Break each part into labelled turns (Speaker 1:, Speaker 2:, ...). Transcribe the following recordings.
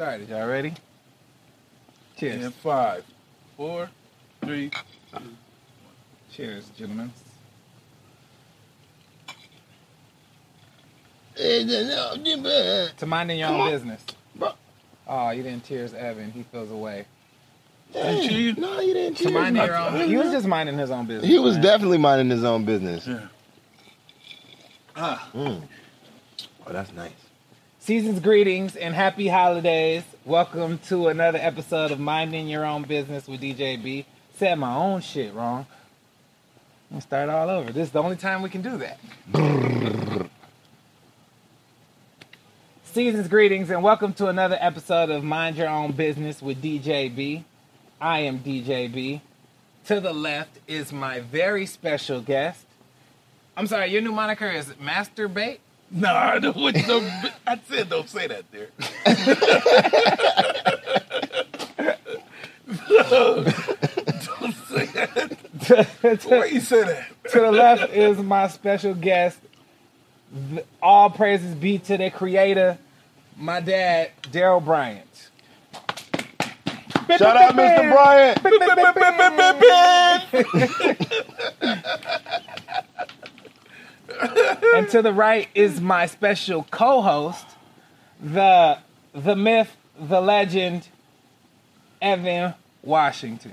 Speaker 1: right, y'all ready? Cheers.
Speaker 2: And five, four, three.
Speaker 1: Cheers, gentlemen. To minding your
Speaker 3: Come
Speaker 1: own
Speaker 3: on.
Speaker 1: business.
Speaker 3: Bro.
Speaker 1: Oh, you didn't tears Evan. He feels away.
Speaker 2: Didn't you?
Speaker 3: No, you didn't
Speaker 1: To
Speaker 3: cheer.
Speaker 1: minding your
Speaker 3: I-
Speaker 1: own. He was just minding his own business.
Speaker 3: He was
Speaker 1: man.
Speaker 3: definitely minding his own business.
Speaker 2: Yeah. Ah,
Speaker 3: Mm. Oh, that's nice.
Speaker 1: Season's greetings and happy holidays. Welcome to another episode of Minding Your Own Business with DJ B. Said my own shit wrong. I'm gonna start all over. This is the only time we can do that. Season's greetings and welcome to another episode of Mind Your Own Business with DJ B. I am DJ B. To the left is my very special guest. I'm sorry, your new moniker is Masturbate?
Speaker 2: no, I don't want no. I said don't say that there. no, don't say that. Why you say that?
Speaker 1: to the left is my special guest. Th- All praises be to the creator, my dad, Daryl Bryant.
Speaker 3: Shout out, Mr. Bryant.
Speaker 1: And to the right is my special co-host, the the myth, the legend, Evan Washington.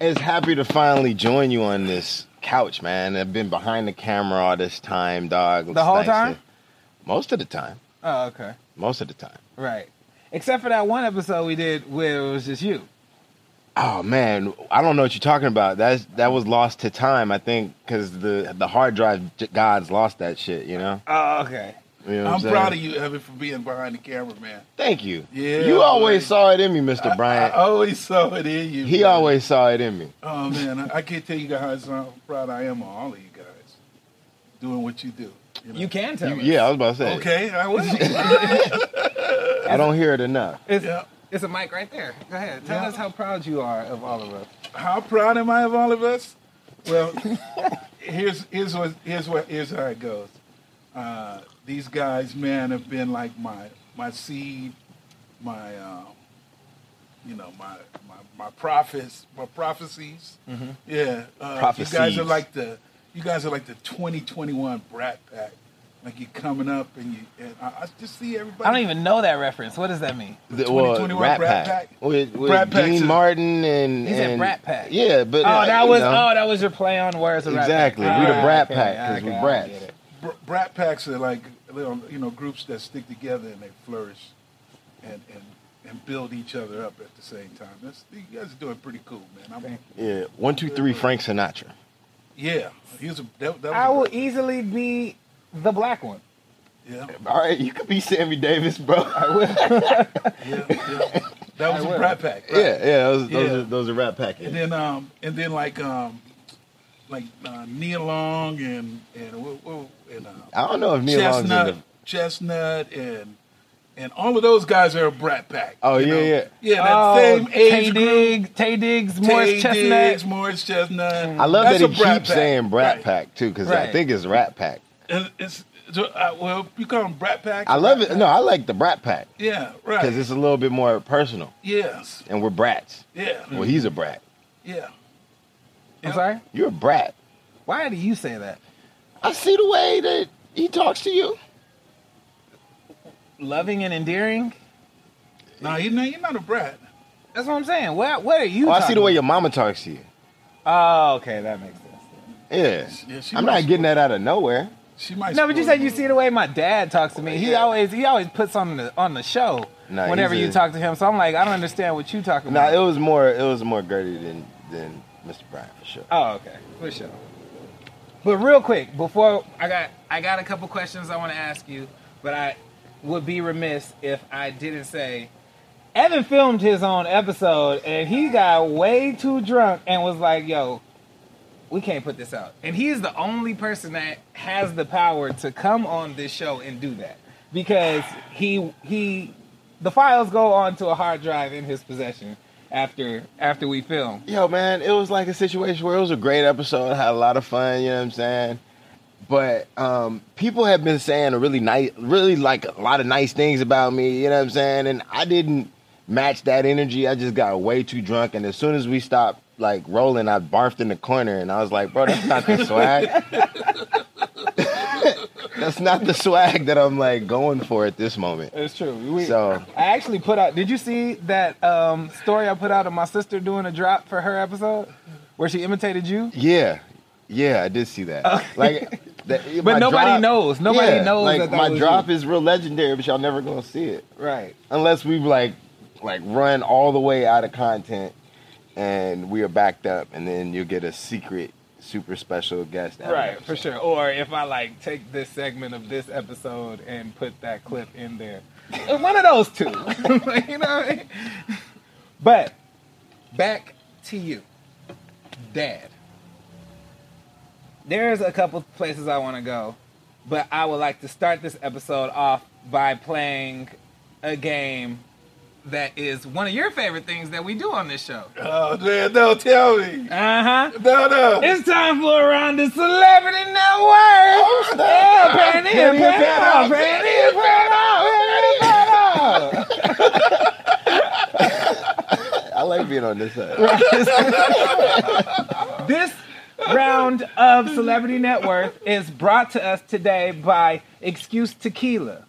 Speaker 3: It's happy to finally join you on this couch, man. I've been behind the camera all this time, dog. It's
Speaker 1: whole
Speaker 3: nice to-
Speaker 1: time?
Speaker 3: most of the time.
Speaker 1: Oh, okay,
Speaker 3: Most of the time.
Speaker 1: right. Except for that one episode we did where it was just you.
Speaker 3: Oh man, I don't know what you're talking about. That's that was lost to time, I think, because the the hard drive j- gods lost that shit. You know.
Speaker 1: Oh, okay.
Speaker 3: You know what
Speaker 2: I'm
Speaker 3: saying?
Speaker 2: proud of you, Evan, for being behind the camera, man.
Speaker 3: Thank you.
Speaker 2: Yeah,
Speaker 3: You always
Speaker 2: boy.
Speaker 3: saw it in me, Mr. Bryant.
Speaker 2: I always saw it in you.
Speaker 3: he
Speaker 2: man.
Speaker 3: always saw it in me.
Speaker 2: Oh man, I, I can't tell you guys how proud I am of all of you guys doing what you do. know.
Speaker 1: You can tell.
Speaker 3: You-
Speaker 1: us.
Speaker 3: yeah, I was about to say.
Speaker 2: Okay, I will.
Speaker 3: I don't hear it enough.
Speaker 1: It's,
Speaker 2: Yeah.
Speaker 1: it's a mic right there. Go ahead. Tell
Speaker 2: Yeah.
Speaker 1: us how proud you are of all of us.
Speaker 2: how proud am I of all of us? Well, here's here's what here's what here's how it goes. Uh, these guys, man, have been like my my seed, my um, you know my my my prophets, my prophecies.
Speaker 1: Mm-hmm.
Speaker 2: Yeah, uh, You guys
Speaker 3: Prophecies.
Speaker 2: are like the you guys are like the 2021 Brat Pack. Like you're coming up, and you and I, I just see everybody.
Speaker 1: I don't even know that reference. What does that mean?
Speaker 3: The,
Speaker 2: 2021 Brat Pack?
Speaker 3: with, with
Speaker 2: Brat Pack
Speaker 3: Dean
Speaker 2: to-
Speaker 3: Martin and
Speaker 1: He said
Speaker 3: and-
Speaker 1: Brat Pack.
Speaker 3: Yeah, but uh,
Speaker 1: oh, that
Speaker 3: you
Speaker 1: was
Speaker 3: know.
Speaker 1: oh, that was your play on words. of Rat Pack.
Speaker 3: Exactly. We the
Speaker 1: Ah,
Speaker 3: Brat
Speaker 1: okay,
Speaker 3: Pack 'cause we
Speaker 1: okay, I
Speaker 3: brats.
Speaker 1: get it.
Speaker 2: Br- brat packs are like little, you know, groups that stick together and they flourish, and and and build each other up at the same time. That's you guys are doing pretty cool, man. I'm,
Speaker 1: Thank
Speaker 3: Yeah, one, two, three. Frank Sinatra.
Speaker 2: yeah, he was a that, that was
Speaker 1: I
Speaker 2: a-
Speaker 1: will easily be the black one.
Speaker 2: yeah,
Speaker 3: All right, you could be Sammy Davis, bro.
Speaker 2: yeah, yeah. That was
Speaker 1: I
Speaker 2: a
Speaker 1: will.
Speaker 2: brat pack.
Speaker 3: yeah,
Speaker 2: right?
Speaker 3: yeah. Those, those
Speaker 2: Yeah.
Speaker 3: are those are Rat Pack.
Speaker 2: And then um and then like um like uh, Neil Long and and wha- wha- and uh,
Speaker 3: I don't know if Neil Long's in
Speaker 2: Chestnut,
Speaker 3: the
Speaker 2: Chestnut, and and all of those guys are a Brat Pack.
Speaker 3: Oh,
Speaker 2: you
Speaker 3: yeah,
Speaker 2: know?
Speaker 3: yeah.
Speaker 2: yeah. That
Speaker 1: Oh,
Speaker 2: same
Speaker 1: Tay
Speaker 2: age group.
Speaker 1: Diggs, Tay Diggs, Morris
Speaker 2: Tay
Speaker 1: Chestnut.
Speaker 2: Diggs, Morris Chestnut.
Speaker 3: I love
Speaker 2: That's
Speaker 3: that
Speaker 2: a
Speaker 3: he
Speaker 2: Brat
Speaker 3: keeps
Speaker 2: Pack.
Speaker 3: saying Brat
Speaker 2: Right.
Speaker 3: Pack too, because
Speaker 1: Right.
Speaker 3: I think it's Rat Pack.
Speaker 2: And it's so, uh, well, you call them Brat Pack.
Speaker 3: I love it. No, I like the Brat Pack
Speaker 2: Yeah,
Speaker 3: because
Speaker 2: right.
Speaker 3: it's a little bit more personal,
Speaker 2: Yes,
Speaker 3: and we're brats.
Speaker 2: yeah,
Speaker 3: Well, he's a brat.
Speaker 2: yeah.
Speaker 1: I'm sorry.
Speaker 3: You're a brat.
Speaker 1: Why do you say that?
Speaker 3: I see the way that he talks to you.
Speaker 1: Loving and endearing.
Speaker 2: No, you're not, you're not a brat.
Speaker 1: That's what I'm saying. What What are you?
Speaker 3: Oh, I see
Speaker 1: talking
Speaker 3: the way
Speaker 1: about?
Speaker 3: your mama talks to you.
Speaker 1: Oh, okay, that makes sense.
Speaker 3: Yeah,
Speaker 2: Yeah, she
Speaker 3: I'm
Speaker 2: might
Speaker 3: not
Speaker 2: as
Speaker 3: getting that out of nowhere.
Speaker 2: She might.
Speaker 1: No, but you
Speaker 2: spoil
Speaker 1: said you
Speaker 2: a
Speaker 1: see
Speaker 2: little.
Speaker 1: the way my dad talks to me. He
Speaker 3: Yeah.
Speaker 1: always he always puts on the on the show
Speaker 3: Nah,
Speaker 1: whenever
Speaker 3: he's
Speaker 1: you
Speaker 3: a-
Speaker 1: talk to him. So I'm like, I don't understand what you talking
Speaker 3: Nah,
Speaker 1: about.
Speaker 3: it was more. It was more Gertie than than Mr. Bryant for sure.
Speaker 1: oh, okay, for sure. But real quick, before I got I got a couple questions I want to ask you, but I would be remiss if I didn't say Evan filmed his own episode and he got way too drunk and was like, "Yo, we can't put this out." And he's the only person that has the power to come on this show and do that because he he the files go onto a hard drive in his possession after after we film.
Speaker 3: Yo, man, it was like a situation where it was a great episode. I had a lot of fun. You know what I'm saying? but um, people have been saying a really nice, really like a lot of nice things about me. You know what I'm saying? And I didn't match that energy. I just got way too drunk, and as soon as we stopped like rolling, I barfed in the corner, and I was like, "Bro, that's not the swag. that's not the swag that I'm like going for at this moment."
Speaker 1: It's true. We,
Speaker 3: So-
Speaker 1: I actually put out. Did you see that um, story I put out of my sister doing a drop for her episode where she imitated you?
Speaker 3: Yeah, yeah, I did see that. Like, that,
Speaker 1: But nobody knows. Nobody knows
Speaker 3: Like
Speaker 1: that that
Speaker 3: my
Speaker 1: was
Speaker 3: drop
Speaker 1: you.
Speaker 3: is real legendary, but y'all never gonna see it.
Speaker 1: Right.
Speaker 3: unless we like like run all the way out of content and we are backed up and then you'll get a secret super special guest out of
Speaker 1: Right,
Speaker 3: it.
Speaker 1: for sure. Or if I like take this segment of this episode and put that clip in there, one of those two. Like, you know. What I mean? But back to you, Dad. There's a couple places I want to go, but I would like to start this episode off by playing a game that is one of your favorite things that we do on this show.
Speaker 2: Oh man, no, tell me.
Speaker 1: Uh huh.
Speaker 2: No, no.
Speaker 1: It's time for a round of celebrity network. Yeah, pan in, pan, out, pan in, pan out, pan in, pan out.
Speaker 3: I like being on this side.
Speaker 1: This round of celebrity net worth is brought to us today by Excuse Tequila.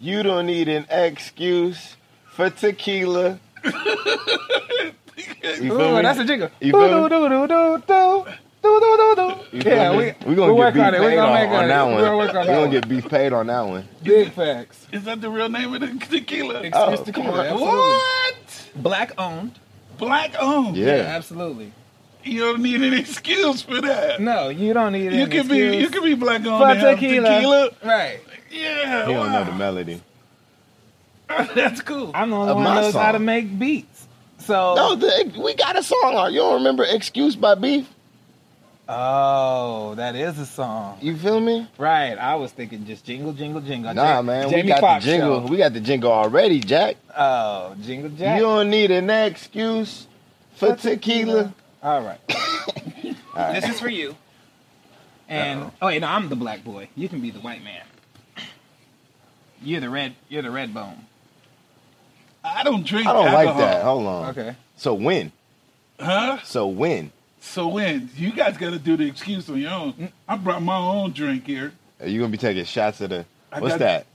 Speaker 3: you don't need an excuse for tequila. you feel
Speaker 1: Ooh,
Speaker 3: me?
Speaker 1: that's a jingle.
Speaker 3: You feel
Speaker 1: do
Speaker 3: me?
Speaker 1: do do do do do do
Speaker 3: You
Speaker 1: do.
Speaker 3: feel
Speaker 1: Yeah,
Speaker 3: me?
Speaker 1: we
Speaker 3: we
Speaker 1: we'll
Speaker 3: gonna
Speaker 1: work
Speaker 3: get
Speaker 1: on
Speaker 3: beef
Speaker 1: it. We're
Speaker 3: paid
Speaker 1: gonna
Speaker 3: on,
Speaker 1: make
Speaker 3: on
Speaker 1: it.
Speaker 3: that one.
Speaker 1: We're gonna work on
Speaker 3: we
Speaker 1: that
Speaker 3: gonna
Speaker 1: one.
Speaker 3: get beef paid on that one.
Speaker 1: Big facts.
Speaker 2: Is that the real name of the tequila?
Speaker 1: Excuse
Speaker 3: Oh,
Speaker 1: Tequila. Absolutely.
Speaker 2: What?
Speaker 1: Black owned.
Speaker 2: Black owned.
Speaker 3: Yeah.
Speaker 1: absolutely.
Speaker 2: You don't need an excuse for that.
Speaker 1: No, you don't need
Speaker 2: you
Speaker 1: an
Speaker 2: can
Speaker 1: excuse.
Speaker 2: be you can be black owned
Speaker 1: for
Speaker 2: and have
Speaker 1: tequila.
Speaker 2: tequila.
Speaker 1: Right.
Speaker 2: Yeah.
Speaker 3: He don't know the
Speaker 2: wow.
Speaker 3: melody.
Speaker 2: That's cool.
Speaker 1: I'm the only
Speaker 3: Of
Speaker 1: one
Speaker 3: my
Speaker 1: that knows how
Speaker 3: song.
Speaker 1: to make beats. So
Speaker 3: No, the, we got a song on. You don't remember "Excuse" by Beef?
Speaker 1: Oh, that is a song.
Speaker 3: You feel me?
Speaker 1: Right. I was thinking just jingle, jingle, jingle.
Speaker 3: Nah,
Speaker 1: Ja-
Speaker 3: man.
Speaker 1: Jamie
Speaker 3: we got
Speaker 1: Foxx
Speaker 3: the jingle.
Speaker 1: show.
Speaker 3: We got the jingle already, Jack.
Speaker 1: Oh, jingle jack.
Speaker 3: You don't need an excuse for tequila.
Speaker 1: All right. This is for you. And oh wait, no, I'm the black boy. You can be the white man. You're the red. You're the red bone.
Speaker 2: I don't drink.
Speaker 3: I don't like
Speaker 2: alcohol.
Speaker 3: that. Hold on.
Speaker 1: Okay.
Speaker 3: So when?
Speaker 2: Huh?
Speaker 3: So when?
Speaker 2: So when you guys got to do the excuse on your own. I brought my own drink here.
Speaker 3: Are you gonna be taking shots at the?
Speaker 2: I
Speaker 3: What's
Speaker 2: got-
Speaker 3: that?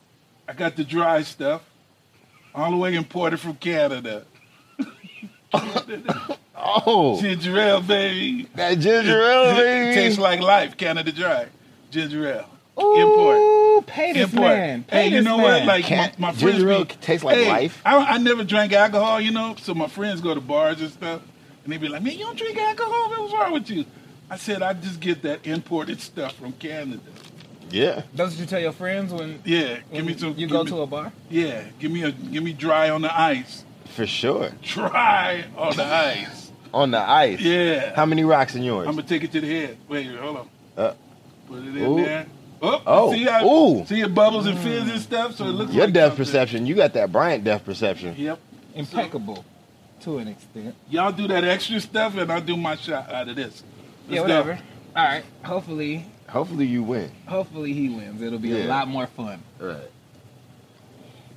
Speaker 2: I got the dry stuff, all the way imported from Canada.
Speaker 3: Oh,
Speaker 2: Ginger ale, baby.
Speaker 3: that ginger ale, baby.
Speaker 2: Tastes like life, Canada Dry. Ginger ale. Import.
Speaker 1: Ooh, pay this
Speaker 2: Import.
Speaker 1: man. Pay
Speaker 2: Hey, you
Speaker 1: this
Speaker 2: know
Speaker 1: man.
Speaker 2: what? Like my,
Speaker 3: Can't-
Speaker 2: my friends
Speaker 3: ginger ale
Speaker 2: be-
Speaker 3: tastes like
Speaker 2: Hey,
Speaker 3: life.
Speaker 2: I, don't- I never drank alcohol, you know, so my friends go to bars and stuff, and they be like, "Man, you don't drink alcohol? Man, What's wrong with you?" I said, "I just get that imported stuff from Canada."
Speaker 3: Yeah.
Speaker 1: That's what you tell your friends when,
Speaker 2: Yeah, give
Speaker 1: when
Speaker 2: me some.
Speaker 1: you
Speaker 2: give
Speaker 1: go
Speaker 2: me-
Speaker 1: to a bar.
Speaker 2: Yeah, give me a give me dry on the ice.
Speaker 3: For sure.
Speaker 2: Dry on the ice.
Speaker 3: On the ice.
Speaker 2: Yeah.
Speaker 3: How many rocks in
Speaker 2: I'm
Speaker 3: yours?
Speaker 2: gonna take it to the head. Wait, hold on.
Speaker 3: Uh,
Speaker 2: Put it in
Speaker 3: Ooh.
Speaker 2: there. Oh,
Speaker 3: Oh,
Speaker 2: see how
Speaker 3: ooh.
Speaker 2: see it bubbles and fizz and stuff. So it looks
Speaker 3: Your
Speaker 2: like
Speaker 3: death
Speaker 2: something.
Speaker 3: perception. You got that Bryant death perception.
Speaker 2: Yep.
Speaker 1: Impeccable, to an extent.
Speaker 2: Y'all do that extra stuff, and I'll do my shot out of this. Let's
Speaker 1: yeah,
Speaker 2: go.
Speaker 1: whatever. All right. Hopefully,
Speaker 3: Hopefully you win.
Speaker 1: hopefully he wins. It'll be a
Speaker 3: Yeah.
Speaker 1: lot more fun.
Speaker 3: Right.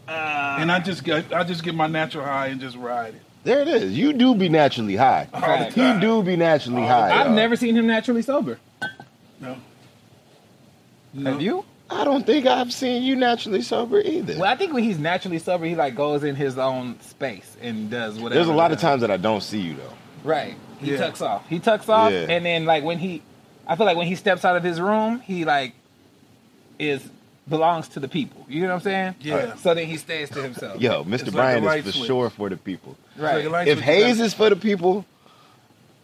Speaker 1: Uh,
Speaker 2: And I just get I just get my natural high and just ride it.
Speaker 3: There it is. You do be naturally high.
Speaker 2: Oh
Speaker 1: Facts.
Speaker 3: You do be naturally high.
Speaker 1: I've
Speaker 3: y'all.
Speaker 1: never seen him naturally sober.
Speaker 2: No.
Speaker 1: Have you?
Speaker 3: I don't think I've seen you naturally sober either.
Speaker 1: Well, I think when he's naturally sober, he like goes in his own space and does whatever.
Speaker 3: There's a lot of
Speaker 1: he
Speaker 3: times that I don't see you though.
Speaker 1: does. Right. He
Speaker 2: Yeah.
Speaker 1: tucks off. He tucks off,
Speaker 3: Yeah.
Speaker 1: and then like when he, I feel like when he steps out of his room, he like is belongs to the people. You know what I'm saying?
Speaker 2: Yeah.
Speaker 1: So then he stays to himself.
Speaker 3: Yo, Mr.
Speaker 2: like a
Speaker 3: Bryan Brian
Speaker 2: light
Speaker 3: is for
Speaker 2: switch.
Speaker 3: sure for the people.
Speaker 1: Right.
Speaker 2: So you like
Speaker 3: if
Speaker 2: what you
Speaker 3: Hayes
Speaker 2: got?
Speaker 3: is for the people,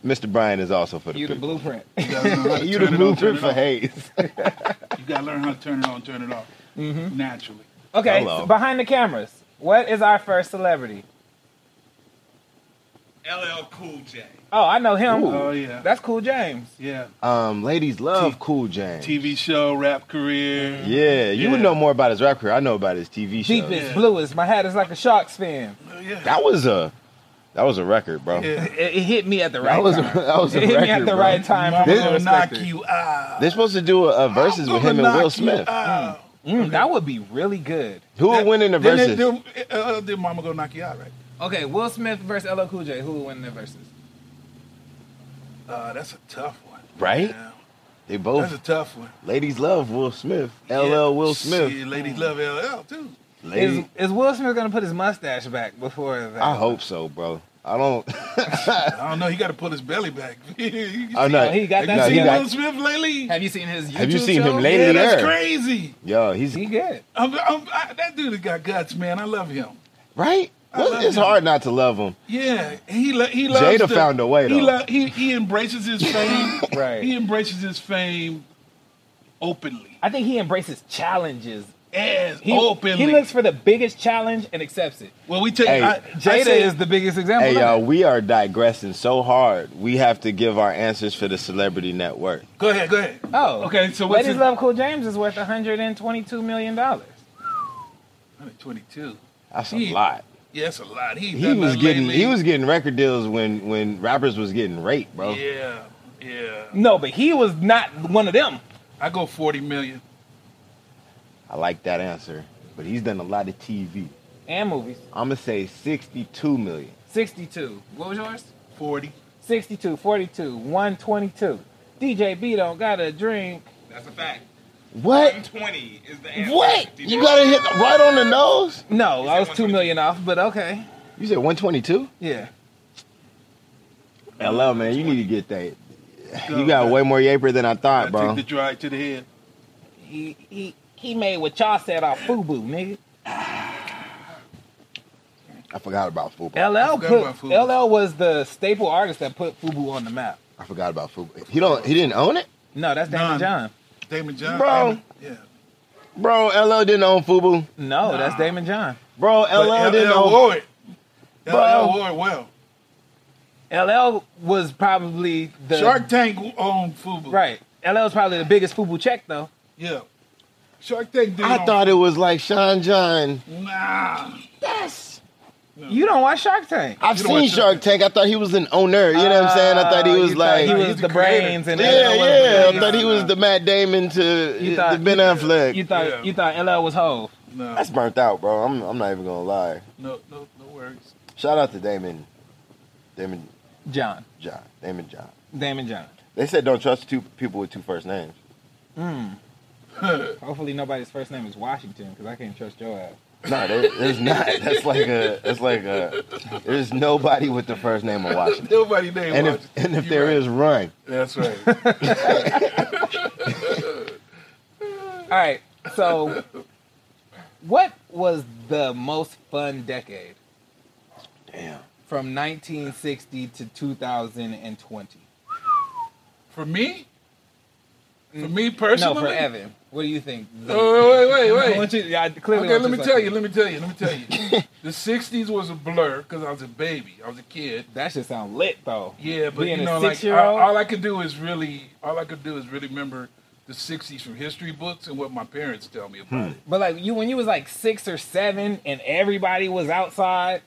Speaker 3: Mr. Bryan is also for the
Speaker 1: You the
Speaker 3: people.
Speaker 1: blueprint.
Speaker 2: You gotta learn how to
Speaker 3: you
Speaker 2: turn
Speaker 3: the
Speaker 2: it on, turn
Speaker 3: blueprint
Speaker 2: it
Speaker 3: for
Speaker 2: off.
Speaker 3: Hayes.
Speaker 2: You gotta learn how to turn it on, turn it off
Speaker 1: Mm-hmm.
Speaker 2: naturally.
Speaker 1: Okay,
Speaker 3: Hello.
Speaker 1: so behind the cameras, what is our first celebrity?
Speaker 2: LL Cool J.
Speaker 1: Oh, I know him.
Speaker 3: Ooh.
Speaker 2: Oh yeah,
Speaker 1: That's Cool James.
Speaker 2: yeah.
Speaker 3: Um, ladies love Cool James.
Speaker 2: TV show, rap career.
Speaker 3: Yeah, you would
Speaker 2: Yeah.
Speaker 3: know more about his rap career. I know about his TV show.
Speaker 1: Deepest,
Speaker 2: Yeah.
Speaker 1: bluest. My hat is like a shark's fin.
Speaker 2: Oh, yeah.
Speaker 3: That was a That was a record, bro.
Speaker 2: Yeah.
Speaker 1: It, it hit me at the right
Speaker 3: That was a,
Speaker 1: time.
Speaker 3: that was a
Speaker 1: it hit
Speaker 3: record.
Speaker 1: me at the
Speaker 3: bro.
Speaker 1: right time.
Speaker 2: I'm
Speaker 1: from
Speaker 3: This-
Speaker 1: what I
Speaker 2: gonna knock
Speaker 1: expected.
Speaker 2: you out.
Speaker 3: They're supposed to do a, a versus
Speaker 2: I'm
Speaker 3: with him
Speaker 2: gonna
Speaker 3: and Will
Speaker 2: knock you
Speaker 3: Smith. Hmm.
Speaker 2: out.
Speaker 1: Mm, that would be really good.
Speaker 3: Who would win in the
Speaker 2: Then
Speaker 3: versus?
Speaker 2: They, then, uh, then Mama gonna knock you out, right?
Speaker 1: Okay, Will Smith versus LL Cool J. Who would win the versus?
Speaker 2: Uh, that's a tough one.
Speaker 3: Right?
Speaker 2: Yeah.
Speaker 3: They
Speaker 2: That's a
Speaker 3: both
Speaker 2: tough one.
Speaker 3: ladies love Will Smith. LL
Speaker 2: Yeah.
Speaker 3: Will Smith.
Speaker 2: Shit, ladies love LL too.
Speaker 1: Is,
Speaker 3: Lady,
Speaker 1: is Will Smith gonna put his mustache back before that?
Speaker 3: I hope so, bro. I don't.
Speaker 2: I don't know. He got to pull his belly back.
Speaker 3: I know.
Speaker 1: he got that
Speaker 3: Oh, No,
Speaker 2: See
Speaker 3: he
Speaker 1: shit.
Speaker 2: Will
Speaker 3: got,
Speaker 2: Smith lately?
Speaker 1: Have you seen his? YouTube
Speaker 3: Have you seen him
Speaker 1: show?
Speaker 3: lately?
Speaker 2: yeah, that's
Speaker 3: there.
Speaker 2: crazy.
Speaker 3: yo, he's
Speaker 1: He good.
Speaker 2: I'm, I'm, I, that dude has got guts, man. I love him.
Speaker 3: right.
Speaker 2: I
Speaker 3: Well,
Speaker 2: love
Speaker 3: it's
Speaker 2: him.
Speaker 3: hard not to love him.
Speaker 2: Yeah, he lo- he loves. the-
Speaker 3: Jada found a way,
Speaker 2: He,
Speaker 3: though.
Speaker 2: he he embraces his fame.
Speaker 1: Right.
Speaker 2: He embraces his fame openly.
Speaker 1: I think he embraces challenges.
Speaker 2: As
Speaker 1: He,
Speaker 2: openly.
Speaker 1: he looks for the biggest challenge and accepts it.
Speaker 2: Well, we take
Speaker 3: Hey,
Speaker 2: I,
Speaker 1: Jada is the biggest example.
Speaker 3: Hey,
Speaker 1: of
Speaker 3: y'all,
Speaker 1: it.
Speaker 3: we are digressing so hard. We have to give our answers for the celebrity network.
Speaker 2: Go ahead. Go ahead.
Speaker 1: Oh,
Speaker 2: Okay. So what's
Speaker 1: Ladies
Speaker 2: his
Speaker 1: Love Cool James is worth 122 million dollars.
Speaker 2: 122.
Speaker 3: That's a
Speaker 2: He-
Speaker 3: lot.
Speaker 2: Yeah, that's a lot. He,
Speaker 3: He was getting he was getting record deals when when rappers was getting raped, bro.
Speaker 2: Yeah. Yeah.
Speaker 1: No, but he was not one of them.
Speaker 2: I go 40 million.
Speaker 3: I like that answer, but he's done a lot of TV.
Speaker 1: And movies.
Speaker 3: I'm gonna say 62 million.
Speaker 1: 62. What was yours?
Speaker 2: 40.
Speaker 1: 62, 42, 122. DJ B don't got a drink.
Speaker 4: That's a fact.
Speaker 3: What?
Speaker 4: 120 is the answer.
Speaker 3: What?
Speaker 4: Did
Speaker 3: You gotta hit right on the nose.
Speaker 1: No,
Speaker 4: He
Speaker 1: I
Speaker 4: said
Speaker 1: was 2 million off, but okay.
Speaker 3: You said 122.
Speaker 1: Yeah.
Speaker 3: LL man, you need to get that. You got way more yaper than I
Speaker 2: I
Speaker 3: thought,
Speaker 2: took
Speaker 3: bro.
Speaker 2: the drive to the head.
Speaker 1: He he he made what y'all said off FUBU, nigga.
Speaker 3: I forgot about football.
Speaker 1: LL
Speaker 2: forgot
Speaker 1: put
Speaker 2: about FUBU.
Speaker 1: LL was the staple artist that put FUBU on the map.
Speaker 3: I forgot about football. He don't. He didn't own it,
Speaker 1: No, that's Damon
Speaker 2: None.
Speaker 1: John.
Speaker 2: Damon John.
Speaker 3: Bro.
Speaker 2: Damon- yeah.
Speaker 3: bro. LL didn't own Fubu.
Speaker 1: No, that's Damon John.
Speaker 3: Bro,
Speaker 2: But
Speaker 3: LL didn't
Speaker 2: LL
Speaker 3: own.
Speaker 2: wore it.
Speaker 3: Bro.
Speaker 2: LL wore it well.
Speaker 1: LL was probably the
Speaker 2: Shark Tank owned Fubu.
Speaker 1: Right. LL was probably the biggest FUBU check though.
Speaker 2: Yeah. Shark Tank did
Speaker 3: I thought it was like Sean John.
Speaker 2: Nah.
Speaker 3: Yes.
Speaker 1: You don't watch Shark Tank.
Speaker 3: I've
Speaker 2: You know
Speaker 3: seen
Speaker 2: what,
Speaker 3: Shark Tank. I thought he was an owner. You know what I'm saying? I thought he
Speaker 1: Uh,
Speaker 3: was
Speaker 1: you thought
Speaker 3: like.
Speaker 1: he
Speaker 2: No,
Speaker 1: was
Speaker 2: he's
Speaker 1: the,
Speaker 2: the creator.
Speaker 1: brains and
Speaker 3: yeah,
Speaker 1: LL was
Speaker 3: yeah.
Speaker 1: the
Speaker 3: I
Speaker 1: brains.
Speaker 3: thought he was the Matt Damon to
Speaker 1: You
Speaker 3: uh,
Speaker 1: thought-
Speaker 3: the Ben Affleck.
Speaker 1: You thought
Speaker 2: Yeah.
Speaker 1: you thought LL was whole.
Speaker 2: No.
Speaker 3: That's burnt out, bro. I'm, I'm not even gonna lie.
Speaker 2: no, no, no worries.
Speaker 3: Shout out to Damon, Damon
Speaker 1: John.
Speaker 3: John, Damon John.
Speaker 1: Damon John.
Speaker 3: They said don't trust two people with two first names.
Speaker 1: Mm. Hopefully nobody's first name is Washington because I can't trust your ass.
Speaker 3: No, there, there's not. That's like a. That's like a. There's nobody with the first name of Washington.
Speaker 2: Nobody named
Speaker 3: And if
Speaker 2: Washington.
Speaker 3: and if
Speaker 2: You
Speaker 3: there
Speaker 2: right.
Speaker 3: is, run.
Speaker 2: That's right.
Speaker 1: All right. So, what was the most fun decade
Speaker 3: Damn.
Speaker 1: from 1960 to 2020?
Speaker 2: For me? For
Speaker 1: Mm.
Speaker 2: me personally?
Speaker 1: No, for Evan. What do you think? The-
Speaker 2: Oh, wait,
Speaker 1: I
Speaker 2: wait, wait.
Speaker 1: want you- I clearly
Speaker 2: okay,
Speaker 1: want
Speaker 2: let
Speaker 1: you
Speaker 2: me
Speaker 1: to-
Speaker 2: tell you, let me tell you, let me tell you. the 60s was a blur because I was a baby. I was a kid.
Speaker 1: That should sound lit though.
Speaker 2: Yeah, but
Speaker 1: Being
Speaker 2: you
Speaker 1: a
Speaker 2: know, like I,
Speaker 1: six-year-old?
Speaker 2: all I could do is really, all I could do is really remember the '60s from history books and what my parents tell me about it.
Speaker 1: But like you, when you was like six or seven, and everybody was outside.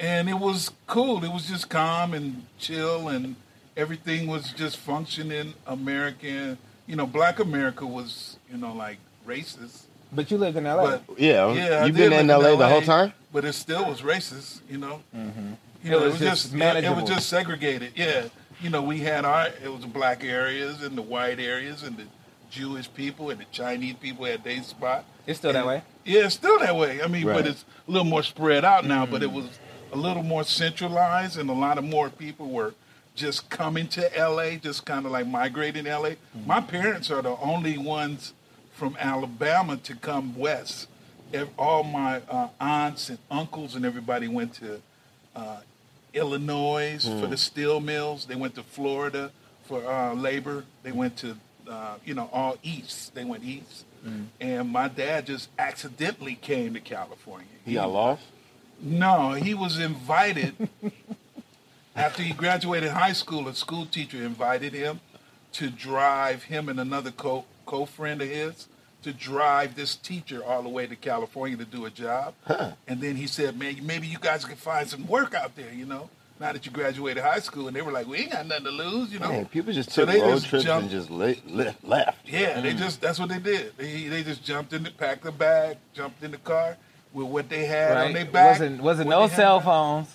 Speaker 2: And it was cool. It was just calm and chill, and everything was just functioning American. You know, Black America was, you know, like racist,
Speaker 1: But you lived in LA.
Speaker 2: But-
Speaker 3: Yeah.
Speaker 2: Yeah, I
Speaker 3: You've
Speaker 2: did
Speaker 3: been in
Speaker 2: live
Speaker 3: LA,
Speaker 2: in
Speaker 3: the
Speaker 2: LA.
Speaker 3: whole time.
Speaker 2: but it still was racist. You know, you
Speaker 1: Mm-hmm. It
Speaker 2: know,
Speaker 1: was just
Speaker 2: it
Speaker 1: manageable.
Speaker 2: was just segregated. Yeah, you know, we had our it was black areas and the white areas and the Jewish people and the Chinese people had their spot.
Speaker 1: it's still that way.
Speaker 2: Yeah, it's still that way. I mean,
Speaker 3: Right.
Speaker 2: but it's a little more spread out now, but
Speaker 1: Mm.
Speaker 2: it was a little more centralized, and a lot of more people were just coming to LA, just kind of like migrating to LA.
Speaker 1: Mm.
Speaker 2: My parents are the only ones from Alabama to come west. Ev- All my uh, aunts and uncles and everybody went to uh, Illinois for the steel mills. They went to Florida for uh, labor. They went to, uh, you know, all east. They went east. And my dad just accidentally came to California.
Speaker 3: He got lost.
Speaker 2: No, he was invited after he graduated high school. A school teacher invited him to drive him and another co co friend of his to drive this teacher all the way to California to do a job. And then he said, man, maybe you guys can find some work out there, you know, now that you graduated high school. And they were like, we ain't got nothing to lose, you know.
Speaker 3: Man, people just
Speaker 2: Oh. So
Speaker 3: took
Speaker 2: they
Speaker 3: road
Speaker 2: just
Speaker 3: trips
Speaker 2: jumped-
Speaker 3: and just li- li- left.
Speaker 2: Yeah, they just that's what they did. They they just jumped in the packed the bag, jumped in the car with what they had on their
Speaker 1: Right?
Speaker 2: back.
Speaker 1: Wasn't wasn't
Speaker 2: what
Speaker 1: no
Speaker 2: they had.
Speaker 1: cell phones.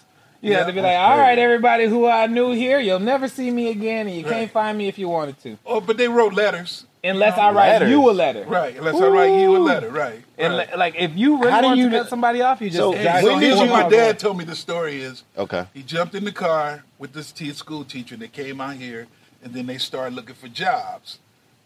Speaker 1: You had
Speaker 2: Yeah,
Speaker 1: to be
Speaker 2: that's
Speaker 1: like, all
Speaker 3: crazy.
Speaker 1: right, everybody who I knew here, you'll never see me again, and you
Speaker 2: Right.
Speaker 1: can't find me if you wanted to,
Speaker 2: Oh, but they wrote letters,
Speaker 1: unless I write
Speaker 3: Letters.
Speaker 1: you a letter.
Speaker 2: right? Unless I write you a letter, right?
Speaker 1: And
Speaker 2: right.
Speaker 1: li- like, if you really
Speaker 3: How do
Speaker 1: want to
Speaker 3: you do-
Speaker 1: cut somebody off, you just
Speaker 3: So,
Speaker 2: Hey,
Speaker 1: die.
Speaker 2: so
Speaker 3: When
Speaker 2: here's
Speaker 3: did
Speaker 2: what
Speaker 3: you-
Speaker 2: my dad told me the story is.
Speaker 3: Okay.
Speaker 2: He jumped in the car with this te- school teacher, and they came out here, and then they started looking for jobs.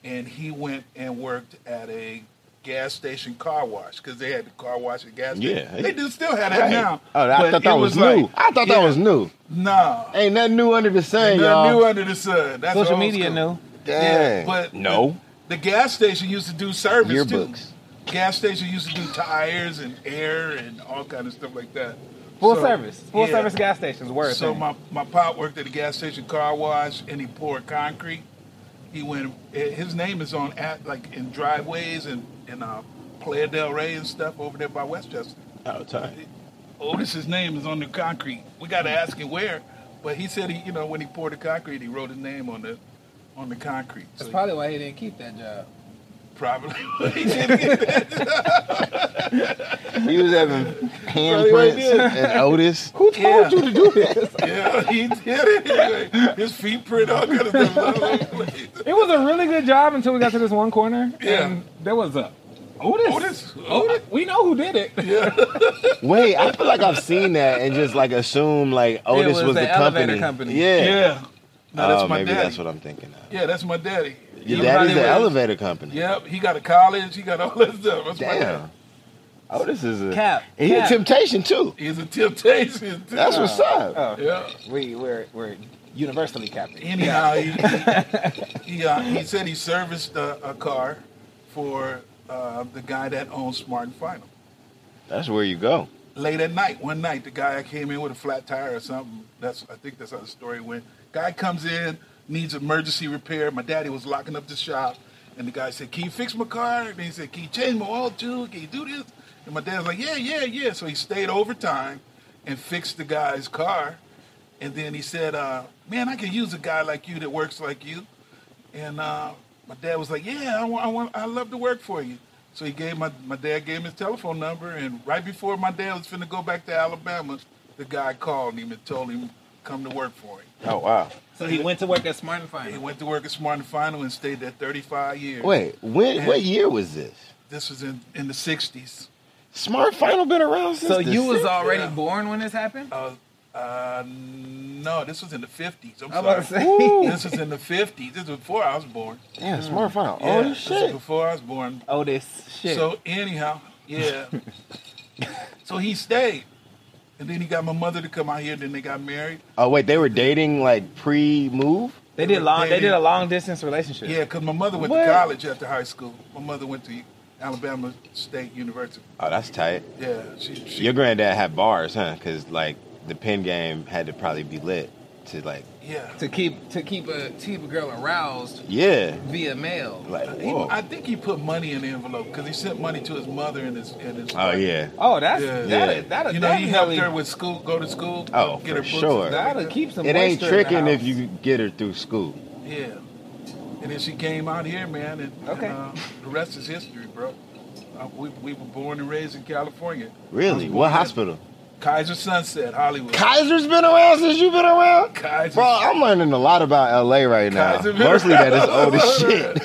Speaker 2: And he went and worked at a gas station car wash because they had the car wash and gas station.
Speaker 3: Yeah.
Speaker 2: they do still have that
Speaker 3: Right.
Speaker 2: now.
Speaker 3: Oh, I
Speaker 2: but
Speaker 3: thought
Speaker 2: it
Speaker 3: that was,
Speaker 2: like-
Speaker 3: new. I thought that
Speaker 2: Yeah.
Speaker 3: was new.
Speaker 2: No,
Speaker 3: Ain't nothing new under the sun,
Speaker 2: Ain't
Speaker 3: y'all.
Speaker 2: nothing new under the sun. That's
Speaker 1: Social
Speaker 2: old
Speaker 1: media
Speaker 2: school.
Speaker 1: knew.
Speaker 3: Dang.
Speaker 2: Yeah, but
Speaker 3: no.
Speaker 2: The, the gas station used to do service
Speaker 3: Yearbooks.
Speaker 2: too. Gas station used to do tires and air and all kind of stuff like that.
Speaker 1: Full
Speaker 2: So,
Speaker 1: service, full
Speaker 2: yeah.
Speaker 1: service gas stations. Word.
Speaker 2: So
Speaker 1: thing.
Speaker 2: my my pop worked at a gas station car wash, and he poured concrete. He went. eh, His name is on at like in driveways and in uh, Playa del Rey and stuff over there by Westchester.
Speaker 3: Oh, time.
Speaker 2: Otis's name is on the concrete. We got to ask him where, but he said he, you know, when he poured the concrete, he wrote his name on the on the concrete. So
Speaker 1: That's probably why he didn't keep that job.
Speaker 2: probably he didn't get that.
Speaker 3: He was having
Speaker 2: what he
Speaker 3: handprints
Speaker 2: did.
Speaker 3: and Otis.
Speaker 1: Who told
Speaker 2: Yeah.
Speaker 1: you to do this?
Speaker 2: Yeah, he did it. Like, His feet print all kind of stuff all over the place.
Speaker 1: It was a really good job until we got to this one corner.
Speaker 2: Yeah.
Speaker 1: And there was a Otis.
Speaker 2: Otis?
Speaker 1: Otis. We know who did it.
Speaker 3: Wait, I feel like I've seen that and just like assume like Otis
Speaker 1: was
Speaker 3: was,
Speaker 1: the
Speaker 3: the
Speaker 1: elevator
Speaker 3: company.
Speaker 1: company.
Speaker 3: Yeah.
Speaker 2: Yeah, no, that's
Speaker 3: oh,
Speaker 2: my
Speaker 3: maybe
Speaker 2: daddy.
Speaker 3: that's what I'm thinking of.
Speaker 2: yeah, that's my daddy.
Speaker 3: Your
Speaker 2: He
Speaker 3: dad
Speaker 2: probably
Speaker 3: is the
Speaker 2: was-
Speaker 3: elevator company.
Speaker 2: Yep, he got a college. He got all that stuff. That's my dad.
Speaker 3: Damn. Otis is a
Speaker 1: Cap,
Speaker 3: He a
Speaker 1: cap.
Speaker 3: temptation too.
Speaker 2: He's a temptation. too.
Speaker 3: That's what's up.
Speaker 1: Oh,
Speaker 2: Yeah.
Speaker 1: we we're we're universally captain.
Speaker 2: Anyhow, he, he, he, uh, he said he serviced a, a car for uh, the guy that owns Smart and Final.
Speaker 3: That's where you go.
Speaker 2: Late at night, one night, the guy came in with a flat tire or something. That's I think that's how the story went. Guy comes in, needs emergency repair. My daddy was locking up the shop, and the guy said, "Can you fix my car?" And he said, "Can you change my oil too? Can you do this?" And my dad was like, "Yeah, yeah, yeah." So he stayed overtime and fixed the guy's car. And then he said, uh, "Man, I could use a guy like you that works like you." And uh, my dad was like, "Yeah, I want, I want, I love to work for you." So he gave my my dad gave him his telephone number, and right before my dad was finna go back to Alabama, the guy called him and told him come to work for him.
Speaker 3: Oh wow.
Speaker 1: So he went to work at Smart and
Speaker 2: He
Speaker 1: Fine.
Speaker 2: went to work at Smart and Final and stayed there 35 years.
Speaker 3: Wait, when what year was this?
Speaker 2: This was in, in the 60s.
Speaker 3: Smart Final been around since
Speaker 1: So
Speaker 3: the
Speaker 1: you was
Speaker 3: 60s?
Speaker 1: already
Speaker 2: Yeah.
Speaker 1: born when this happened?
Speaker 2: Uh, uh, no, this was in the 50s. I'm
Speaker 1: I was about
Speaker 2: sorry.
Speaker 1: to say.
Speaker 2: This was in the 50s. This was before I was born.
Speaker 3: Yeah, Smart Final.
Speaker 2: Yeah,
Speaker 3: oh
Speaker 2: This was
Speaker 3: shit.
Speaker 2: before I was born.
Speaker 1: Otis. Oh, Shit.
Speaker 2: So anyhow, yeah. so he stayed, and then he got my mother to come out here. Then they got married.
Speaker 3: Oh wait, they were dating like pre-move?
Speaker 1: they did long. They
Speaker 2: They
Speaker 1: did
Speaker 2: did-
Speaker 1: a long distance relationship.
Speaker 2: Yeah, because my mother went
Speaker 1: What?
Speaker 2: to college after high school. My mother went to Alabama State University.
Speaker 3: Oh, that's tight.
Speaker 2: Yeah, she. she
Speaker 3: Your granddad had bars, huh? Cuz like the pin game had to probably be lit to like
Speaker 2: yeah.
Speaker 1: To keep to keep a to keep a girl aroused
Speaker 3: yeah.
Speaker 1: via mail.
Speaker 3: Like
Speaker 2: He,
Speaker 3: whoa.
Speaker 2: I think he put money in the envelope because he sent money to his mother and his and his.
Speaker 3: Oh yeah.
Speaker 1: Oh, that's
Speaker 2: Yeah.
Speaker 1: that.
Speaker 3: Yeah.
Speaker 1: will That.
Speaker 2: You
Speaker 1: You
Speaker 2: know, he helped
Speaker 1: definitely.
Speaker 2: her with school, go to school.
Speaker 3: Oh, for
Speaker 2: books and
Speaker 3: sure.
Speaker 2: stuff like
Speaker 1: That'll
Speaker 2: that.
Speaker 1: keep some.
Speaker 3: It ain't
Speaker 1: moisture in the
Speaker 3: tricking if
Speaker 1: house.
Speaker 3: you get her through school.
Speaker 2: Yeah. And then she came out here, man, and, and,
Speaker 1: Okay.
Speaker 2: uh, the rest is history, bro. Uh, we, we were born and raised in California.
Speaker 3: Really? What hospital?
Speaker 2: Kaiser Sunset, Hollywood.
Speaker 3: Kaiser's been around since you've been around?
Speaker 2: Kaiser,
Speaker 3: Bro, I'm learning a lot about LA right now.
Speaker 2: Kaiser been
Speaker 3: Mostly that it's
Speaker 2: around.
Speaker 3: old as shit.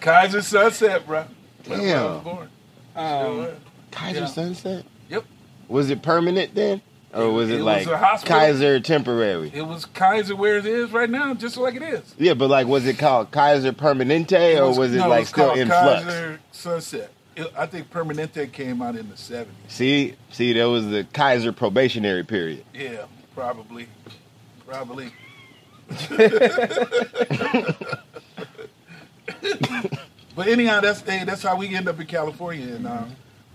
Speaker 2: Kaiser Sunset, bro. That's where I
Speaker 3: Damn.
Speaker 2: was born.
Speaker 1: Um,
Speaker 2: Sure.
Speaker 3: Kaiser
Speaker 2: Yeah.
Speaker 3: Sunset?
Speaker 2: Yep.
Speaker 3: Was it permanent then? Or was it,
Speaker 2: It was
Speaker 3: like
Speaker 2: a hospital.
Speaker 3: Kaiser temporary?
Speaker 2: It was Kaiser where it is right now, just like it is.
Speaker 3: Yeah, but like was it called Kaiser Permanente or was, it
Speaker 2: no,
Speaker 3: like still
Speaker 2: called
Speaker 3: in flux?
Speaker 2: Kaiser Sunset. It- I think Permanente came out in the 70s.
Speaker 3: See? See, there was the Kaiser probationary period.
Speaker 2: Yeah, probably. Probably. but anyhow, that's hey, that's how we end up in California and uh,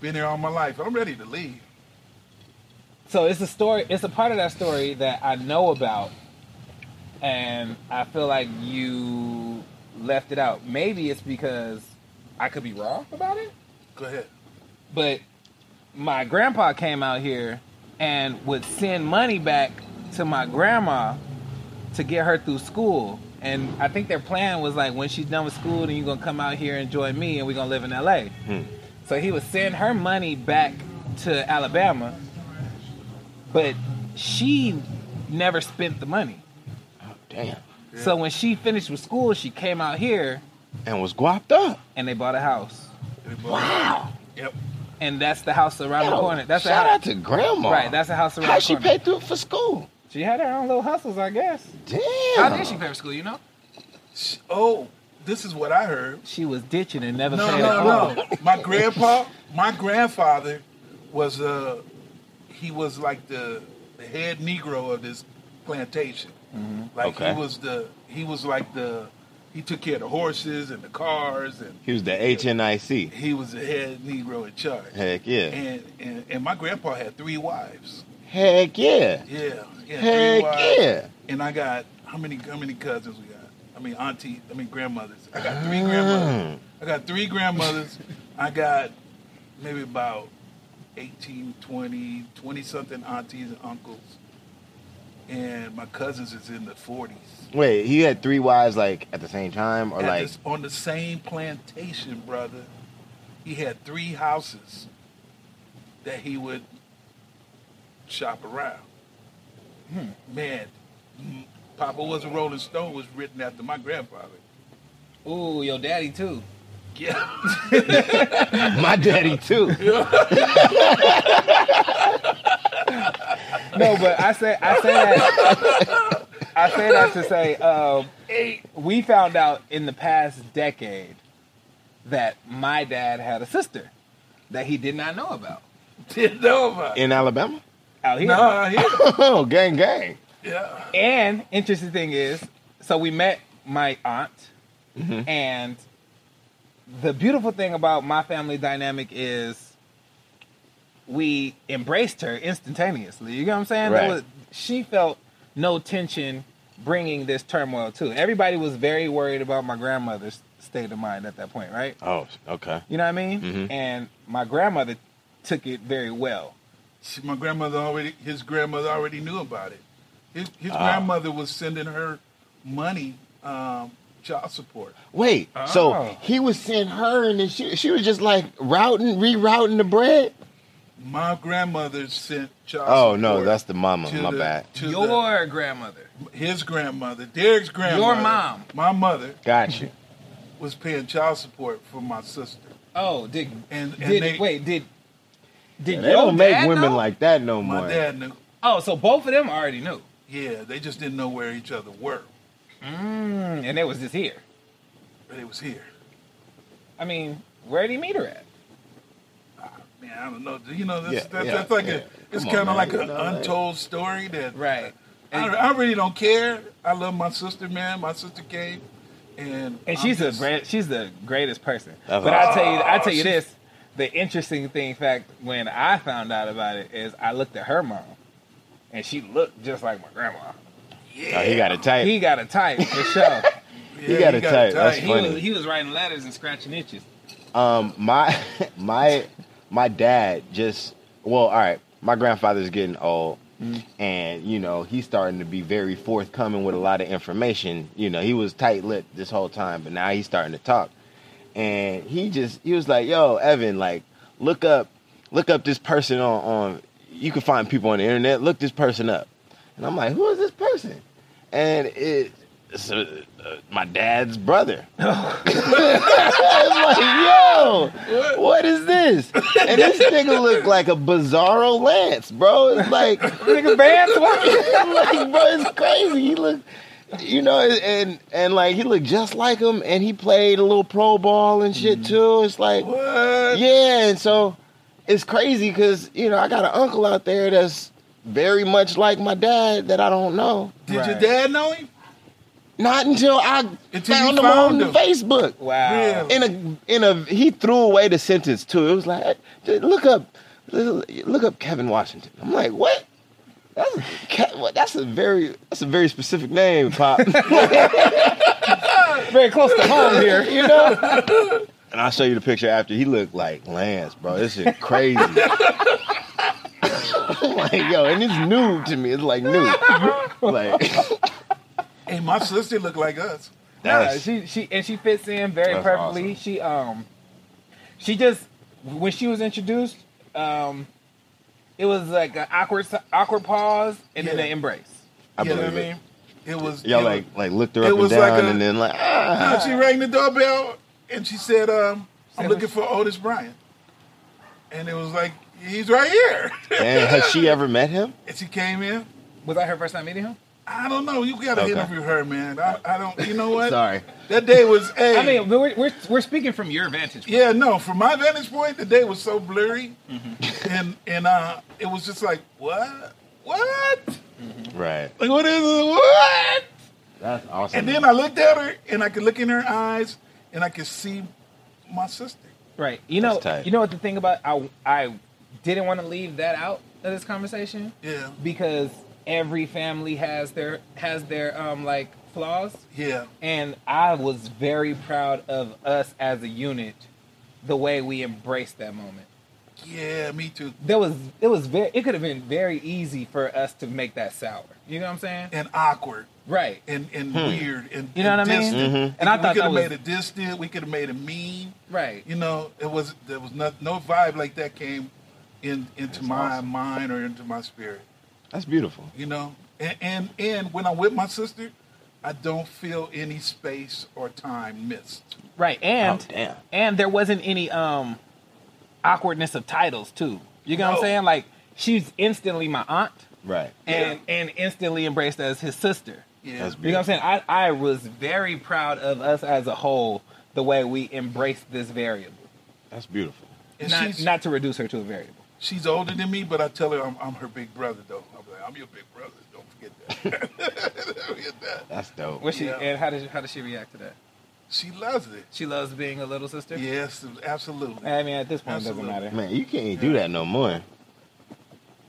Speaker 2: been here all my life. I'm ready to leave.
Speaker 1: so it's a story. It's a part of that story that I know about, and I feel like you left it out. Maybe it's because I could be wrong about it,
Speaker 2: Go ahead.
Speaker 1: but my grandpa came out here and would send money back to my grandma to get her through school. And I think their plan was like, when she's done with school, then you're gonna come out here and join me, and we're gonna live in LA.
Speaker 3: Hmm.
Speaker 1: So he would send her money back to Alabama, but she never spent the money.
Speaker 3: Oh, Damn.
Speaker 1: So when she finished with school, she came out here
Speaker 3: And was guapped up.
Speaker 1: and they bought a house.
Speaker 3: Wow.
Speaker 2: Yep.
Speaker 1: And that's the house around the
Speaker 3: Yo,
Speaker 1: corner. That's the
Speaker 3: shout
Speaker 1: house.
Speaker 3: out to grandma.
Speaker 1: Right, that's the house around
Speaker 3: How
Speaker 1: the
Speaker 3: she
Speaker 1: corner.
Speaker 3: paid through for school?
Speaker 1: She had her own little hustles, I guess.
Speaker 3: Damn.
Speaker 1: How did she pay for school? You know,
Speaker 2: Sh- Oh, this is what I heard.
Speaker 1: she was ditching and never
Speaker 2: No,
Speaker 1: paid at
Speaker 2: no,
Speaker 1: all.
Speaker 2: no. My grandpa, my grandfather was uh he was like the the head Negro of this plantation. Like
Speaker 3: Mm-hmm. Okay.
Speaker 2: he was the he was like the he took care of the horses and the cars and
Speaker 3: He was the HNIC.
Speaker 2: he was the head Negro in charge.
Speaker 3: Heck yeah.
Speaker 2: And, and and my grandpa had three wives.
Speaker 3: Heck yeah.
Speaker 2: Yeah, yeah, three
Speaker 3: Heck
Speaker 2: wives.
Speaker 3: yeah.
Speaker 2: And I got how many how many cousins we got? I mean auntie, I mean grandmothers. I got three grandmothers. I got three grandmothers. I got maybe about 18, 20, 20 something aunties and uncles. And my cousins is in the 40s.
Speaker 3: Wait, he had three wives like at the same time or
Speaker 2: At
Speaker 3: like
Speaker 2: this- on the same plantation, brother. He had three houses that he would shop around.
Speaker 3: Hmm.
Speaker 2: Man, mm, Papa was a Rolling Stone was written after my grandfather.
Speaker 1: Ooh, your daddy too.
Speaker 2: Yeah.
Speaker 3: my daddy too.
Speaker 1: No, but I say I say that I say that to say um, we found out in the past decade that my dad had a sister that he did not know about
Speaker 2: Didn't know about it.
Speaker 3: In Alabama?
Speaker 1: out here.
Speaker 2: No, I hear it.
Speaker 3: Oh, gang gang.
Speaker 2: Yeah.
Speaker 1: And interesting thing is, so we met my aunt, and the beautiful thing about my family dynamic is we embraced her instantaneously. You know what I'm saying? There
Speaker 3: Right.
Speaker 1: was- she felt no tension bringing this turmoil to. it. Everybody was very worried about my grandmother's state of mind at that point, right?
Speaker 3: Oh, okay.
Speaker 1: You know what I mean?
Speaker 3: Mhm.
Speaker 1: And my grandmother took it very well.
Speaker 2: See, my grandmother already, his grandmother already knew about it. His, his
Speaker 3: Ah.
Speaker 2: grandmother was sending her money, um, child support.
Speaker 3: Wait, so
Speaker 1: Oh.
Speaker 3: he was sending her and then she, she was just like routing, rerouting the bread?
Speaker 2: My grandmother sent child
Speaker 3: Oh,
Speaker 2: support.
Speaker 3: no, that's the mama.
Speaker 2: to
Speaker 3: My
Speaker 2: the-
Speaker 3: bad.
Speaker 2: to the-
Speaker 1: Your grandmother.
Speaker 2: his grandmother, Derek's grandmother,
Speaker 1: mom.
Speaker 2: my mother
Speaker 3: Got you.
Speaker 2: was paying child support for my sister.
Speaker 1: Oh, did
Speaker 2: And- and
Speaker 1: did
Speaker 2: they-
Speaker 1: wait did did
Speaker 3: They
Speaker 1: your
Speaker 3: don't make
Speaker 1: dad
Speaker 3: women
Speaker 1: know?
Speaker 3: like that no
Speaker 2: My
Speaker 3: more.
Speaker 2: dad knew.
Speaker 1: oh, so both of them already knew,
Speaker 2: Yeah, they just didn't know where each other were,
Speaker 1: mm, and it was just here.
Speaker 2: but it was here.
Speaker 1: I mean, where did he meet her at?
Speaker 2: Man, I don't know. You know, that's,
Speaker 3: Yeah,
Speaker 2: that's,
Speaker 3: yeah,
Speaker 2: that's like
Speaker 3: yeah.
Speaker 2: a, it's
Speaker 3: Come on,
Speaker 2: kind of
Speaker 3: man.
Speaker 2: like
Speaker 3: You
Speaker 2: an
Speaker 3: know, like-
Speaker 2: untold story that
Speaker 1: Right,
Speaker 2: I, I really don't care. I love my sister, man. My sister came, and
Speaker 1: and
Speaker 2: I'm
Speaker 1: she's the
Speaker 2: just-
Speaker 1: great, she's the greatest person.
Speaker 3: That's
Speaker 1: but I
Speaker 3: awesome.
Speaker 1: tell you, I tell you
Speaker 2: she's-
Speaker 1: this: the interesting thing, fact, when I found out about it is I looked at her mom, and she looked just like my grandma.
Speaker 3: Oh, he got it tight.
Speaker 1: He got a type for sure.
Speaker 2: Yeah,
Speaker 3: he got a type. That's
Speaker 1: he,
Speaker 3: Funny.
Speaker 1: was, he was writing letters and scratching itches.
Speaker 3: Um, my my my dad just well, all right. My grandfather's getting old, and you know he's starting to be very forthcoming with a lot of information. You know he was tight-lipped this whole time, but now he's starting to talk, and he just he was like, "Yo, Evan, like look up look up this person on on you can find people on the internet. Look this person up," and I'm like, "Who is this person?" And it. It's uh, uh, my dad's brother. I'm like, yo, what is this? And this nigga look like a bizarro Lance, bro. It's like,
Speaker 1: Nigga, bands. what?
Speaker 3: like, bro, it's crazy. He look, you know, and and like he looked just like him, and he played a little pro ball and shit too. It's like,
Speaker 2: Mm. What?
Speaker 3: yeah, and so it's crazy because you know I got an uncle out there that's very much like my dad that I don't know.
Speaker 2: Did your
Speaker 1: Right.
Speaker 2: dad know him?
Speaker 3: Not until I
Speaker 2: Until you
Speaker 3: found him
Speaker 2: found
Speaker 3: on
Speaker 2: him.
Speaker 3: Facebook
Speaker 1: Wow.
Speaker 2: Really?
Speaker 3: in a in a he threw away the sentence too. It was like "Just look up look up Kevin Washington. I'm like, what? That's a, Ke- what- that's a very that's a very specific name, Pop.
Speaker 1: Very close to home here.
Speaker 3: you know? And I'll show you the picture after. He looked like Lance, bro. This shit crazy. like, yo, and it's new to me. It's like new. Like,
Speaker 2: Hey, my sister look like us.
Speaker 1: No,
Speaker 3: that's,
Speaker 1: she she and she fits in very
Speaker 3: That's
Speaker 1: perfectly.
Speaker 3: awesome.
Speaker 1: She um, she just when she was introduced, um, it was like an awkward si- awkward pause and then
Speaker 2: Yeah.
Speaker 1: an embrace.
Speaker 3: I
Speaker 2: you know
Speaker 3: believe
Speaker 2: what I
Speaker 3: it.
Speaker 2: mean? It was
Speaker 3: Y'all
Speaker 2: it
Speaker 3: like, like looked her
Speaker 2: it
Speaker 3: up and
Speaker 2: was
Speaker 3: down,
Speaker 2: like a-
Speaker 3: and then like, ah.
Speaker 2: was- she rang the doorbell and she said, um,
Speaker 1: Say
Speaker 2: "I'm looking for Otis Bryant," and it was like, "He's right here."
Speaker 3: Man, has she ever met him?
Speaker 2: and she came in.
Speaker 1: Was that her first time meeting him?
Speaker 2: I don't know. You gotta
Speaker 3: Okay.
Speaker 2: interview her, man. I, I don't. You know what?
Speaker 3: Sorry.
Speaker 2: That day was. Hey,
Speaker 1: I mean, we're, we're we're speaking from your vantage. point.
Speaker 2: yeah, no. From my vantage point, the day was so blurry,
Speaker 1: Mm-hmm.
Speaker 2: and and uh, it was just like, what, what,
Speaker 3: Right.
Speaker 2: like what is it? what?
Speaker 3: That's awesome.
Speaker 2: And then I looked at her, and I could look in her eyes, and I could see my sister.
Speaker 1: Right. You know.
Speaker 3: That's tight.
Speaker 1: You know what the thing about I I didn't want to leave that out of this conversation
Speaker 2: Yeah,
Speaker 1: because every family has their has their um like flaws.
Speaker 2: yeah.
Speaker 1: And I was very proud of us as a unit, the way we embraced that moment.
Speaker 2: Yeah, me too.
Speaker 1: There was it was very it could have been very easy for us to make that sour. You know what I'm saying?
Speaker 2: And awkward,
Speaker 1: Right.
Speaker 2: and and weird, and
Speaker 1: You know what
Speaker 2: and
Speaker 1: I mean?
Speaker 2: distant.
Speaker 1: Mhm. And I
Speaker 2: we
Speaker 1: thought
Speaker 2: could
Speaker 1: that
Speaker 2: have
Speaker 1: was-
Speaker 2: made it distant. We could have made it mean.
Speaker 1: Right.
Speaker 2: You know, it was there was no no vibe like that came in into my mind or into my spirit.
Speaker 3: That's beautiful.
Speaker 2: You know, and, and and when I'm with my sister, I don't feel any space or time missed.
Speaker 1: Right. And
Speaker 3: Oh, damn.
Speaker 1: and there wasn't any um awkwardness of titles too. You know what I'm
Speaker 2: No.
Speaker 1: saying? Like she's instantly my aunt
Speaker 3: Right.
Speaker 1: and and instantly embraced as his sister.
Speaker 2: Yeah,
Speaker 3: That's
Speaker 1: You know what I'm saying? I, I was very proud of us as a whole the way we embraced this variable.
Speaker 3: That's beautiful.
Speaker 2: and
Speaker 1: Not
Speaker 2: she's
Speaker 1: not to reduce her to a variable.
Speaker 2: she's older than me, but I tell her I'm, I'm her big brother though. I'm like I'm your big brother. Don't forget that. Don't forget that.
Speaker 3: That's dope.
Speaker 1: What she
Speaker 2: Yeah.
Speaker 1: and how does how does she react to that?
Speaker 2: She loves it.
Speaker 1: She loves being a little sister.
Speaker 2: Yes, absolutely.
Speaker 1: I mean, at this point, it
Speaker 2: Absolutely.
Speaker 1: doesn't matter.
Speaker 3: Man, you can't do that no more.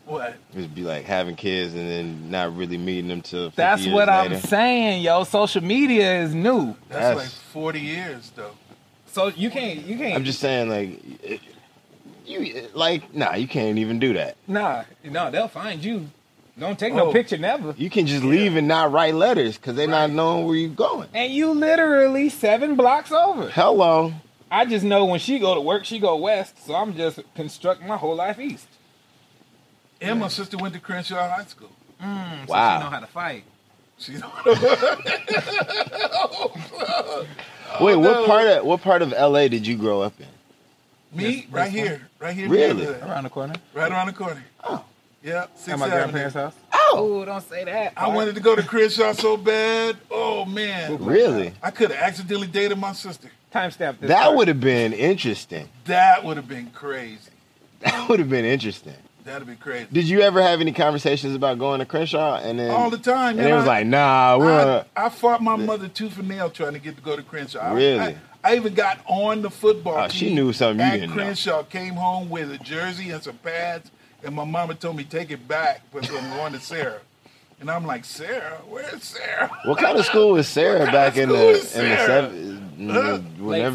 Speaker 2: What?
Speaker 3: Just be like having kids and then not really meeting them till 50
Speaker 1: That's
Speaker 3: years
Speaker 1: what I'm
Speaker 3: later.
Speaker 1: saying, yo. Social media is new,
Speaker 2: That's
Speaker 3: That's-
Speaker 2: like 40 years though.
Speaker 1: so you can't you can't.
Speaker 3: I'm just saying, like, it- you like, nah, you can't even do that.
Speaker 1: nah, no. They'll find you. Don't take no
Speaker 2: Oh.
Speaker 1: picture, never.
Speaker 3: You can just leave and not write letters because they're not knowing where you're going.
Speaker 1: And you literally seven blocks over. Mm,
Speaker 3: Hello,
Speaker 1: I just know when she go to work, she go west. So I'm just constructing my whole life east.
Speaker 2: And my sister went to Crenshaw High School.
Speaker 3: Wow.
Speaker 1: So she know how to fight.
Speaker 2: She
Speaker 3: wait, what part of what part of L.A. did you grow up in?
Speaker 2: me
Speaker 1: This- this
Speaker 2: right
Speaker 1: one?
Speaker 2: here, right here, in
Speaker 3: Really?
Speaker 2: the neighborhood.
Speaker 1: Around the corner
Speaker 2: right around the corner.
Speaker 3: Oh.
Speaker 2: yeah, Sixth
Speaker 1: at my
Speaker 2: Avenue.
Speaker 1: grandparents' house.
Speaker 3: Oh,
Speaker 1: Oh, don't say that.
Speaker 2: I wanted to go to Crenshaw so bad. Oh man,
Speaker 3: really?
Speaker 2: I could have accidentally dated my sister.
Speaker 1: timestamp this.
Speaker 3: That
Speaker 1: part.
Speaker 3: would have been interesting.
Speaker 2: That would have been crazy.
Speaker 3: That would have been interesting.
Speaker 2: That'd be crazy.
Speaker 3: Did you ever have any conversations about going to Crenshaw? And then
Speaker 2: All the time.
Speaker 3: And
Speaker 2: man.
Speaker 3: it was
Speaker 2: I-
Speaker 3: like, nah, we're uh,
Speaker 2: I, I fought my mother tooth and nail trying to get to go to Crenshaw. I-
Speaker 3: Really?
Speaker 2: I, I even got on the football
Speaker 3: Oh,
Speaker 2: team.
Speaker 3: she knew something you
Speaker 2: at
Speaker 3: didn't know.
Speaker 2: Crenshaw came home with a jersey and some pads, and my mama told me take it back because I'm going to Sarah. And I'm like, Sarah, where's Sarah?
Speaker 3: What kind of school was Sarah
Speaker 2: of
Speaker 3: back in
Speaker 2: school
Speaker 3: the in the
Speaker 2: is Sarah? Huh?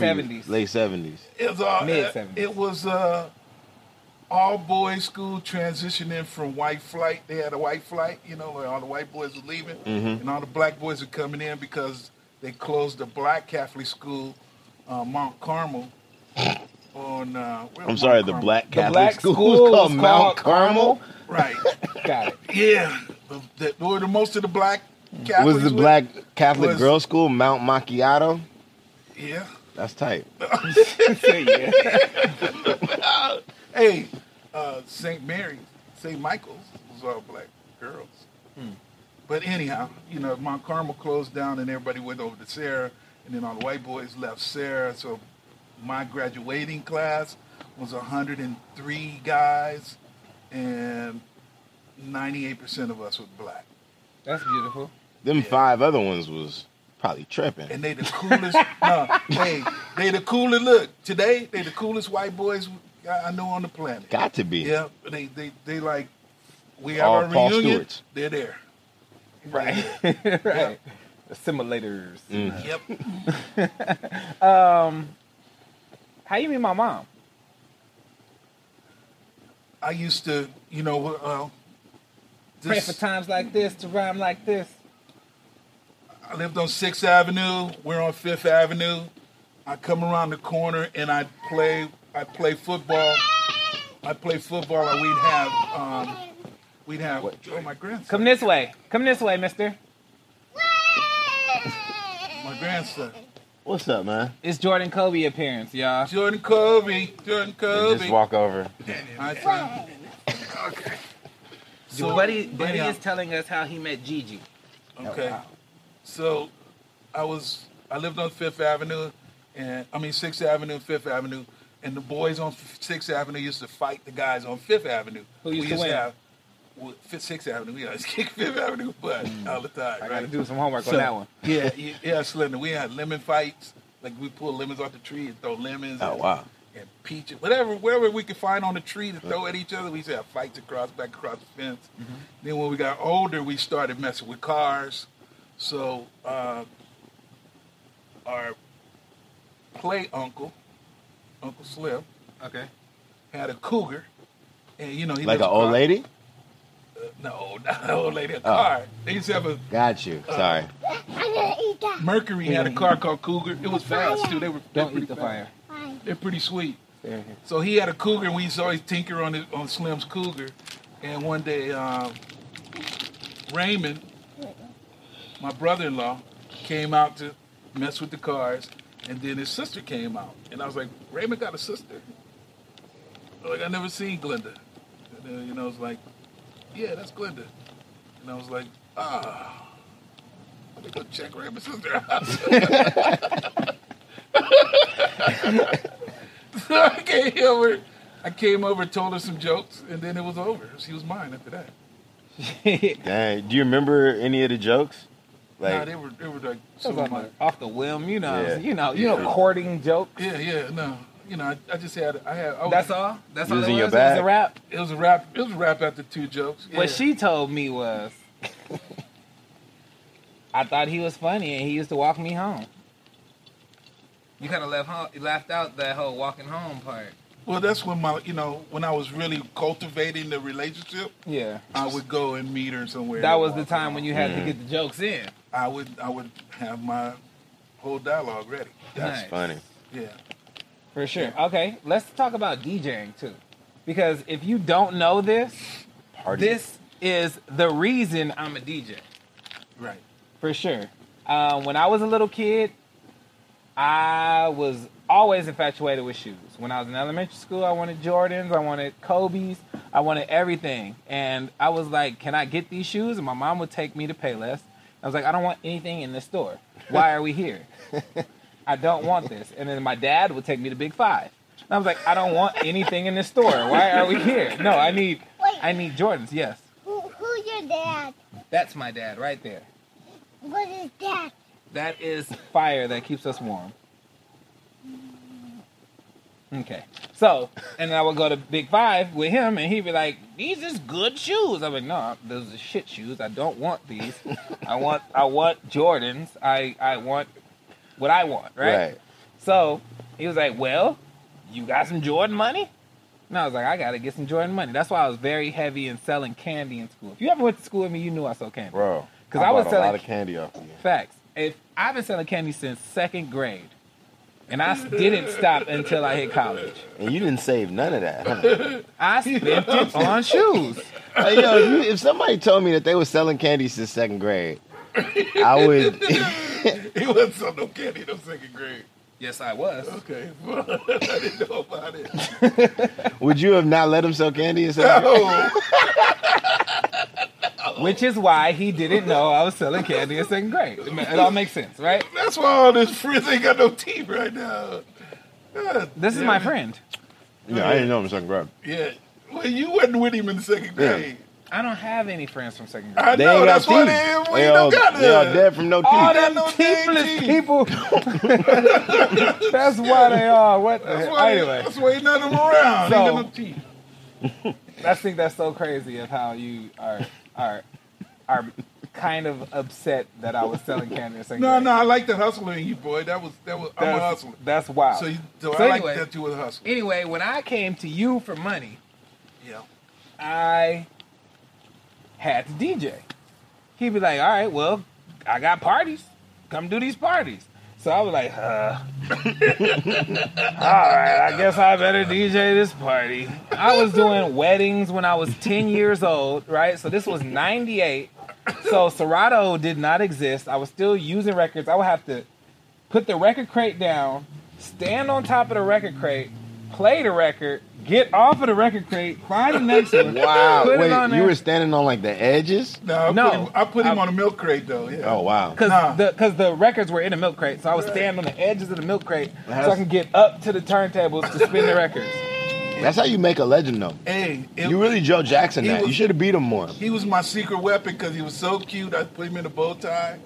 Speaker 1: Late 70s.
Speaker 3: seventies? Late seventies.
Speaker 2: It was all
Speaker 1: Mid-seventies.
Speaker 2: It was uh, all boys school transitioning from white flight. They had a white flight, you know, like all the white boys were leaving,
Speaker 3: Mm-hmm.
Speaker 2: and all the black boys were coming in because they closed the black Catholic school, uh, Mount Carmel. On uh, where
Speaker 3: I'm
Speaker 2: was
Speaker 3: sorry,
Speaker 2: Mount
Speaker 3: the
Speaker 2: Carmel?
Speaker 3: black
Speaker 1: The
Speaker 3: Catholic
Speaker 1: black
Speaker 3: school,
Speaker 1: school
Speaker 3: was called
Speaker 1: was called
Speaker 3: Mount Carmel.
Speaker 2: right?
Speaker 1: Got it.
Speaker 2: Yeah, the, the, where the most of the black Catholics
Speaker 3: Was the
Speaker 2: were.
Speaker 3: black Catholic
Speaker 2: was-
Speaker 3: girls school Mount Macchiato?
Speaker 2: Yeah.
Speaker 3: That's tight.
Speaker 1: Say yeah.
Speaker 2: Hey, uh, St. Mary, St. Michael's was all black girls. But anyhow, you know, Mount Carmel closed down and everybody went over to Sarah, and then all the white boys left Sarah. So my graduating class was 103 guys, and 98% of us were black.
Speaker 1: That's beautiful.
Speaker 3: Them five other ones was probably tripping.
Speaker 2: And they the coolest. no, hey, they the coolest. Look, today they the coolest white boys I I know on the planet.
Speaker 3: Got to be.
Speaker 2: Yeah, they they they like we have
Speaker 3: All
Speaker 2: our
Speaker 3: Paul
Speaker 2: reunion.
Speaker 3: Stewarts.
Speaker 2: They're there.
Speaker 1: Right. right.
Speaker 3: Mm.
Speaker 1: Assimilators.
Speaker 2: Yep.
Speaker 1: Um, How you mean my mom?
Speaker 2: I used to, you know, uh, well,
Speaker 1: Pray
Speaker 2: this-
Speaker 1: for times like this to rhyme like this.
Speaker 2: I lived on Sixth Avenue. We're on Fifth Avenue. I come around the corner and I play. I play football. I play football, and we'd have. Um, we'd have. Oh, my grandson.
Speaker 1: Come this way. Come this way, mister.
Speaker 2: My grandson,
Speaker 3: What's up, man?
Speaker 1: It's Jordan Kobe appearance, y'all.
Speaker 2: Jordan Kobe. Jordan Kobe.
Speaker 3: Just walk over.
Speaker 2: Hi, son. Okay. So,
Speaker 1: buddy, buddy
Speaker 2: yeah.
Speaker 1: is telling us how he met Gigi.
Speaker 2: Okay. So I was I lived on Fifth Avenue and I mean Sixth Avenue, Fifth Avenue, and the boys on Sixth Avenue used to fight the guys on Fifth Avenue.
Speaker 1: Who used to win?
Speaker 2: have well, Fifth Sixth Avenue, we always kick Fifth Avenue butt all the time.
Speaker 1: Mm. I
Speaker 2: right?
Speaker 1: gotta do some homework
Speaker 2: So,
Speaker 1: on that one.
Speaker 2: Yeah, yeah, yeah, Slender. We had lemon fights. Like we pull lemons off the tree and throw lemons.
Speaker 1: Oh,
Speaker 3: Oh,
Speaker 2: and- and peaches, whatever, wherever we could find on the tree to throw at each other. We used to have fights across, back across the fence.
Speaker 3: Mm-hmm.
Speaker 2: Then when we got older, we started messing with cars. So uh, our play uncle, Uncle Slim,
Speaker 1: Okay.
Speaker 2: had a cougar, and you know he
Speaker 3: Like
Speaker 2: lived
Speaker 3: an old
Speaker 2: across-
Speaker 3: lady? Oh.
Speaker 2: No, not an old lady, a car. They used to have a
Speaker 3: Got you.
Speaker 2: Uh,
Speaker 3: Sorry.
Speaker 5: I'm gonna eat that.
Speaker 2: Mercury had a car called Cougar. It was fast too. They were they're
Speaker 1: Don't
Speaker 2: pretty
Speaker 1: eat the
Speaker 2: fast.
Speaker 1: fire.
Speaker 5: Fine.
Speaker 2: They're pretty sweet.
Speaker 1: There it is.
Speaker 2: So he had a cougar, and we used to always tinker on his, on Slim's cougar. And one day, um, Raymond, my brother-in-law, came out to mess with the cars, and then his sister came out, and I was like, Raymond got a sister? Like I never seen Glenda. And then, you know, it's like, yeah, that's Glenda. And I was like, ah. Let me go check Raymond's sister out. So I came over. I came over, told her some jokes, and then it was over. She was mine after that.
Speaker 3: Dang. Do you remember any of the jokes?
Speaker 2: nah,
Speaker 3: Like,
Speaker 2: they were they were like
Speaker 1: That
Speaker 2: super
Speaker 1: was on
Speaker 2: mine.
Speaker 1: the- off the whim, you know,
Speaker 3: Yeah.
Speaker 1: you know, you know,
Speaker 3: Yeah.
Speaker 1: courting jokes.
Speaker 2: Yeah, yeah, no. You know, I, I just had I had I was,
Speaker 1: Oh, That's all. That's all.
Speaker 3: Using
Speaker 1: it
Speaker 3: your
Speaker 1: was? It was
Speaker 3: back.
Speaker 1: a rap.
Speaker 2: It was a rap. It was a rap after two jokes. Yeah.
Speaker 1: What she told me was, I thought he was funny, and he used to walk me home.
Speaker 4: You kind of left home, left out that whole walking home part.
Speaker 2: Well, that's when my you know when I was really cultivating the relationship,
Speaker 1: Yeah,
Speaker 2: I would go and meet her somewhere.
Speaker 1: that
Speaker 2: and
Speaker 1: was the
Speaker 2: walk
Speaker 1: time
Speaker 2: around.
Speaker 1: when you had to get the jokes in.
Speaker 2: I would I would have my whole dialogue ready.
Speaker 3: that's
Speaker 1: Nice.
Speaker 3: funny.
Speaker 2: Yeah.
Speaker 1: For sure. Okay, let's talk about DJing too. Because if you don't know this,
Speaker 3: Party.
Speaker 1: this is the reason I'm a DJ.
Speaker 2: Right.
Speaker 1: For sure. Um, when I was a little kid, I was always infatuated with shoes. When I was in elementary school, I wanted Jordans, I wanted Kobe's, I wanted everything. And I was like, can I get these shoes? And my mom would take me to Payless. I was like, I don't want anything in the store. Why are we here? I don't want this. And then my dad would take me to Big Five. And I was like, I don't want anything in the store. Why are we here? No, I need
Speaker 5: Wait,
Speaker 1: I need Jordans. Yes.
Speaker 5: who, who's your dad?
Speaker 1: That's my dad right there.
Speaker 5: What is that?
Speaker 1: That is fire that keeps us warm. Okay. So, and I would go to Big Five with him, and he'd be like, "These is good shoes." I'm like, "No, those are shit shoes. I don't want these. I want, I want Jordans. I, I want what I want, right?"
Speaker 3: Right.
Speaker 1: So he was like, "Well, you got some Jordan money?" And I was like, "I gotta get some Jordan money." That's why I was very heavy in selling candy in school. If you ever went to school with me, you knew I sold candy.
Speaker 3: Bro.
Speaker 1: 'Cause I was
Speaker 3: bought a
Speaker 1: selling-
Speaker 3: lot of candy off of you.
Speaker 1: Facts. If I've been selling candy since second grade, and I didn't stop until I hit college.
Speaker 3: And you didn't save none of that, huh?
Speaker 1: I spent it on shoes.
Speaker 3: Like, yo, if, you, if somebody told me that they were selling candy since second grade, I would.
Speaker 2: He wasn't so no candy no second grade.
Speaker 1: Yes, I was.
Speaker 2: Okay. I didn't know about it.
Speaker 3: would you have not let him sell candy in second grade?
Speaker 2: No.
Speaker 1: Which is why he didn't know I was selling candy in second grade. It ma- it all makes sense, right?
Speaker 2: That's why all this friends ain't got no teeth right now. God
Speaker 1: This is
Speaker 2: damn
Speaker 1: my
Speaker 2: it.
Speaker 1: friend.
Speaker 3: No, I didn't know him in second grade.
Speaker 2: Yeah. Well, you wasn't with him in the second grade.
Speaker 1: I don't have any friends from second grade.
Speaker 2: I
Speaker 3: They
Speaker 2: know.
Speaker 3: ain't got
Speaker 2: That's
Speaker 3: teeth.
Speaker 2: why they ain't we
Speaker 3: they,
Speaker 2: don't
Speaker 3: all,
Speaker 2: got
Speaker 3: they all
Speaker 2: none.
Speaker 3: dead from no teeth.
Speaker 1: All them
Speaker 2: no damn
Speaker 1: teethless
Speaker 2: teeth.
Speaker 1: people. That's why they are. What the
Speaker 2: That's
Speaker 1: hell?
Speaker 2: why,
Speaker 1: Anyway,
Speaker 2: that's why ain't none of them around.
Speaker 1: So-
Speaker 2: ain't got no teeth.
Speaker 1: I think that's so crazy of how you are are are kind of upset that I was selling candy and cigarettes.
Speaker 2: No, no, I like the hustler in you, boy. That was that was. I'm a
Speaker 1: that's,
Speaker 2: hustler.
Speaker 1: that's wild.
Speaker 2: So, you, so,
Speaker 1: So
Speaker 2: I
Speaker 1: anyway-
Speaker 2: like that you were a hustler.
Speaker 1: anyway, when I came to you for money,
Speaker 2: yeah.
Speaker 1: I had to DJ. He'd be like, all right, well, I got parties. Come do these parties. So I was like, uh, all right, I guess I better DJ this party. I was doing weddings when I was 10 years old, right? So this was 98. So Serato did not exist. I was still using records. I would have to put the record crate down, stand on top of the record crate, play the record, get off of the record crate, find the next one.
Speaker 3: Wow.
Speaker 1: Put it
Speaker 3: Wait,
Speaker 1: on
Speaker 3: you
Speaker 1: there.
Speaker 3: were standing on like the edges?
Speaker 2: No, I
Speaker 1: No.
Speaker 2: put him, I put him
Speaker 1: I-
Speaker 2: on a milk crate though. Yeah.
Speaker 3: Oh wow.
Speaker 1: Cause
Speaker 2: Nah.
Speaker 1: the cause the records were in a milk crate, so I was standing on the edges of the milk crate so I can get up to the turntables to spin the records.
Speaker 3: That's how you make a legend though.
Speaker 2: Hey, it,
Speaker 3: You really Joe Jackson
Speaker 2: he
Speaker 3: that.
Speaker 2: was-
Speaker 3: you should have beat him more.
Speaker 2: he was my secret weapon because he was so cute. I put him in a bow tie,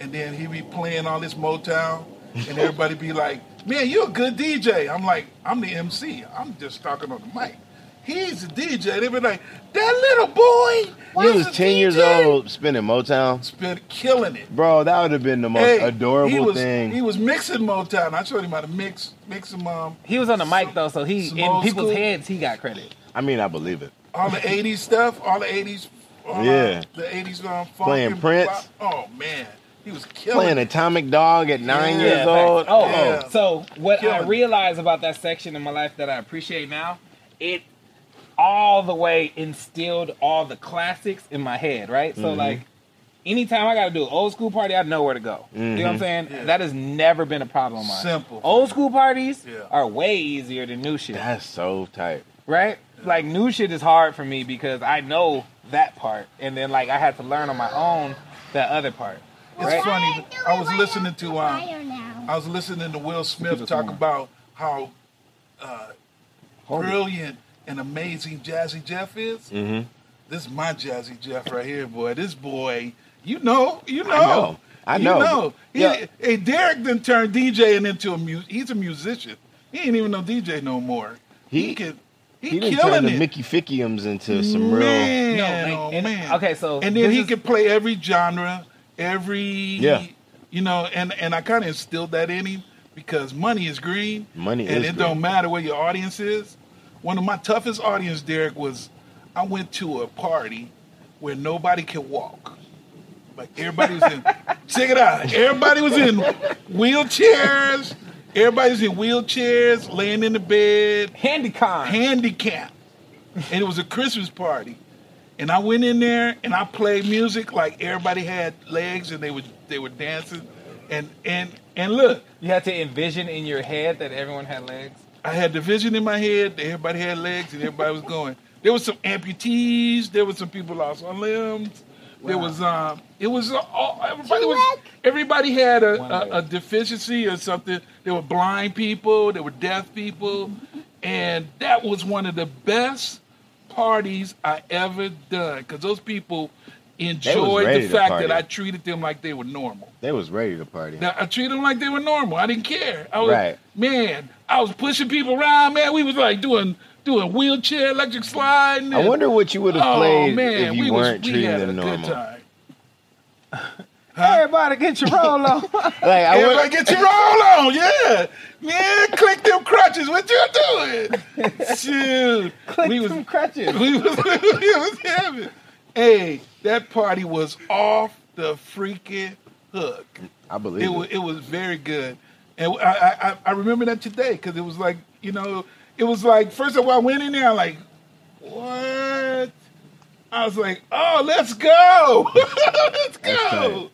Speaker 2: and then he be playing all this Motown, and everybody be like, "Man, you're a good DJ." I'm like, "I'm the MC. I'm just talking on the mic." He's a DJ. They be like, "That little boy."
Speaker 3: He
Speaker 2: is
Speaker 3: was
Speaker 2: a
Speaker 3: ten years
Speaker 2: DJ."
Speaker 3: old spinning Motown.
Speaker 2: It's been killing it.
Speaker 3: Bro, that would have been the most
Speaker 2: Hey, he
Speaker 3: adorable
Speaker 2: was,
Speaker 3: thing.
Speaker 2: He was mixing Motown. I showed him how to mix, mix them. Um,
Speaker 1: He was on the mic though, so he
Speaker 2: Some
Speaker 1: in
Speaker 2: old
Speaker 1: people's
Speaker 2: school.
Speaker 1: heads he got credit.
Speaker 3: I mean, I believe it.
Speaker 2: all the '80s stuff, all the '80s, all
Speaker 3: Yeah.
Speaker 2: the '80s um, funk
Speaker 3: Playing
Speaker 2: and
Speaker 3: Prince.
Speaker 2: pop. Oh man, he was killing.
Speaker 3: Playing
Speaker 2: it.
Speaker 3: Atomic Dog at nine
Speaker 1: Yeah,
Speaker 3: years
Speaker 1: facts.
Speaker 3: old.
Speaker 1: Oh,
Speaker 2: Yeah.
Speaker 1: oh. so what I
Speaker 2: Killing it.
Speaker 1: realized about that section in my life that I appreciate now, it all the way instilled all the classics in my head, right? So
Speaker 3: Mm-hmm.
Speaker 1: like anytime I gotta do an old school party, I know where to go. You know what
Speaker 3: Mm-hmm.
Speaker 1: I'm saying?
Speaker 2: Yeah.
Speaker 1: That has never been a problem of mine.
Speaker 2: Simple.
Speaker 1: Old school parties
Speaker 2: Yeah.
Speaker 1: are way easier than new shit.
Speaker 3: That's so tight.
Speaker 1: right? Like new shit is hard for me because I know that part, and then like I had to learn on my own that other part.
Speaker 2: It's
Speaker 1: Right.
Speaker 2: funny.
Speaker 5: do
Speaker 2: I
Speaker 5: it
Speaker 2: was
Speaker 5: right
Speaker 2: listening
Speaker 5: after
Speaker 2: to um,
Speaker 5: fire now.
Speaker 2: I was listening to Will Smith
Speaker 1: this
Speaker 2: talk
Speaker 1: one.
Speaker 2: about how uh,
Speaker 1: Hold it.
Speaker 2: brilliant and amazing Jazzy Jeff is. Mm-hmm. This is my Jazzy Jeff right here, boy. This boy, you know, you know,
Speaker 3: know. I know.
Speaker 2: You know. He,
Speaker 3: Yeah.
Speaker 2: Hey, Derek then turned DJing into a mu- he's a musician. He ain't even no DJ no more. He,
Speaker 3: He-
Speaker 2: can he,
Speaker 3: He didn't turn
Speaker 2: killing
Speaker 3: the
Speaker 2: it.
Speaker 3: Mickey Fickiums into some real.
Speaker 2: man,
Speaker 1: No, like,
Speaker 2: oh,
Speaker 1: and-
Speaker 2: man.
Speaker 1: okay, so
Speaker 2: and then
Speaker 1: this
Speaker 2: he
Speaker 1: is-
Speaker 2: could play every genre, every
Speaker 3: Yeah.
Speaker 2: you know, and and I kind of instilled that in him because money is green,
Speaker 3: Money
Speaker 2: and
Speaker 3: is
Speaker 2: it
Speaker 3: green.
Speaker 2: don't matter where your audience is. One of my toughest audience, Derek, was I went to a party where nobody could walk. Like everybody was in. check it out. Everybody was in wheelchairs. Everybody's in wheelchairs, laying in the bed
Speaker 1: Handycon.
Speaker 2: handicap. And it was a Christmas party. And I went in there and I played music like everybody had legs and they were they were dancing. And and and look,
Speaker 1: you had to envision in your head that everyone had legs.
Speaker 2: I had the vision in my head that everybody had legs and everybody was going. There was some amputees, there was some people lost on limbs. There was um it was uh, all, everybody was everybody had a,
Speaker 1: One
Speaker 2: a, a deficiency or something. There were blind people, there were deaf people, and that was one of the best parties I ever done cuz those people enjoyed
Speaker 3: ready
Speaker 2: the
Speaker 3: to
Speaker 2: fact
Speaker 3: party.
Speaker 2: that I treated them like they were normal.
Speaker 3: They was ready to party.
Speaker 2: Now, I treated them like they were normal. I didn't care. I was
Speaker 3: Right.
Speaker 2: man. I was pushing people around. Man, we was like doing doing wheelchair electric sliding.
Speaker 3: I
Speaker 2: and-
Speaker 3: wonder what you would have
Speaker 2: Oh
Speaker 3: played
Speaker 2: man,
Speaker 3: if you
Speaker 2: we
Speaker 3: weren't
Speaker 2: was, we
Speaker 3: treating
Speaker 2: had a
Speaker 3: them normal.
Speaker 2: Good
Speaker 3: Like
Speaker 2: time.
Speaker 1: Everybody get your roll on.
Speaker 3: I
Speaker 2: Everybody
Speaker 3: would,
Speaker 2: get your roll on, yeah, yeah. Click them crutches. What you doing? Shoot,
Speaker 1: Click
Speaker 2: we was
Speaker 1: some crutches.
Speaker 2: we was we was having. Hey, that party was off the freaking hook.
Speaker 3: I believe
Speaker 2: It
Speaker 3: it.
Speaker 2: was, it was very good, and I- I, I, I remember that today because it was like you know it was like first of all I went in there I'm like what I was like oh let's go let's go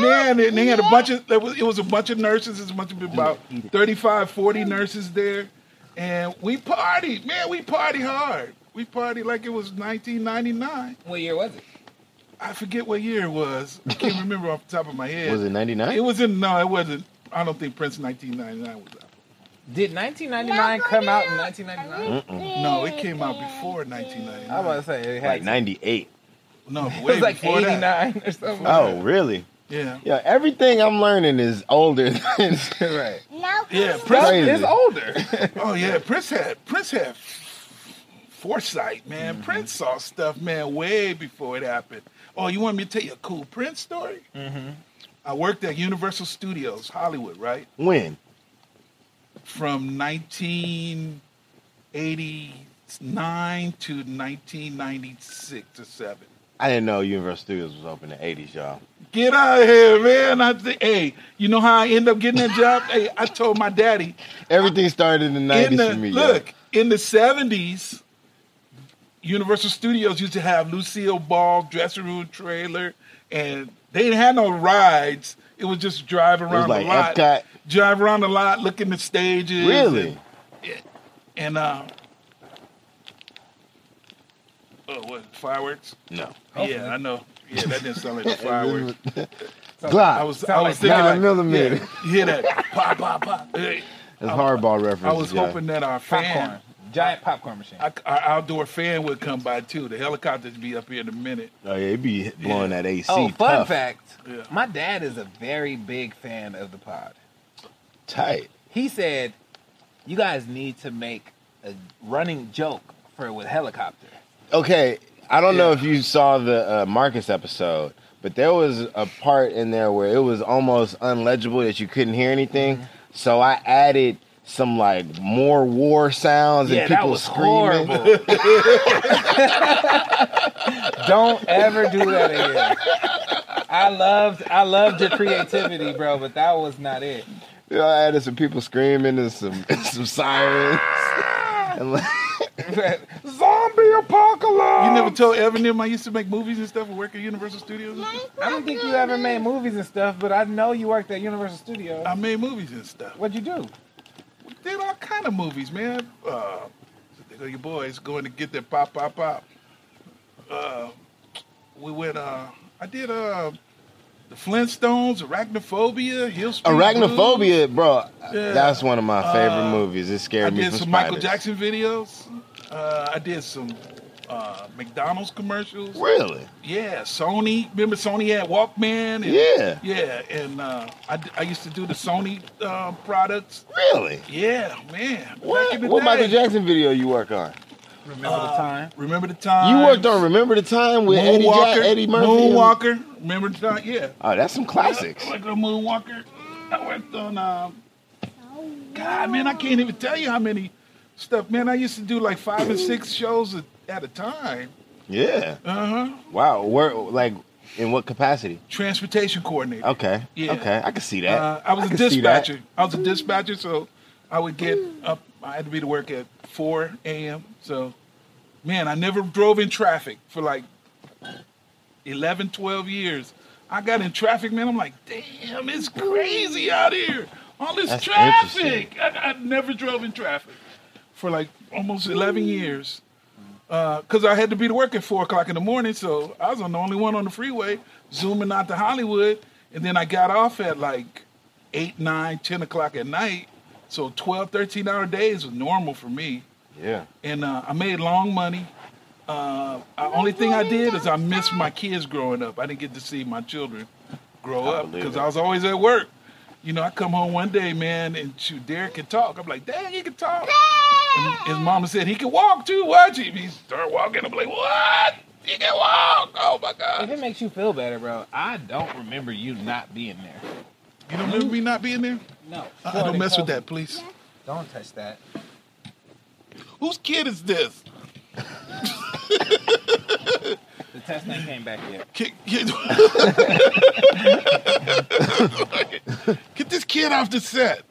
Speaker 2: man and they had a bunch of there was, it was a bunch of nurses it must have been about 35 40 nurses there and we partied man we partied hard we partied like it was 1999
Speaker 1: What year was it?
Speaker 2: I forget what year it was I can't remember off the top of my head
Speaker 3: Was it
Speaker 2: it
Speaker 3: 99?
Speaker 2: was in no, it wasn't. I don't think Prince 1999 was out.
Speaker 1: Did 1999 come out in 1999?
Speaker 2: No, it came out before 1999.
Speaker 1: I was about to say it, had
Speaker 3: Like 98.
Speaker 2: no,
Speaker 1: it
Speaker 2: way
Speaker 1: was like
Speaker 2: before
Speaker 1: 89
Speaker 2: that.
Speaker 1: or something.
Speaker 3: Oh, really?
Speaker 2: Yeah,
Speaker 3: Yeah, everything I'm learning is older than.
Speaker 1: right.
Speaker 5: Now comes
Speaker 2: yeah.
Speaker 5: the-
Speaker 2: Prince,
Speaker 3: Crazy.
Speaker 1: It's older.
Speaker 2: oh yeah, Prince had Prince had
Speaker 1: Mm-hmm.
Speaker 2: foresight, man. Prince saw stuff, man, way before it happened. Oh, you want me to tell you a cool Prince story? Mm-hmm. I worked at Universal Studios, Hollywood, right?
Speaker 3: When?
Speaker 2: From 1989 to 1996 or 7.
Speaker 3: I didn't know Universal Studios was open in the 80s, y'all.
Speaker 2: Get out of here, man. I think, hey, you know how I end up getting that job? hey, I told my daddy,
Speaker 3: Everything started in the 90s
Speaker 2: in the,
Speaker 3: for me. y'all.
Speaker 2: look in the seventies, Universal Studios used to have Lucille Ball dressing room trailer, and they didn't have no rides. It was just drive around
Speaker 3: like
Speaker 2: the lot,
Speaker 3: Epcot.
Speaker 2: drive around the lot, looking at stages.
Speaker 3: Really?
Speaker 2: and, and uh, oh, what fireworks?
Speaker 3: No.
Speaker 2: Yeah, I know. Yeah, that didn't sound like the fireworks. I
Speaker 3: Glock.
Speaker 2: was, I was thinking
Speaker 3: Nine
Speaker 2: like,
Speaker 3: millimeter.
Speaker 2: yeah, you hear that? Pop, pop, pop. Hey,
Speaker 3: That's hardball reference.
Speaker 2: I was hoping that our fan.
Speaker 1: Popcorn. Giant popcorn machine.
Speaker 2: I- Our outdoor fan would come by too. The helicopters be up here in a minute.
Speaker 3: Oh, yeah, it'd be blowing that AC.
Speaker 1: oh, fun
Speaker 3: tough.
Speaker 1: fact.
Speaker 2: Yeah.
Speaker 1: My dad is a very big fan of the pod.
Speaker 3: Tight.
Speaker 1: He said, "You guys need to make a running joke for with helicopter."
Speaker 3: Okay, I don't know if you saw the uh, Marcus episode, but there was a part in there where it was almost unlegible that you couldn't hear
Speaker 1: Mm-hmm.
Speaker 3: anything. So I added some like more war sounds
Speaker 1: yeah,
Speaker 3: and people
Speaker 1: that was
Speaker 3: screaming.
Speaker 1: horrible. Don't ever do that again. I loved, I loved your creativity, bro, but that was not it.
Speaker 3: You know, I added some people screaming and some some sirens.
Speaker 1: Ah!
Speaker 3: And, like,
Speaker 1: Zombie apocalypse.
Speaker 2: You never told Eminem I used to make movies and stuff and work at Universal Studios. and stuff?
Speaker 1: I don't think you ever made movies and stuff, but I know you worked at Universal Studios.
Speaker 2: I made movies and stuff.
Speaker 1: What'd you do?
Speaker 2: Did all kind of movies, man. Uh, there go your boys going to get their pop, pop, pop. Uh, we went. Uh, I did uh, the Flintstones, Arachnophobia, Hill Street Blues.
Speaker 3: Arachnophobia, bro.
Speaker 2: Yeah.
Speaker 3: That's one of my favorite
Speaker 2: Uh,
Speaker 3: movies. It
Speaker 2: I
Speaker 3: scared me
Speaker 2: did
Speaker 3: from
Speaker 2: some
Speaker 3: spiders.
Speaker 2: Michael Jackson videos. Uh, I did some uh, McDonald's commercials.
Speaker 3: Really?
Speaker 2: Yeah, Sony. Remember Sony had Walkman? And,
Speaker 3: Yeah.
Speaker 2: Yeah, and uh, I, d- I used to do the Sony uh, products.
Speaker 3: Really?
Speaker 2: Yeah, man. Back
Speaker 3: What?
Speaker 2: in the
Speaker 3: What
Speaker 2: day.
Speaker 3: Michael Jackson video you work on?
Speaker 1: Remember
Speaker 2: Uh,
Speaker 1: the time?
Speaker 2: Remember the time?
Speaker 3: You worked on Remember the Time with Eddie, Jack, Eddie Murphy? and-
Speaker 2: Moonwalker. Remember the time? Yeah.
Speaker 3: Oh, that's some classics.
Speaker 2: I worked on Moonwalker. I worked on. Um, God, man, I can't even tell you how many stuff. Man, I used to do like five and six shows a- at a time.
Speaker 3: Yeah.
Speaker 2: Uh huh.
Speaker 3: Wow. Where? Like, in what capacity?
Speaker 2: Transportation coordinator.
Speaker 3: Okay.
Speaker 2: Yeah.
Speaker 3: Okay. Oh, I can see that.
Speaker 2: Uh, I was a
Speaker 3: a
Speaker 2: dispatcher. I was a dispatcher, so I would get up. I had to be to work at 4 a.m. So, man, I never drove in traffic for like 11, 12 years. I got in traffic, man. I'm like, damn, it's crazy out here. All this
Speaker 3: That's
Speaker 2: traffic. I, I never drove in traffic for like almost 11 years. Because I had to be to work at 4 o'clock in the morning, so I was on the only one on the freeway zooming out to Hollywood. And then I got off at like 8, 9, 10 o'clock at night. So 12, 13 hour days was normal for me
Speaker 3: Yeah.
Speaker 2: and uh, I made long money. Uh, the only thing I did is I missed my kids growing up. I didn't get to see my children grow
Speaker 3: I
Speaker 2: up
Speaker 3: believe
Speaker 2: because
Speaker 3: it.
Speaker 2: I was always at work. You know, I come home one day, man, and shoot, Derek can talk. I'm like, dang, he can talk. And his mama said he can walk too. Watch him. He started walking. I'm like, what? He can walk? Oh my
Speaker 1: If
Speaker 2: god!
Speaker 1: it makes you feel better, bro, I don't remember you not being there.
Speaker 2: You don't remember me not being there?
Speaker 1: No.
Speaker 2: Uh, don't mess with that, please.
Speaker 1: Don't touch that.
Speaker 2: Whose kid is this?
Speaker 1: The test ain't came back yet.
Speaker 2: Get, get, get this kid off the set.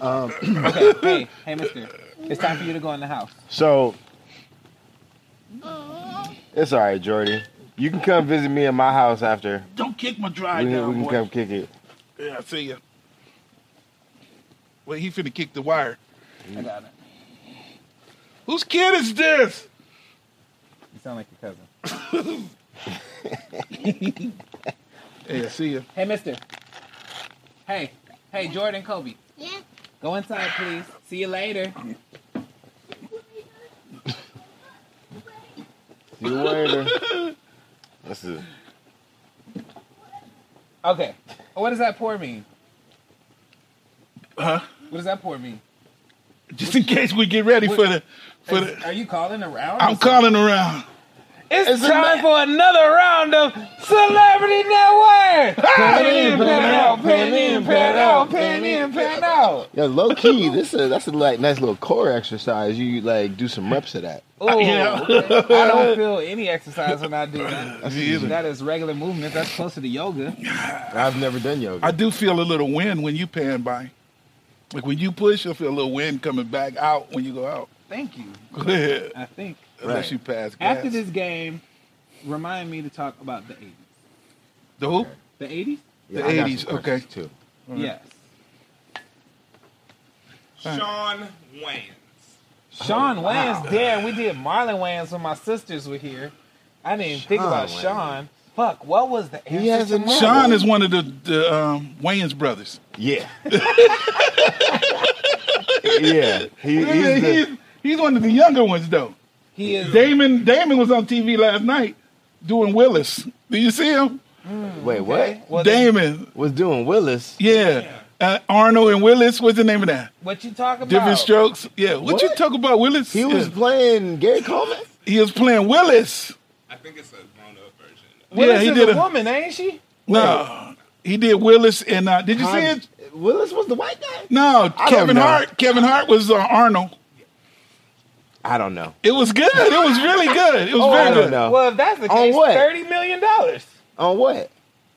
Speaker 1: Okay. hey, hey, mister. It's time for you to go in the house.
Speaker 3: So. It's all right, Jordy. You can come visit me at my house after.
Speaker 2: Don't kick my
Speaker 3: We
Speaker 2: drive
Speaker 3: can, we
Speaker 2: down,
Speaker 3: can
Speaker 2: boy.
Speaker 3: come kick it.
Speaker 2: Yeah, I see ya. Well, he finna kick the wire.
Speaker 1: I got it.
Speaker 2: Whose kid is this?
Speaker 1: You sound like your cousin.
Speaker 2: Hey, I see ya.
Speaker 1: Hey, mister. Hey. Hey, Jordan Kobe.
Speaker 5: Yeah.
Speaker 1: Go inside, please. See you later.
Speaker 3: See you later. That's it.
Speaker 1: Okay. Oh, What does that pour mean?
Speaker 2: Huh?
Speaker 1: What does that pour mean?
Speaker 2: Just in case we get ready for the for
Speaker 1: Is-
Speaker 2: the.
Speaker 1: are you calling around?
Speaker 2: I'm calling around.
Speaker 1: It's,
Speaker 3: It's a
Speaker 1: time
Speaker 3: ma-
Speaker 1: for another round of Celebrity Network. Pan in, pan out, pan in, pan out, pan in, pan out.
Speaker 3: Yeah, low key, this is that's a like nice little core exercise. You like do some reps of that.
Speaker 1: Oh, okay. I don't feel any exercise when I do that. That is regular movement. That's closer to yoga.
Speaker 3: I've never done yoga.
Speaker 2: I do feel a little wind when you pan by. Like when you push, you'll feel a little wind coming back out when you go out.
Speaker 1: Thank you.
Speaker 2: Unless
Speaker 1: I think
Speaker 3: Right.
Speaker 2: you pass gas.
Speaker 1: after this game, remind me to talk about the 80s.
Speaker 2: the who?
Speaker 1: The 80s?
Speaker 3: Yeah,
Speaker 2: the
Speaker 3: I got
Speaker 2: 80s,
Speaker 3: some questions, Too.
Speaker 1: Yes.
Speaker 4: Sean Wayans.
Speaker 3: Oh,
Speaker 1: Sean Wayans dead. We did Marlon Wayans when my sisters were here. I didn't even think
Speaker 3: Sean
Speaker 1: about
Speaker 3: Wayans.
Speaker 1: Sean. Fuck, what was the answer?
Speaker 3: He has
Speaker 1: to
Speaker 3: a
Speaker 1: Marlon?
Speaker 2: Sean is one of the, the um, Wayans brothers.
Speaker 3: Yeah. yeah. He, he's
Speaker 2: Yeah, He's,
Speaker 3: the,
Speaker 2: he's, one of the younger ones though.
Speaker 1: He is.
Speaker 2: Damon Damon was on TV last night doing Willis. Do you see him?
Speaker 3: wait, what?
Speaker 1: Well, then,
Speaker 2: Damon.
Speaker 3: Was doing Willis?
Speaker 2: Yeah. Uh, Arnold and Willis. What's the name of that?
Speaker 1: what you talking
Speaker 2: Different
Speaker 1: about?
Speaker 2: strokes. Yeah. What, you
Speaker 3: What?
Speaker 2: talk about Willis?
Speaker 3: He was
Speaker 2: Yeah.
Speaker 3: playing Gary Coleman.
Speaker 2: he was playing Willis.
Speaker 4: I think it's a grown up version.
Speaker 1: Willis
Speaker 2: yeah, he
Speaker 1: is
Speaker 2: did
Speaker 1: a,
Speaker 2: a-
Speaker 1: woman, ain't she?
Speaker 2: No. He did Willis and uh, did you see it?
Speaker 3: Willis was the white guy.
Speaker 2: No,
Speaker 3: I don't
Speaker 2: Kevin
Speaker 3: know.
Speaker 2: Hart. Kevin Hart was uh, Arnold.
Speaker 3: I don't know.
Speaker 2: It was good. It was really good. It was
Speaker 3: Oh, I
Speaker 2: very
Speaker 3: don't
Speaker 2: good.
Speaker 3: know.
Speaker 1: Well, if that's the
Speaker 3: On
Speaker 1: case,
Speaker 3: what?
Speaker 1: thirty million dollars.
Speaker 3: On what?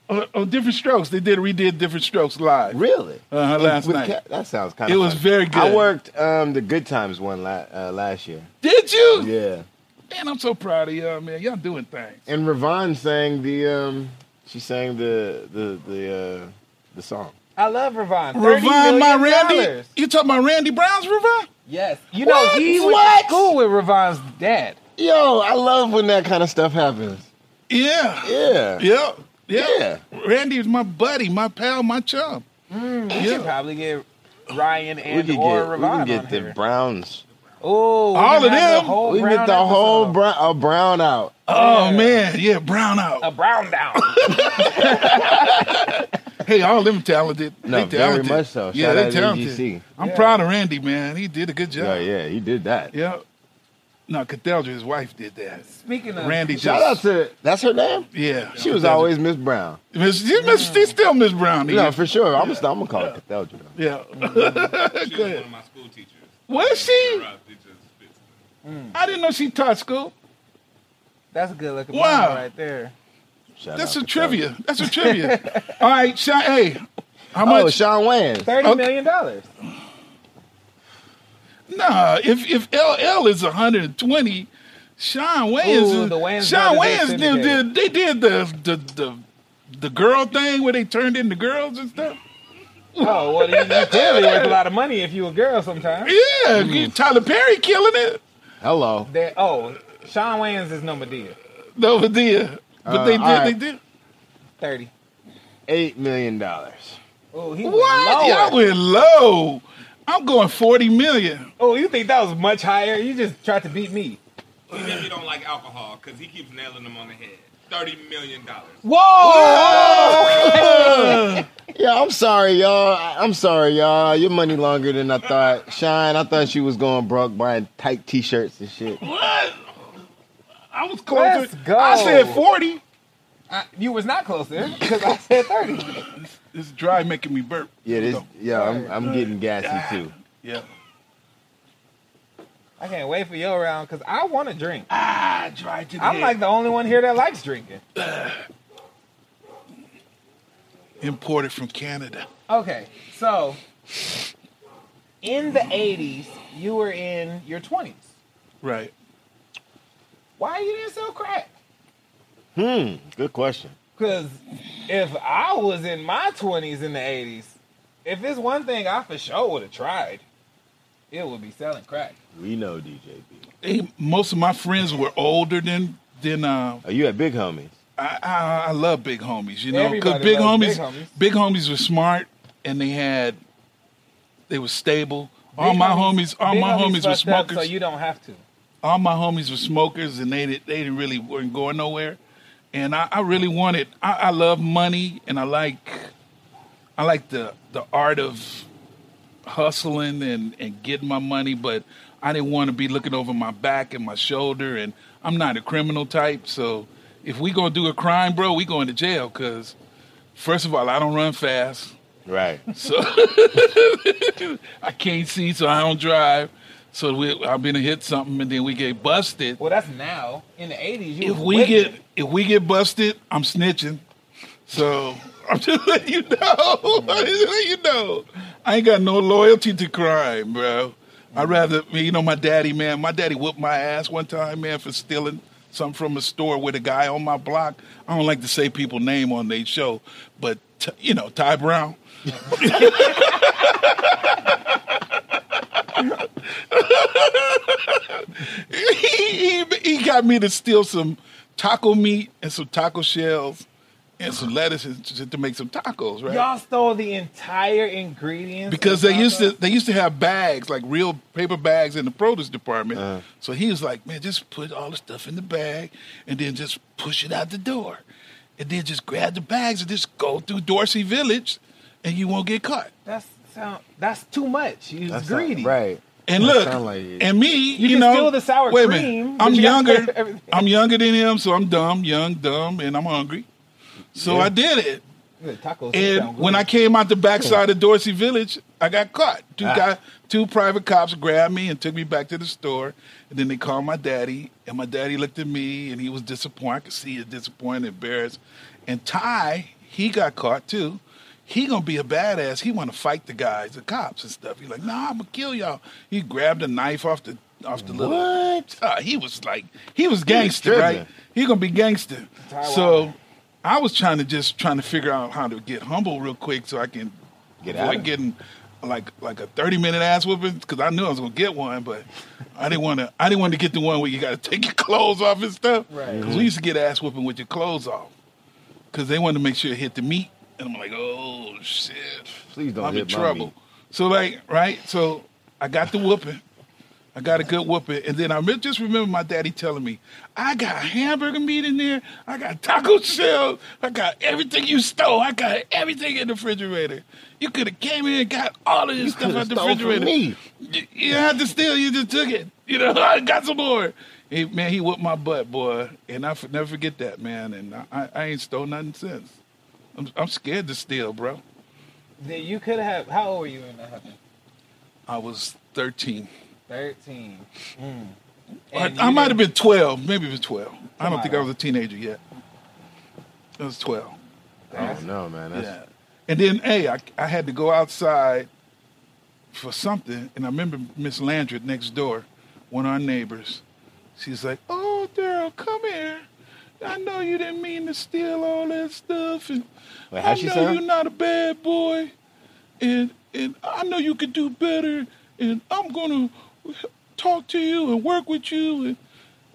Speaker 2: Oh, oh, different strokes. They did redid different strokes live.
Speaker 3: Really?
Speaker 2: Uh-huh, last
Speaker 3: With
Speaker 2: night.
Speaker 3: Ca- that sounds kind
Speaker 2: It
Speaker 3: of.
Speaker 2: was very good.
Speaker 3: I worked um, the Good Times one la- uh, last year.
Speaker 2: Did you?
Speaker 3: Yeah.
Speaker 2: Man, I'm so proud of y'all, man. Y'all doing things.
Speaker 3: And Ravon sang the um, she sang the the the uh, the song.
Speaker 1: I love Ravon.
Speaker 2: Ravon, my Randy.
Speaker 1: dollars.
Speaker 2: You talking about Randy Brown's Ravon?
Speaker 1: Yes, you
Speaker 3: What?
Speaker 1: know he went
Speaker 3: What?
Speaker 1: to school with Ravon's dad.
Speaker 3: Yo, I love when that kind of stuff happens.
Speaker 2: Yeah.
Speaker 3: Yeah.
Speaker 2: Yeah. Yeah.
Speaker 3: Yeah.
Speaker 2: Randy is my buddy, my pal, my chum.
Speaker 1: You could probably get Ryan
Speaker 3: We
Speaker 1: and
Speaker 3: could get
Speaker 1: or
Speaker 3: we
Speaker 1: Ravon
Speaker 3: could
Speaker 1: on
Speaker 3: get the
Speaker 1: here.
Speaker 3: Browns.
Speaker 1: Oh, we
Speaker 2: All
Speaker 1: can have
Speaker 2: of
Speaker 1: the
Speaker 2: them?
Speaker 1: whole
Speaker 3: we could get
Speaker 1: Brown
Speaker 3: the whole
Speaker 1: episode.
Speaker 3: brown, a brown out.
Speaker 2: Oh
Speaker 1: Yeah.
Speaker 2: man, yeah, Brown out.
Speaker 1: a brown down.
Speaker 2: hey, all them talented.
Speaker 3: No,
Speaker 2: they
Speaker 3: very
Speaker 2: talented.
Speaker 3: much so.
Speaker 2: Yeah,
Speaker 3: Shout
Speaker 2: they
Speaker 3: out to
Speaker 2: talented.
Speaker 3: NGC.
Speaker 2: I'm
Speaker 1: Yeah.
Speaker 2: proud of Randy, man. He did a good
Speaker 3: Yeah,
Speaker 2: job. Yeah.
Speaker 3: yeah, he did that.
Speaker 2: No, Catheldra, his wife, did that.
Speaker 1: Speaking of
Speaker 2: Randy
Speaker 3: Shout out
Speaker 2: just,
Speaker 3: to that's her name.
Speaker 2: yeah.
Speaker 3: She was
Speaker 2: Catheldra.
Speaker 3: always Miss Brown.
Speaker 2: Miss, she, miss, she's still Miss Brown. to
Speaker 3: No,
Speaker 2: you.
Speaker 3: for sure. I'm gonna I'm gonna call it Catheldra.
Speaker 2: yeah.
Speaker 4: She was
Speaker 2: Good.
Speaker 4: one of my school teachers.
Speaker 2: Was she?
Speaker 4: Rob teachers.
Speaker 2: I didn't know she taught school.
Speaker 1: That's a good looking
Speaker 2: Wow.
Speaker 1: wow. right there.
Speaker 3: Shout
Speaker 2: That's
Speaker 3: out
Speaker 2: a
Speaker 3: Catheldra.
Speaker 2: trivia. That's a trivia. All right, Sean. Hey, how
Speaker 3: Oh,
Speaker 2: much?
Speaker 3: Sean Wayans.
Speaker 1: Thirty
Speaker 2: Okay.
Speaker 1: million dollars.
Speaker 2: Nah, if if LL is 120, Sean Wayans,
Speaker 1: Ooh,
Speaker 2: is,
Speaker 1: the Wayans
Speaker 2: Sean
Speaker 1: brothers,
Speaker 2: Wayans
Speaker 1: they
Speaker 2: did,
Speaker 1: syndicated.
Speaker 2: did they did the, the the the girl thing where they turned into girls and stuff.
Speaker 1: Oh well, you, you clearly worth a lot of money if you a girl. Sometimes.
Speaker 2: Yeah, Tyler Perry killing it.
Speaker 3: Hello.
Speaker 1: They, oh, Sean Wayans is no Medea.
Speaker 2: No, but they
Speaker 1: Uh,
Speaker 2: but they did
Speaker 3: all right.
Speaker 2: they did.
Speaker 1: Thirty.
Speaker 3: Eight million dollars.
Speaker 1: Oh, he went
Speaker 2: What?
Speaker 1: lower.
Speaker 2: Y'all went low. I'm going 40 million.
Speaker 1: Oh, you think that was much higher? You just tried to beat me.
Speaker 4: He definitely don't like alcohol because he keeps nailing them on the head. Thirty million dollars.
Speaker 3: Yeah, I'm sorry, y'all. I- I'm sorry, y'all. Your money longer than I thought. Shine, I thought she was going broke buying tight T-shirts and shit.
Speaker 2: What? I was closer.
Speaker 1: Let's go.
Speaker 2: I said 40.
Speaker 1: I- you was not closer because I said thirty.
Speaker 2: This is dry making me burp.
Speaker 3: Yeah, this. Yeah, I'm, I'm getting gassy too.
Speaker 2: Yeah.
Speaker 1: I can't wait for your round because I want to drink.
Speaker 2: Ah, dry to the
Speaker 1: I'm
Speaker 2: head.
Speaker 1: like the only one here that likes drinking.
Speaker 2: imported from Canada.
Speaker 1: Okay, so in the '80s, you were in your 20s.
Speaker 2: Right.
Speaker 1: Why you didn't sell crack?
Speaker 3: Hmm. Good question.
Speaker 1: Because if I was in my 20s in the 80s, if it's one thing I for sure would have tried, it would be selling crack.
Speaker 3: We know DJB.
Speaker 2: Hey, most of my friends were older than than uh,
Speaker 3: Are Oh, you at Big Homies?
Speaker 2: I, I. I love big homies, you know, because
Speaker 1: Everybody
Speaker 2: big
Speaker 1: loves
Speaker 2: homies,
Speaker 1: Big Homies.
Speaker 2: big homies were smart and they had, they were stable. all
Speaker 1: Big
Speaker 2: my homies, all
Speaker 1: big
Speaker 2: my homies, were
Speaker 1: fucked up,
Speaker 2: smokers.
Speaker 1: so you don't have to.
Speaker 2: all my homies were smokers, and they did, they didn't really weren't going nowhere. And I, I really wanted. I, I love money, and I like, I like the the art of hustling and and getting my money. But I didn't want to be looking over my back and my shoulder, and I'm not a criminal type, so if we gonna do a crime, bro, we going to jail. Cause first of all, I don't run fast,
Speaker 3: Right.
Speaker 2: so I can't see, so I don't drive. So we, I've been to hit something, and then we get busted.
Speaker 1: Well, that's now. In the 80s, you
Speaker 2: If
Speaker 1: was
Speaker 2: we
Speaker 1: with
Speaker 2: get
Speaker 1: it.
Speaker 2: if we get busted, I'm snitching. So I'm just letting you know. I'm just letting you know. I ain't got no loyalty to crime, bro. I'd rather you know my daddy, man. My daddy whooped my ass one time, man, for stealing something from a store with a guy on my block. I don't like to say people name on their show, but t- you know Ty Brown. he, he, he got me to steal some taco meat and some taco shells and some lettuces to, to make some tacos, right?
Speaker 1: Y'all stole the entire ingredients.
Speaker 2: because
Speaker 1: of
Speaker 2: they used to
Speaker 1: tacos?
Speaker 2: they used to have bags like real paper bags in the produce department. So he was like, "Man, just put all the stuff in the bag and then just push it out the door, and then just grab the bags and just go through Dorsey Village, and you won't get caught."
Speaker 1: That's sound. That's too much. You was
Speaker 3: That's
Speaker 1: greedy.
Speaker 3: Not, right.
Speaker 2: And
Speaker 3: That
Speaker 2: look,
Speaker 3: sound like it.
Speaker 2: and me, you,
Speaker 1: can
Speaker 2: know,
Speaker 1: steal the sour
Speaker 2: wait a
Speaker 1: cream,
Speaker 2: minute,
Speaker 1: but
Speaker 2: I'm
Speaker 1: you gotta
Speaker 2: younger.
Speaker 1: grab everything.
Speaker 2: I'm younger than him, so I'm dumb, young, dumb, and I'm hungry. So
Speaker 3: Yeah.
Speaker 2: I did it.
Speaker 1: Yeah, Tacos. sound
Speaker 2: And
Speaker 1: good.
Speaker 2: when I came out the backside of Dorsey Village, I got caught. Two
Speaker 3: Ah.
Speaker 2: guy, two private cops grabbed me and took me back to the store. And then they called my daddy, and my daddy looked at me, and he was disappointed. I could see his disappointed, embarrassed. And Ty, he got caught too. He gonna be a badass. He want to fight the guys, the cops and stuff. He like, nah, I'm gonna kill y'all. He grabbed a knife off the off the little.
Speaker 3: What?
Speaker 2: Uh, he was like, he was gangster,
Speaker 3: driven.
Speaker 2: right? He gonna be gangster.
Speaker 1: Ty
Speaker 2: So I was trying to just trying to figure out how to get humble real quick so I can
Speaker 3: Get out
Speaker 2: avoid
Speaker 3: of it.
Speaker 2: getting like like a thirty minute ass whooping because I knew I was gonna get one, but I didn't want to. I didn't want to get the one where you got to take your clothes off and stuff.
Speaker 1: Right.
Speaker 2: Because we used to get ass whooping with your clothes off because they wanted to make sure it hit the meat, and I'm like, oh shit,
Speaker 3: Please don't
Speaker 2: I'm in
Speaker 3: hit my
Speaker 2: trouble.
Speaker 3: meat.
Speaker 2: So like right, so I got the whooping. I got a good whooping. And then I re- just remember my daddy telling me, I got hamburger meat in there. I got taco shells. I got everything you stole. I got everything in the refrigerator. You could have came in and got all of this stuff
Speaker 3: coulda
Speaker 2: out the
Speaker 3: stole from
Speaker 2: refrigerator.
Speaker 3: me."
Speaker 2: You, you didn't have to steal. You just took it. You know, I got some more. Hey, man, he whooped my butt, boy. And I f- never forget that, man. And I, I, I ain't stole nothing since. I'm, I'm scared to steal, bro.
Speaker 1: Then you could have. How old were you in the hood?
Speaker 2: I was 13.
Speaker 1: Thirteen. Mm.
Speaker 2: I,
Speaker 1: And
Speaker 2: I
Speaker 1: you
Speaker 2: might have
Speaker 1: didn't-
Speaker 2: been 12, maybe it was 12. I don't
Speaker 1: Somebody.
Speaker 2: think I was a teenager yet. I was 12.
Speaker 3: I don't know, man. That's,
Speaker 2: yeah. And then, hey, I, I had to go outside for something, and I remember Miss Landry next door, one of our neighbors. She's like, "Oh, Daryl, come here. I know you didn't mean to steal all that stuff, and
Speaker 3: Wait,
Speaker 2: I
Speaker 3: how'd she
Speaker 2: know
Speaker 3: sound?
Speaker 2: you're not a bad boy, and and I know you could do better, and I'm gonna talk to you and work with you, and,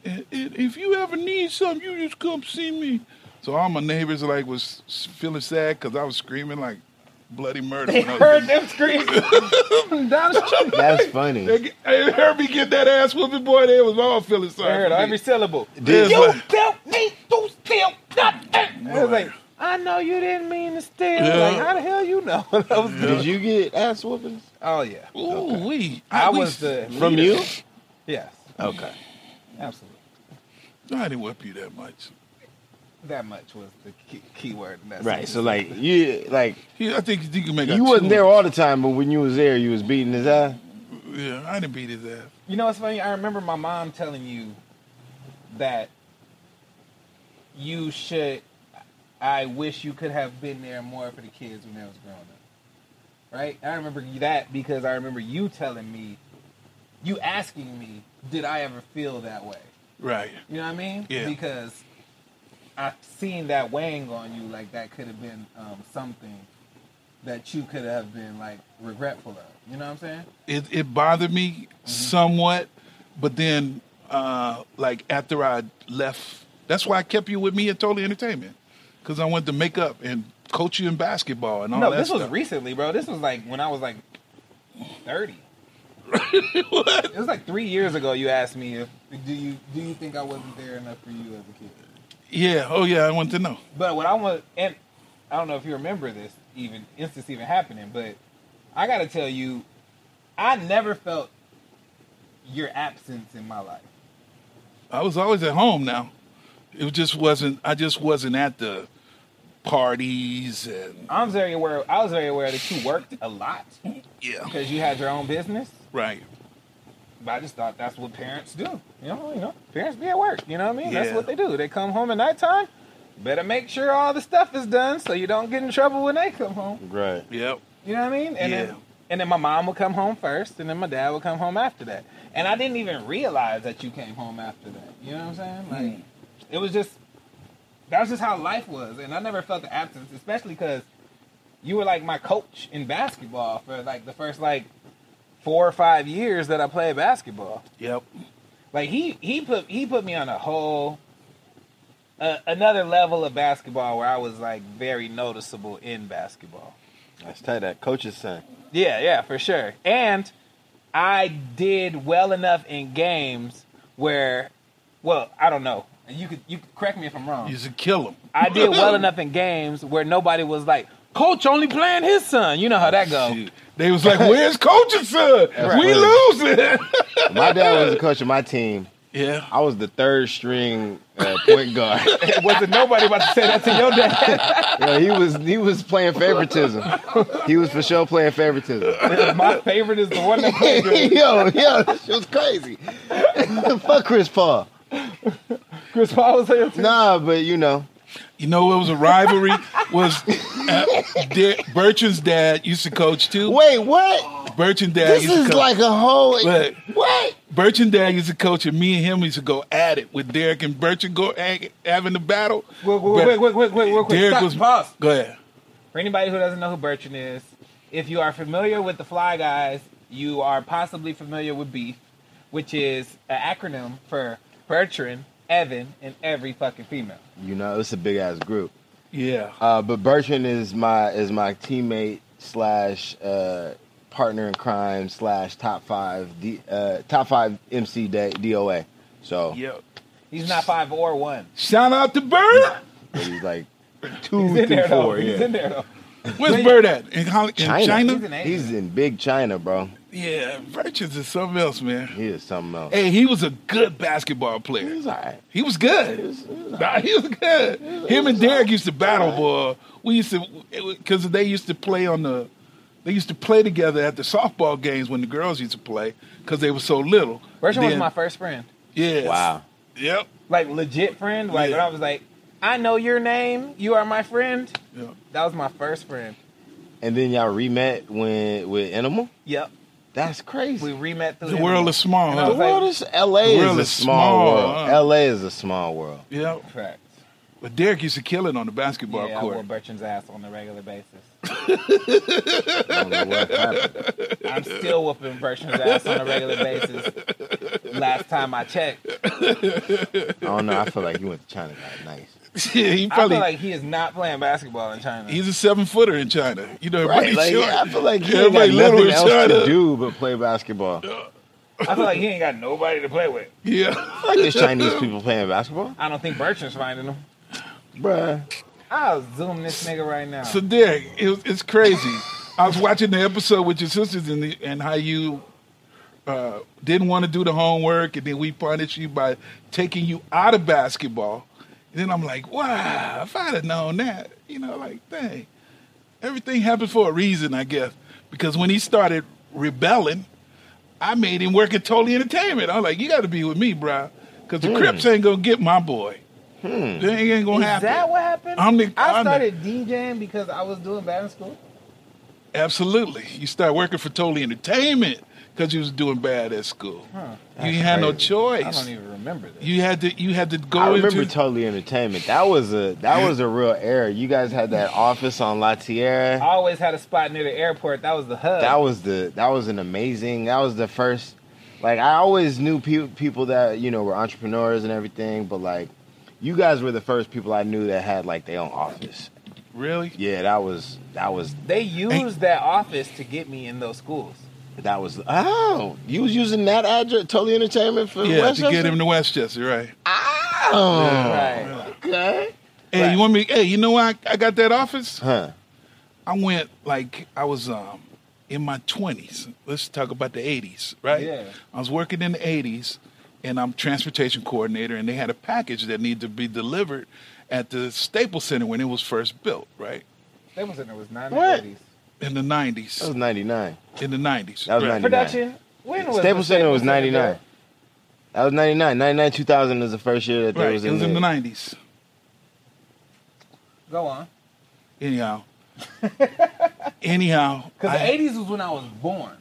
Speaker 2: and, and if you ever need something, you just come see me." So all my neighbors like was feeling sad because I was screaming like bloody murder.
Speaker 1: They
Speaker 2: when I was
Speaker 1: heard them scream down the street.
Speaker 3: that's funny.
Speaker 2: they, get- they heard me get that ass whooping, boy. They was all feeling
Speaker 1: They
Speaker 2: sorry.
Speaker 1: heard
Speaker 2: for me.
Speaker 1: every syllable.
Speaker 2: They was
Speaker 1: you
Speaker 2: like-
Speaker 1: helped me to steal nothing. It was
Speaker 2: Right.
Speaker 1: like, I know you didn't mean to steal.
Speaker 2: Yeah.
Speaker 1: Like, how the hell you know? That was-
Speaker 3: Did you get ass whoopings
Speaker 1: oh yeah,
Speaker 2: Ooh, we.
Speaker 1: I
Speaker 2: we-
Speaker 1: was the
Speaker 3: from you?
Speaker 1: yes,
Speaker 3: Okay.
Speaker 1: absolutely.
Speaker 2: I didn't whip you that much.
Speaker 1: That much was the key, key word. in that
Speaker 3: Right.
Speaker 1: sentence.
Speaker 3: So like you like
Speaker 2: Yeah, I think you can make. a
Speaker 3: you wasn't
Speaker 2: two.
Speaker 3: there all the time, but when you was there, you was beating his ass.
Speaker 2: Yeah, I didn't beat his ass.
Speaker 1: You know what's funny? I remember my mom telling you that you should. I wish you could have been there more for the kids when I was growing up. Right? I remember that because I remember you telling me, you asking me, did I ever feel that way?
Speaker 2: Right.
Speaker 1: You know what I mean?
Speaker 2: Yeah.
Speaker 1: Because I've seen that weighing on you, like that could have been um, something that you could have been like regretful of. You know what I'm saying?
Speaker 2: It it bothered me
Speaker 1: Mm-hmm.
Speaker 2: somewhat, but then uh like after I left, that's why I kept you with me at Totally Entertainment, because I wanted to make up and coach you in basketball and all
Speaker 1: No,
Speaker 2: that
Speaker 1: this was
Speaker 2: stuff.
Speaker 1: recently, bro. This was like when I was like 30. It was like three years ago. You asked me if do you do you think I wasn't there enough for you as a kid?
Speaker 2: yeah. Oh yeah, I wanted to know.
Speaker 1: But what I want, and I don't know if you remember this even instance even happening, but I gotta tell you, I never felt your absence in my life.
Speaker 2: I was always at home now. It just wasn't. I just wasn't at the parties and
Speaker 1: I was very aware. I was very aware that you worked a lot
Speaker 2: yeah,
Speaker 1: because you had your own business.
Speaker 2: right.
Speaker 1: But I just thought that's what parents do. You know, you know, parents be at work. You know what I mean? That's
Speaker 2: Yeah.
Speaker 1: what they do. They come home at nighttime. Better make sure all the stuff is done so you don't get in trouble when they come home.
Speaker 3: Right.
Speaker 2: Yep.
Speaker 1: You know what I mean? And
Speaker 2: Yeah.
Speaker 1: then and then my mom would come home first, and then my dad would come home after that. And I didn't even realize that you came home after that. You know what I'm saying? Like it was just that was just how life was, and I never felt the absence, especially because you were like my coach in basketball for like the first like four or five years that I played basketball.
Speaker 2: Yep.
Speaker 1: Like he he put he put me on a whole uh, another level of basketball where I was like very noticeable in basketball.
Speaker 3: That's tight. That coach is saying.
Speaker 1: Yeah, yeah, for sure. And I did well enough in games where, well, I don't know. And You could you could correct me if I'm wrong.
Speaker 2: You should kill him.
Speaker 1: I did well enough in games where nobody was like, "Coach only playing his son." You know how that goes.
Speaker 2: They was like, "Where's coaching, son? We losing."
Speaker 3: My dad was the coach of my team.
Speaker 2: yeah.
Speaker 3: I was the third string uh, point guard.
Speaker 1: Wasn't nobody about to say that to your dad?
Speaker 3: Yeah, he was he was playing favoritism. He was for sure playing favoritism.
Speaker 1: My favorite is the one that played.
Speaker 3: yo, yo, this shit was crazy. Fuck Chris Paul.
Speaker 1: Chris Paul was saying.
Speaker 3: Nah, but you know,
Speaker 2: You know what was a rivalry? was uh, Da- Bertrand's dad used to coach too.
Speaker 3: wait, what?
Speaker 2: Bertrand dad
Speaker 3: This
Speaker 2: used to
Speaker 3: is
Speaker 2: coach.
Speaker 3: like a whole.
Speaker 2: Look.
Speaker 3: What?
Speaker 2: Bertrand dad used to coach, and me and him used to go at it with Derek and Bertrand go at, having the battle.
Speaker 1: Wait, wait, wait, wait, wait, wait, real quick.
Speaker 2: Derek
Speaker 1: Stop,
Speaker 2: was
Speaker 1: pause.
Speaker 2: Go ahead.
Speaker 1: For anybody who doesn't know who Bertrand is, if you are familiar with the Fly Guys, you are possibly familiar with BEEF, which is an acronym for Bertrand, Evan, and every fucking female.
Speaker 3: You know, it's a big ass group.
Speaker 2: Yeah.
Speaker 3: Uh, but Bertrand is my is my teammate slash uh, partner in crime slash top five D, uh, top five MC day, DOA. So
Speaker 2: Yeah.
Speaker 1: He's not five or one.
Speaker 2: Shout out to Bird.
Speaker 3: but he's like two
Speaker 1: He's in
Speaker 3: through
Speaker 1: there though.
Speaker 3: four.
Speaker 1: He's
Speaker 3: yeah.
Speaker 1: in there though.
Speaker 2: Where's Bird at? In, Hol- in China?
Speaker 1: He's in Asia.
Speaker 3: He's in big China, bro.
Speaker 2: Yeah. Bertrand's is something else, man.
Speaker 3: He is something else.
Speaker 2: Hey, he was a good basketball
Speaker 3: He
Speaker 2: player.
Speaker 3: was all right.
Speaker 2: He was good. Nah, he was good. Him and Derek used to battle, boy. We used to, because they used to play on the, they used to play together at the softball games when the girls used to play, because they were so little.
Speaker 1: Bertrand was
Speaker 2: Then-
Speaker 1: my first friend.
Speaker 2: Yes.
Speaker 3: Wow.
Speaker 2: Yep.
Speaker 1: Like legit friend. Like
Speaker 2: Yeah.
Speaker 1: when I was like, I know your name, you are my friend.
Speaker 2: Yep.
Speaker 1: That was my first friend.
Speaker 3: And then y'all remet when with Animal.
Speaker 1: Yep.
Speaker 3: That's crazy.
Speaker 1: We remet through
Speaker 2: The world is small,
Speaker 1: And I
Speaker 3: the
Speaker 1: was
Speaker 2: huh?
Speaker 1: like-
Speaker 3: world is LA
Speaker 2: The world
Speaker 3: is a
Speaker 2: is
Speaker 3: small,
Speaker 2: small,
Speaker 3: world.
Speaker 2: huh?
Speaker 3: LA is a small world.
Speaker 2: Yep.
Speaker 1: facts.
Speaker 2: But Derek used to kill it on the basketball
Speaker 1: Yeah, I wore
Speaker 2: court.
Speaker 1: Bertrand's ass on a regular basis.
Speaker 3: I don't know what happened.
Speaker 1: I'm still whooping Bertrand's ass on a regular basis. Last time I checked,
Speaker 3: I don't know. I feel like you went to China that nice.
Speaker 2: he
Speaker 1: I
Speaker 2: probably
Speaker 1: feel like he is not playing basketball in China.
Speaker 2: he's a seven footer in China. You know, everybody's
Speaker 3: like,
Speaker 2: short.
Speaker 3: I feel like you ain't got
Speaker 2: Everybody little
Speaker 3: nothing
Speaker 2: in
Speaker 3: else to
Speaker 2: China.
Speaker 3: do but play basketball. Fuck
Speaker 1: I feel like he ain't got nobody to play with.
Speaker 2: Yeah.
Speaker 3: There's Chinese people playing basketball,
Speaker 1: I don't think Bertrand's finding him.
Speaker 3: bruh.
Speaker 1: I'll zoom this nigga right now.
Speaker 2: So Derek, it was, it's crazy. I was watching the episode with your sisters and, the, and how you uh, didn't want to do the homework, and then we punished you by taking you out of basketball. And then I'm like, wow, if I'd have known that, you know, like, dang, everything happened for a reason, I guess. Because when he started rebelling, I made him work at Totally Entertainment. I'm like, you got to be with me, bro, because the Crips ain't gonna get my boy. They ain't, gonna
Speaker 1: is
Speaker 2: happen.
Speaker 1: that what happened?
Speaker 2: I'm the-
Speaker 1: I
Speaker 2: I'm the-
Speaker 1: started DJing because I was doing bad in school.
Speaker 2: Absolutely. You start working for Totally Entertainment because you was doing bad at school. You had no
Speaker 3: crazy.
Speaker 1: I
Speaker 2: choice.
Speaker 1: don't even remember this.
Speaker 2: You had to. You had to go
Speaker 3: I remember
Speaker 2: into.
Speaker 3: Totally Entertainment. That was a that was a real era. You guys had that office on La Tierra.
Speaker 1: I always had a spot near the airport. That was the hub.
Speaker 3: that was the that was an amazing that was the first like i always knew pe- people that you know were entrepreneurs and everything but like you guys were the first people i knew that had like their own office
Speaker 2: really?
Speaker 3: yeah that was that was
Speaker 1: they used that office to get me in those schools.
Speaker 3: that was oh you was using that address totally entertainment for
Speaker 2: Yeah,
Speaker 3: Westchester?
Speaker 2: to get him to Westchester, right?
Speaker 3: oh
Speaker 1: Right.
Speaker 3: okay
Speaker 2: Hey, you want me? Hey, you know why I, I got that office?
Speaker 3: huh
Speaker 2: I went like I was um in my twenties. Let's talk about the eighties, right?
Speaker 1: Yeah.
Speaker 2: I was working in the eighties, and I'm transportation coordinator, and they had a package that needed to be delivered at the Staples Center when it was first built, right?
Speaker 1: That was in it was
Speaker 3: What?
Speaker 1: 1980s.
Speaker 2: In the
Speaker 3: That
Speaker 1: Oh.
Speaker 3: was
Speaker 2: 90s.
Speaker 3: 99.
Speaker 2: In the 90s.
Speaker 3: That was
Speaker 2: right.
Speaker 3: 90s.
Speaker 1: Production. When was
Speaker 3: Staples
Speaker 1: the
Speaker 3: Center was
Speaker 1: Staples Center
Speaker 3: 99. That was 99. 99, 2000 is the first year that they
Speaker 2: Right,
Speaker 3: was
Speaker 2: it
Speaker 3: in
Speaker 2: was in the
Speaker 3: there.
Speaker 2: 90s.
Speaker 1: built? Go on.
Speaker 2: Anyhow. Anyhow.
Speaker 1: Because
Speaker 2: I-
Speaker 1: the 80s was when I was born.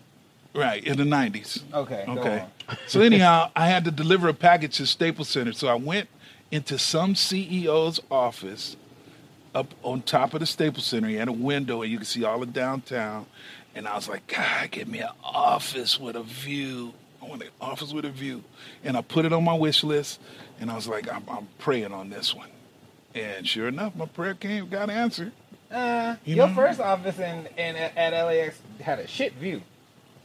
Speaker 2: Right, in the 90s.
Speaker 1: Okay. Go
Speaker 2: Okay.
Speaker 1: on.
Speaker 2: so anyhow, I had to deliver a package to Staples Center. So I went into some CEO's office up on top of the Staples Center. He had a window and you could see all of downtown. And I was like, God, give me an office with a view. I want an office with a view. And I put it on my wish list and I was like, I'm, I'm praying on this one. And sure enough, my prayer came, got answered.
Speaker 1: Uh,
Speaker 2: You
Speaker 1: your
Speaker 2: know-
Speaker 1: first office in, in at LAX had a shit view.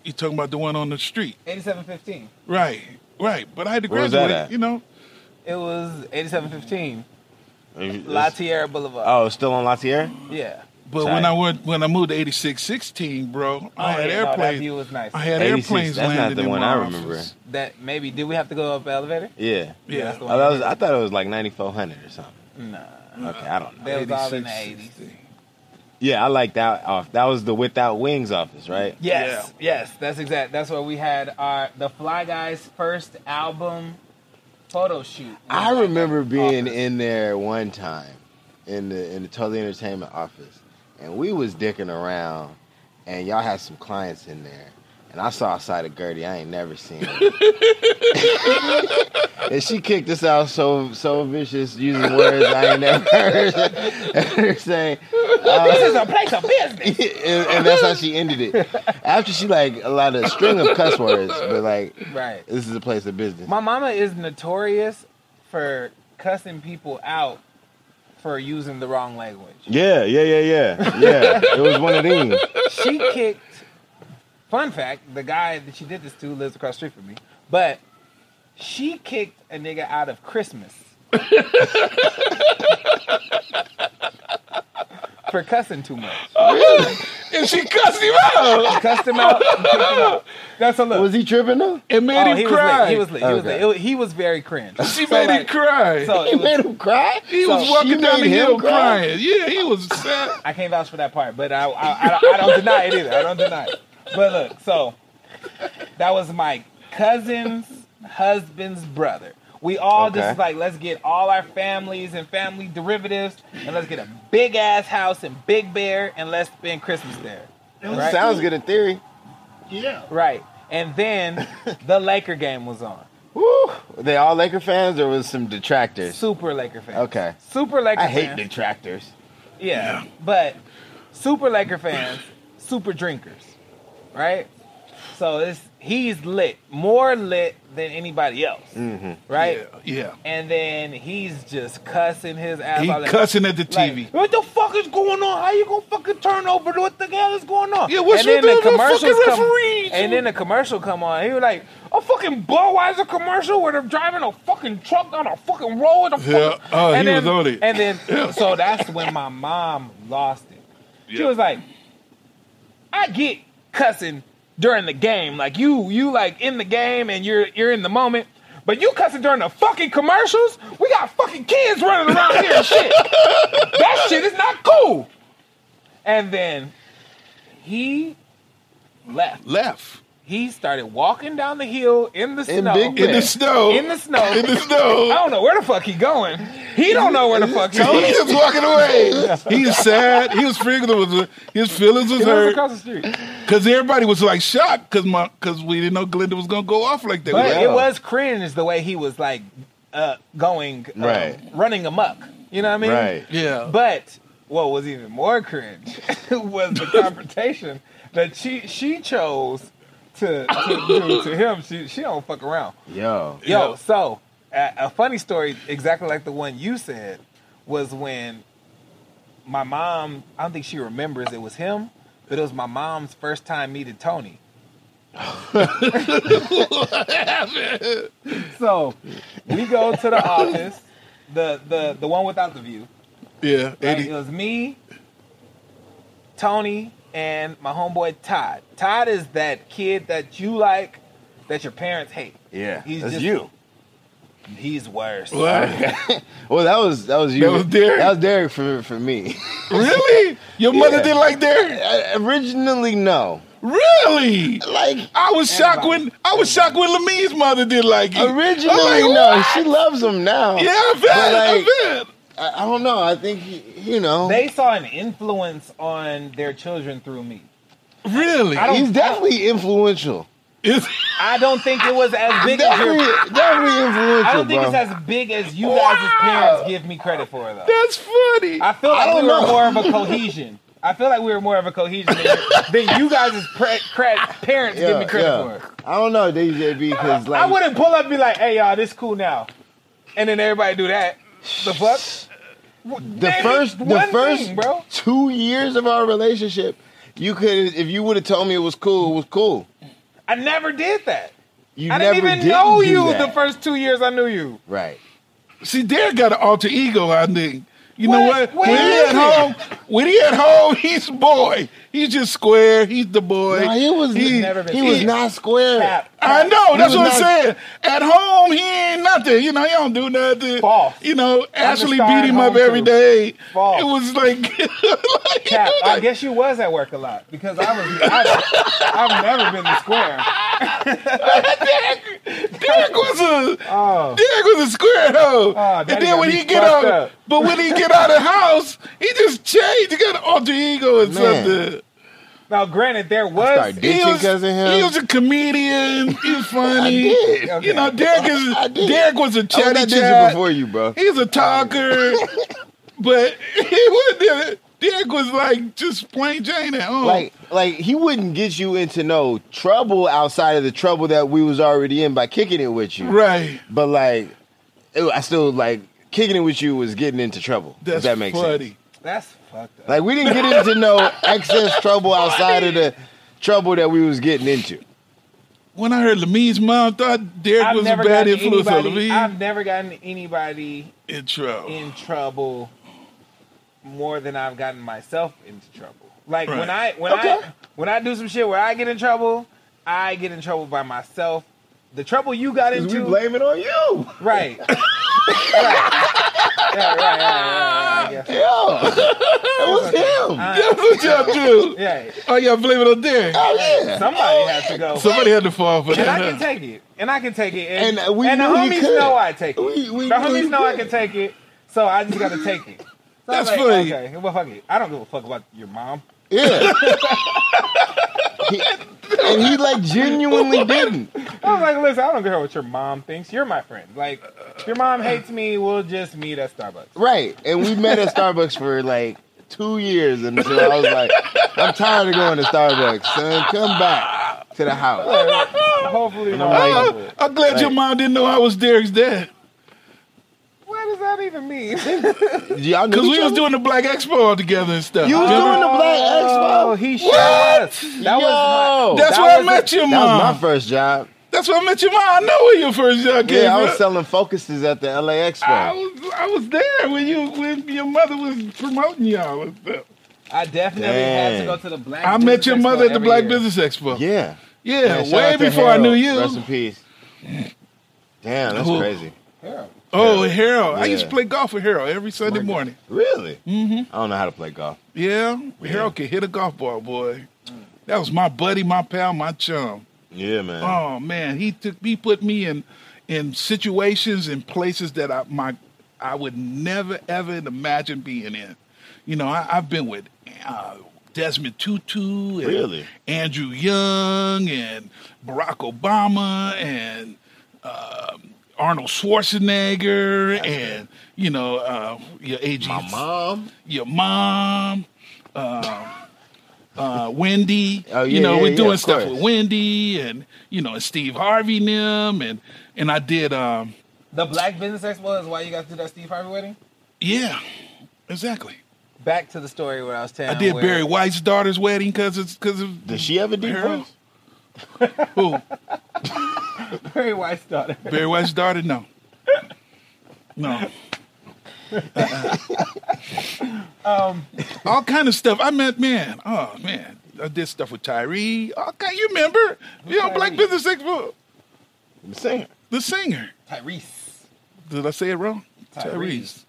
Speaker 2: You talking about the one on the street.
Speaker 1: 8715.
Speaker 2: Right, right. But I had to
Speaker 3: Where was that
Speaker 2: graduate,
Speaker 3: at?
Speaker 2: you know.
Speaker 1: It was 8715.
Speaker 3: It was-
Speaker 1: La Tierra Boulevard.
Speaker 3: Oh, it's still on Latier?
Speaker 1: Yeah.
Speaker 2: But
Speaker 3: Tight.
Speaker 2: when I went, when I moved to eighty six sixteen, bro, I
Speaker 1: Oh, yeah, no,
Speaker 2: had
Speaker 1: that
Speaker 2: airplanes.
Speaker 1: view was nice.
Speaker 2: I had
Speaker 3: 86,
Speaker 2: airplanes
Speaker 3: that's not
Speaker 2: landed
Speaker 3: the
Speaker 2: in
Speaker 3: one
Speaker 2: my
Speaker 3: I remember.
Speaker 2: office.
Speaker 1: that maybe. Did we have to go up elevator?
Speaker 3: Yeah.
Speaker 2: Yeah,
Speaker 1: That's the one.
Speaker 3: I thought, it was, I thought it was like 9400 or something.
Speaker 1: Nah.
Speaker 3: Okay, I don't know.
Speaker 1: That was all in the 80s.
Speaker 2: 86, 16.
Speaker 3: Yeah, I like that off. That was the Without Wings office, right?
Speaker 1: Yes, yes, that's exact. That's where we had our the Fly Guys first album photo shoot.
Speaker 3: I remember being
Speaker 1: Office.
Speaker 3: in there one time in the in the Totally Entertainment office, and we was dicking around, and y'all had some clients in there, and I saw a side of Gertie I ain't never seen. and she kicked us out so so vicious using words I ain't never heard her say. Uh,
Speaker 1: This is a place of business.
Speaker 3: and, and that's how she ended it. After she like a lot of string of cuss words, but like
Speaker 1: Right.
Speaker 3: this is a place of business.
Speaker 1: My mama is notorious for cussing people out for using the wrong language.
Speaker 3: Yeah, yeah, yeah, yeah, yeah. It was one of these.
Speaker 1: She kicked. Fun fact: the guy that she did this to lives across the street from me, but she kicked a nigga out of Christmas for cussing too much.
Speaker 2: And she cussed him out.
Speaker 1: cussed him out. and kicked him out. That's a look.
Speaker 3: Was he tripping though?
Speaker 2: It made
Speaker 1: Oh,
Speaker 2: him
Speaker 1: he, was
Speaker 2: cry.
Speaker 1: lit. he was lit. He was
Speaker 3: Okay.
Speaker 1: lit. It was- He was very cringe.
Speaker 2: she
Speaker 1: So,
Speaker 2: made him
Speaker 1: like,
Speaker 2: cry.
Speaker 1: So
Speaker 3: He
Speaker 1: it was,
Speaker 3: made him cry.
Speaker 2: he was
Speaker 3: So she
Speaker 2: walking down the
Speaker 3: made him
Speaker 2: hill
Speaker 3: cry?
Speaker 2: crying. Yeah, he was sad.
Speaker 1: I can't vouch for that part, but I, I, I, don't, I don't deny it either. I don't deny it. But look, so that was my cousin's husband's brother. We all
Speaker 3: Okay.
Speaker 1: just like let's get all our families and family derivatives, and let's get a big ass house in Big Bear, and let's spend Christmas there. Right?
Speaker 3: Sounds good in theory.
Speaker 4: Yeah.
Speaker 1: right. And then the Laker game was on.
Speaker 3: Woo! Were they all Laker fans or was some detractors?
Speaker 1: Super Laker fans.
Speaker 3: Okay.
Speaker 1: Super Laker
Speaker 3: I
Speaker 1: fans.
Speaker 3: hate detractors.
Speaker 1: Yeah, but super Laker fans, super drinkers, right? So it's he's lit, more lit than anybody else, right?
Speaker 2: Mm-hmm. Yeah,
Speaker 1: And then he's just cussing his ass.
Speaker 2: yeah.
Speaker 1: off,
Speaker 2: He
Speaker 1: like-
Speaker 2: cussing at the
Speaker 1: like,
Speaker 2: TV.
Speaker 1: what the fuck is going on? How you gonna fucking turn over? What the hell is going on?
Speaker 2: Yeah, what you doing to the fucking referees?
Speaker 1: and then the commercial come on. He was like, a fucking Budweiser commercial where they're driving a fucking truck down a fucking road. with a
Speaker 2: Yeah,
Speaker 1: fucking-
Speaker 2: oh, he
Speaker 1: and then,
Speaker 2: was on it.
Speaker 1: And then, so that's when my mom lost it. She
Speaker 2: Yeah.
Speaker 1: was like, I get cussing during the game. Like you, you like in the game and you're you're in the moment. But you cussing during the fucking commercials? We got fucking kids running around here and shit. that shit is not cool. And then he left.
Speaker 2: Left
Speaker 1: He started walking down the hill in the
Speaker 3: In
Speaker 1: snow.
Speaker 3: Big
Speaker 2: in
Speaker 3: Yeah.
Speaker 2: the snow.
Speaker 1: in the snow.
Speaker 2: in the
Speaker 1: I
Speaker 2: snow.
Speaker 1: don't know where the fuck he going. He don't know where the fuck he
Speaker 2: Tony
Speaker 1: going.
Speaker 2: is walking away. He is sad. He was feeling his feelings was
Speaker 1: He lives
Speaker 2: hurt.
Speaker 1: across the street.
Speaker 2: Because everybody was like shocked because my because we didn't know Glenda was gonna go off like that.
Speaker 1: But
Speaker 3: Yeah.
Speaker 1: it was cringe the way he was like uh, going um,
Speaker 3: Right.
Speaker 1: running amok. You know what I mean?
Speaker 3: Right.
Speaker 2: yeah,
Speaker 1: But what was even more cringe was the confrontation that she she chose to, to do to him. She she don't fuck around.
Speaker 3: Yo.
Speaker 1: Yo,
Speaker 2: Yeah.
Speaker 1: so a, a funny story, exactly like the one you said, was when my mom. I don't think she remembers it was him, but it was my mom's first time meeting Tony. so we go to the office, the the the one without the view.
Speaker 2: yeah,
Speaker 1: Right?
Speaker 2: eighty.
Speaker 1: It was me, Tony, and my homeboy Todd. Todd is that kid that you like, that your parents hate.
Speaker 3: Yeah.
Speaker 1: He's
Speaker 3: that's
Speaker 1: just-
Speaker 3: you.
Speaker 1: He's worse.
Speaker 3: well, that was that was you.
Speaker 2: That was Derek?
Speaker 3: That was Derek for for me.
Speaker 2: really? Your mother
Speaker 3: Yeah.
Speaker 2: did like Derek?
Speaker 3: Uh, Originally, no.
Speaker 2: Really?
Speaker 3: Like
Speaker 2: I was shocked when I was shocked when Lamine's mother did like it. I'm
Speaker 3: originally,
Speaker 2: like,
Speaker 3: no.
Speaker 2: Oh, what?
Speaker 3: She loves him now.
Speaker 2: Yeah, I bet.
Speaker 3: But, like,
Speaker 2: I bet.
Speaker 3: I, I don't know. I think he, you know.
Speaker 1: They saw an influence on their children through me.
Speaker 2: Really?
Speaker 1: I don't-
Speaker 3: He's definitely influential.
Speaker 2: It's-
Speaker 1: I don't think it was as big as your.
Speaker 3: Definitely, definitely influential,
Speaker 1: I don't think
Speaker 3: bro.
Speaker 1: it's as big as you guys' as parents give me credit for though.
Speaker 2: that's funny.
Speaker 1: I feel
Speaker 3: I
Speaker 1: like we
Speaker 3: don't
Speaker 1: were
Speaker 3: know.
Speaker 1: more of a cohesion. I feel like we were more of a cohesion than, than you guys' pre- cre- parents give me
Speaker 3: Yeah,
Speaker 1: credit
Speaker 3: yeah.
Speaker 1: for. it.
Speaker 3: I don't know, DJB, because like
Speaker 1: I wouldn't pull up and be like, "Hey y'all, this cool now," and then everybody do that. The fuck?
Speaker 3: the
Speaker 1: Name
Speaker 3: first
Speaker 1: me
Speaker 3: the
Speaker 1: one
Speaker 3: first
Speaker 1: thing, bro.
Speaker 3: two years of our relationship, you could if you would have told me it was cool, it was cool.
Speaker 1: I never did that.
Speaker 3: You
Speaker 1: I
Speaker 3: never
Speaker 1: didn't even
Speaker 3: did
Speaker 1: know
Speaker 3: do
Speaker 1: you
Speaker 3: that.
Speaker 1: the first two years I knew you.
Speaker 3: right.
Speaker 2: See, Derek got an alter ego, I think. You know
Speaker 1: What?
Speaker 2: what? When he
Speaker 1: Where
Speaker 2: at
Speaker 1: is it?
Speaker 2: home, when he at home, he's boy. He's just square. He's the boy.
Speaker 3: No, he was
Speaker 2: He-
Speaker 3: he,
Speaker 1: Never been
Speaker 3: was
Speaker 1: seen.
Speaker 3: not square.
Speaker 1: Cap.
Speaker 2: I know. That's
Speaker 3: He
Speaker 2: what
Speaker 3: was
Speaker 2: I'm
Speaker 3: not-
Speaker 2: saying. At home, he ain't nothing. You know, he don't do nothing.
Speaker 1: False.
Speaker 2: You know, Ashley
Speaker 1: star
Speaker 2: beat
Speaker 1: at
Speaker 2: him up
Speaker 1: home,
Speaker 2: every
Speaker 1: too.
Speaker 2: day.
Speaker 1: False.
Speaker 2: It was like, like,
Speaker 1: Cap, I
Speaker 2: like,
Speaker 1: guess you was at work a lot because I was. I, I've never been the square.
Speaker 2: Derek was a
Speaker 1: Oh,
Speaker 2: Derek was a square though.
Speaker 1: Ah,
Speaker 2: and
Speaker 1: daddy
Speaker 2: then
Speaker 1: got
Speaker 2: when
Speaker 1: me
Speaker 2: he get out,
Speaker 1: fucked up.
Speaker 2: but when he get out of the house, he just changed. He got an alter ego or
Speaker 3: Man.
Speaker 2: something.
Speaker 1: now granted, there
Speaker 3: Start
Speaker 1: was.
Speaker 3: ditching because of him.
Speaker 2: he was a comedian. He was
Speaker 3: I
Speaker 2: funny.
Speaker 3: did.
Speaker 1: Okay.
Speaker 2: You know, Derek is
Speaker 3: I did.
Speaker 2: Derek was a
Speaker 3: I was
Speaker 2: chatty chat.
Speaker 3: not ditching before you, bro.
Speaker 2: He's a talker, but he wasn't. Derek was like just plain Jane at home.
Speaker 3: Like like he wouldn't get you into no trouble outside of the trouble that we was already in by kicking it with you.
Speaker 2: right.
Speaker 3: But like it, I still like kicking it with you was getting into trouble.
Speaker 2: That's
Speaker 3: if that makes
Speaker 2: funny.
Speaker 3: sense.
Speaker 1: That's fucked up.
Speaker 3: Like we didn't get into no excess trouble outside of the trouble that we was getting into.
Speaker 2: When I heard Lamine's mom thought Derek
Speaker 1: I've
Speaker 2: was a
Speaker 1: never
Speaker 2: bad
Speaker 1: gotten
Speaker 2: influence on
Speaker 1: anybody.
Speaker 2: Lamine.
Speaker 1: I've never gotten anybody
Speaker 2: Intro.
Speaker 1: in trouble more than I've gotten myself into trouble. Like when I
Speaker 2: Right.
Speaker 1: when I when I do some shit where I get in trouble, I get in trouble by myself. The trouble you got into,
Speaker 3: it on you.
Speaker 1: right? right. Yeah, right, right, right, right, I guess.
Speaker 3: Yeah. it was him.
Speaker 2: That's what y'all do.
Speaker 1: Yeah,
Speaker 2: Oh, y'all blame it on Derek.
Speaker 3: oh yeah.
Speaker 1: somebody has to go,
Speaker 2: Somebody had to fall for
Speaker 1: and I
Speaker 2: that.
Speaker 1: can take it, and I can take it, and
Speaker 3: And, uh, we
Speaker 1: and the
Speaker 3: knew you
Speaker 1: homies
Speaker 3: could.
Speaker 1: know I take it.
Speaker 3: We- we
Speaker 1: the
Speaker 3: knew you
Speaker 1: homies know I
Speaker 3: could.
Speaker 1: can take it, so I just got to take it. So I was
Speaker 2: That's
Speaker 1: like,
Speaker 2: funny.
Speaker 1: Okay, well, fuck it. I don't give a fuck about your mom.
Speaker 3: Yeah. He- and he like genuinely didn't.
Speaker 1: I was like, listen, I don't care what your mom thinks. You're my friend. Like, if your mom hates me, we'll just meet at Starbucks.
Speaker 3: Right. And we met at Starbucks for like two years until I was like, I'm tired of going to Starbucks, son. Come back to the house.
Speaker 1: Hopefully, no. one
Speaker 3: I'm like-
Speaker 1: will.
Speaker 2: I'm glad your
Speaker 3: Right.
Speaker 2: mom didn't know I was Derek's dad.
Speaker 1: What does that even mean?
Speaker 3: Y'all knew
Speaker 2: Because
Speaker 3: each
Speaker 2: we was
Speaker 3: other?
Speaker 2: doing the Black Expo all together and stuff.
Speaker 3: You was
Speaker 2: Remember?
Speaker 3: doing the Black
Speaker 1: Oh,
Speaker 3: Expo.
Speaker 1: he shot us. That
Speaker 3: Yo.
Speaker 1: was
Speaker 2: That's
Speaker 1: that
Speaker 2: where I
Speaker 1: was a-
Speaker 2: met your
Speaker 3: Oh, That was my
Speaker 2: mom.
Speaker 3: first job.
Speaker 2: That's where I met your mom. I know where your first job came
Speaker 3: Yeah, I was
Speaker 2: from.
Speaker 3: selling focuses at the LA
Speaker 2: I
Speaker 3: Expo.
Speaker 2: was I was there when you when your mother was promoting y'all. and stuff.
Speaker 1: I definitely had to
Speaker 3: Dang.
Speaker 1: go to the black.
Speaker 2: I met
Speaker 1: Business
Speaker 2: your
Speaker 1: Expo
Speaker 2: mother at the
Speaker 1: every
Speaker 2: Black
Speaker 1: year.
Speaker 2: Business Expo. Yeah,
Speaker 3: Yeah. Man, shout out
Speaker 2: way
Speaker 3: to
Speaker 2: before I
Speaker 3: Harold.
Speaker 2: knew you.
Speaker 3: Rest in peace. Damn, that's
Speaker 2: Who-
Speaker 3: crazy.
Speaker 1: Yeah.
Speaker 2: oh, Harold! I
Speaker 3: Yeah.
Speaker 2: used to play golf with Harold every Sunday morning.
Speaker 3: Really? Mm-hmm. I don't know how to play golf.
Speaker 2: Yeah, Harold could hit a golf ball, boy. That was my buddy, my pal, my chum.
Speaker 3: Yeah, man.
Speaker 2: Oh man, he took he put me in in situations and places that I my I would never ever imagine being in. You know, I, I've been with uh, Desmond Tutu, and
Speaker 3: Really?
Speaker 2: Andrew Young, and Barack Obama, and um Arnold Schwarzenegger, and you know uh, your AG,
Speaker 3: My mom.
Speaker 2: your mom. Uh, uh, Wendy,
Speaker 3: Oh,
Speaker 2: you
Speaker 3: yeah,
Speaker 2: know,
Speaker 3: yeah,
Speaker 2: we're
Speaker 3: yeah,
Speaker 2: doing
Speaker 3: of
Speaker 2: stuff with
Speaker 3: course.
Speaker 2: Wendy and you know and Steve Harvey and them and and I did um
Speaker 1: The Black Business Expo is why you got to do that Steve Harvey wedding.
Speaker 2: yeah exactly
Speaker 1: Back to the story where I was telling.
Speaker 2: I did
Speaker 1: where,
Speaker 2: Barry White's daughter's wedding because it's because of
Speaker 3: Does she have a deep
Speaker 2: Harold?
Speaker 3: voice?
Speaker 2: who
Speaker 1: Barry White's daughter.
Speaker 2: Barry White's daughter no no um all kind of stuff I met man oh man I did stuff with Tyree all kind you remember you know Black
Speaker 1: Tyree?
Speaker 2: Business Expo
Speaker 3: I'm saying.
Speaker 2: the singer
Speaker 1: Tyrese.
Speaker 2: Did I say it wrong?
Speaker 1: Tyrese.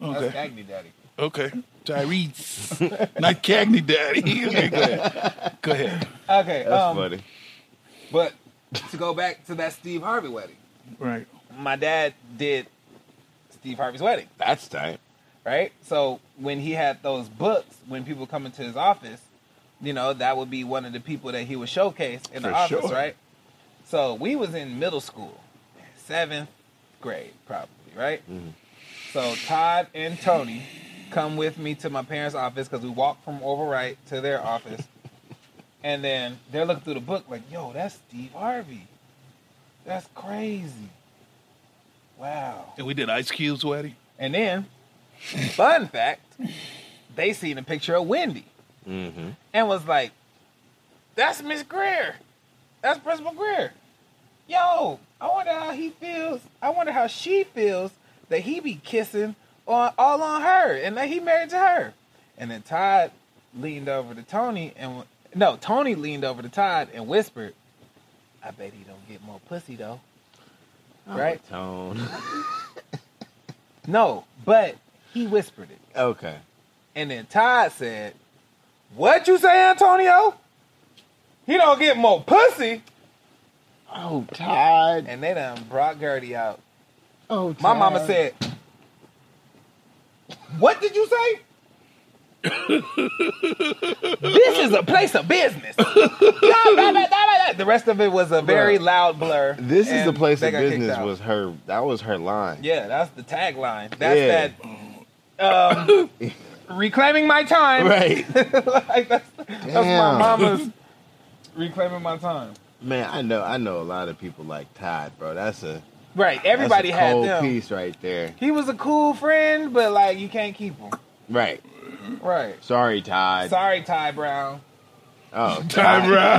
Speaker 1: That's
Speaker 2: Okay.
Speaker 1: Cagney Daddy.
Speaker 2: Okay. Tyrese. Not Cagney Daddy. Okay, go ahead. Go ahead.
Speaker 1: Okay.
Speaker 3: That's
Speaker 1: um,
Speaker 3: funny.
Speaker 1: But to go back to that Steve Harvey wedding,
Speaker 2: Right.
Speaker 1: my dad did Steve Harvey's wedding,
Speaker 3: That's tight.
Speaker 1: right? So when he had those books, when people come into his office, you know, that would be one of the people that he would showcase in the
Speaker 2: For
Speaker 1: office,
Speaker 2: sure.
Speaker 1: right? So we was in middle school, seventh grade probably, right?
Speaker 2: Mm-hmm.
Speaker 1: So Todd and Tony come with me to my parents' office because we walked from Overwrite to their office. And then they're looking through the book like, yo, that's Steve Harvey. That's crazy. Wow.
Speaker 2: And we did Ice Cube's wedding.
Speaker 1: And then, fun fact, they seen a picture of Wendy
Speaker 3: Mm-hmm.
Speaker 1: and was like, that's Miss Greer. That's Principal Greer. Yo, I wonder how he feels. I wonder how she feels that he be kissing on all on her and that he married to her. And then Todd leaned over to Tony and no, Tony leaned over to Todd and whispered, "I bet he don't get more pussy though."
Speaker 3: Oh.
Speaker 1: Right?
Speaker 3: Tone.
Speaker 1: No, but he whispered it.
Speaker 3: okay.
Speaker 1: And then Todd said, "What you say, Antonio? He don't get more pussy."
Speaker 3: Oh, Todd.
Speaker 1: And they done brought Gertie out.
Speaker 3: Oh, Todd.
Speaker 1: My mama said, "What did you say?" this is a place of business. Blah, blah, blah, blah, blah. the rest of it was a very loud blur.
Speaker 3: "This is
Speaker 1: and
Speaker 3: the place
Speaker 1: they
Speaker 3: of
Speaker 1: got kicked
Speaker 3: business."
Speaker 1: out.
Speaker 3: Was her? That was her line.
Speaker 1: yeah, that's the tagline. That's
Speaker 3: Yeah.
Speaker 1: that. Um, reclaiming my time.
Speaker 3: Right.
Speaker 1: like that's, that's my
Speaker 3: Damn.
Speaker 1: mama's reclaiming my time.
Speaker 3: Man, I know. I know a lot of people like Todd, bro. That's a
Speaker 1: Right. Everybody
Speaker 3: that's a
Speaker 1: had
Speaker 3: cold
Speaker 1: them.
Speaker 3: piece right there.
Speaker 1: He was a cool friend, but like you can't keep him.
Speaker 3: Right.
Speaker 1: Right.
Speaker 3: Sorry, Todd.
Speaker 1: Sorry, Ty Brown.
Speaker 3: Oh,
Speaker 2: Time round.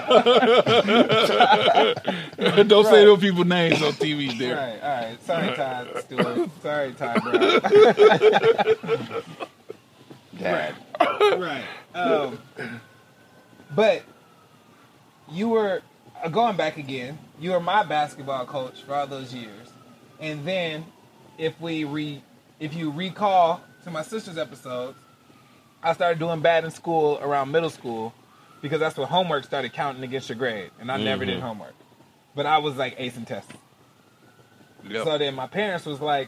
Speaker 2: Don't say
Speaker 1: Right.
Speaker 2: those people names on TV
Speaker 1: All
Speaker 2: there.
Speaker 1: right, all right. Sorry, Ty Stewart. Sorry, Ty Brown.
Speaker 3: Todd.
Speaker 1: right. Um, but you were uh, going back again. You were my basketball coach for all those years, and then if we re, if you recall to my sister's episodes, I started doing bad in school around middle school because that's when homework started counting against your grade, and I never did homework. But I was like ace in tests.
Speaker 2: Yep.
Speaker 1: So then my parents was like,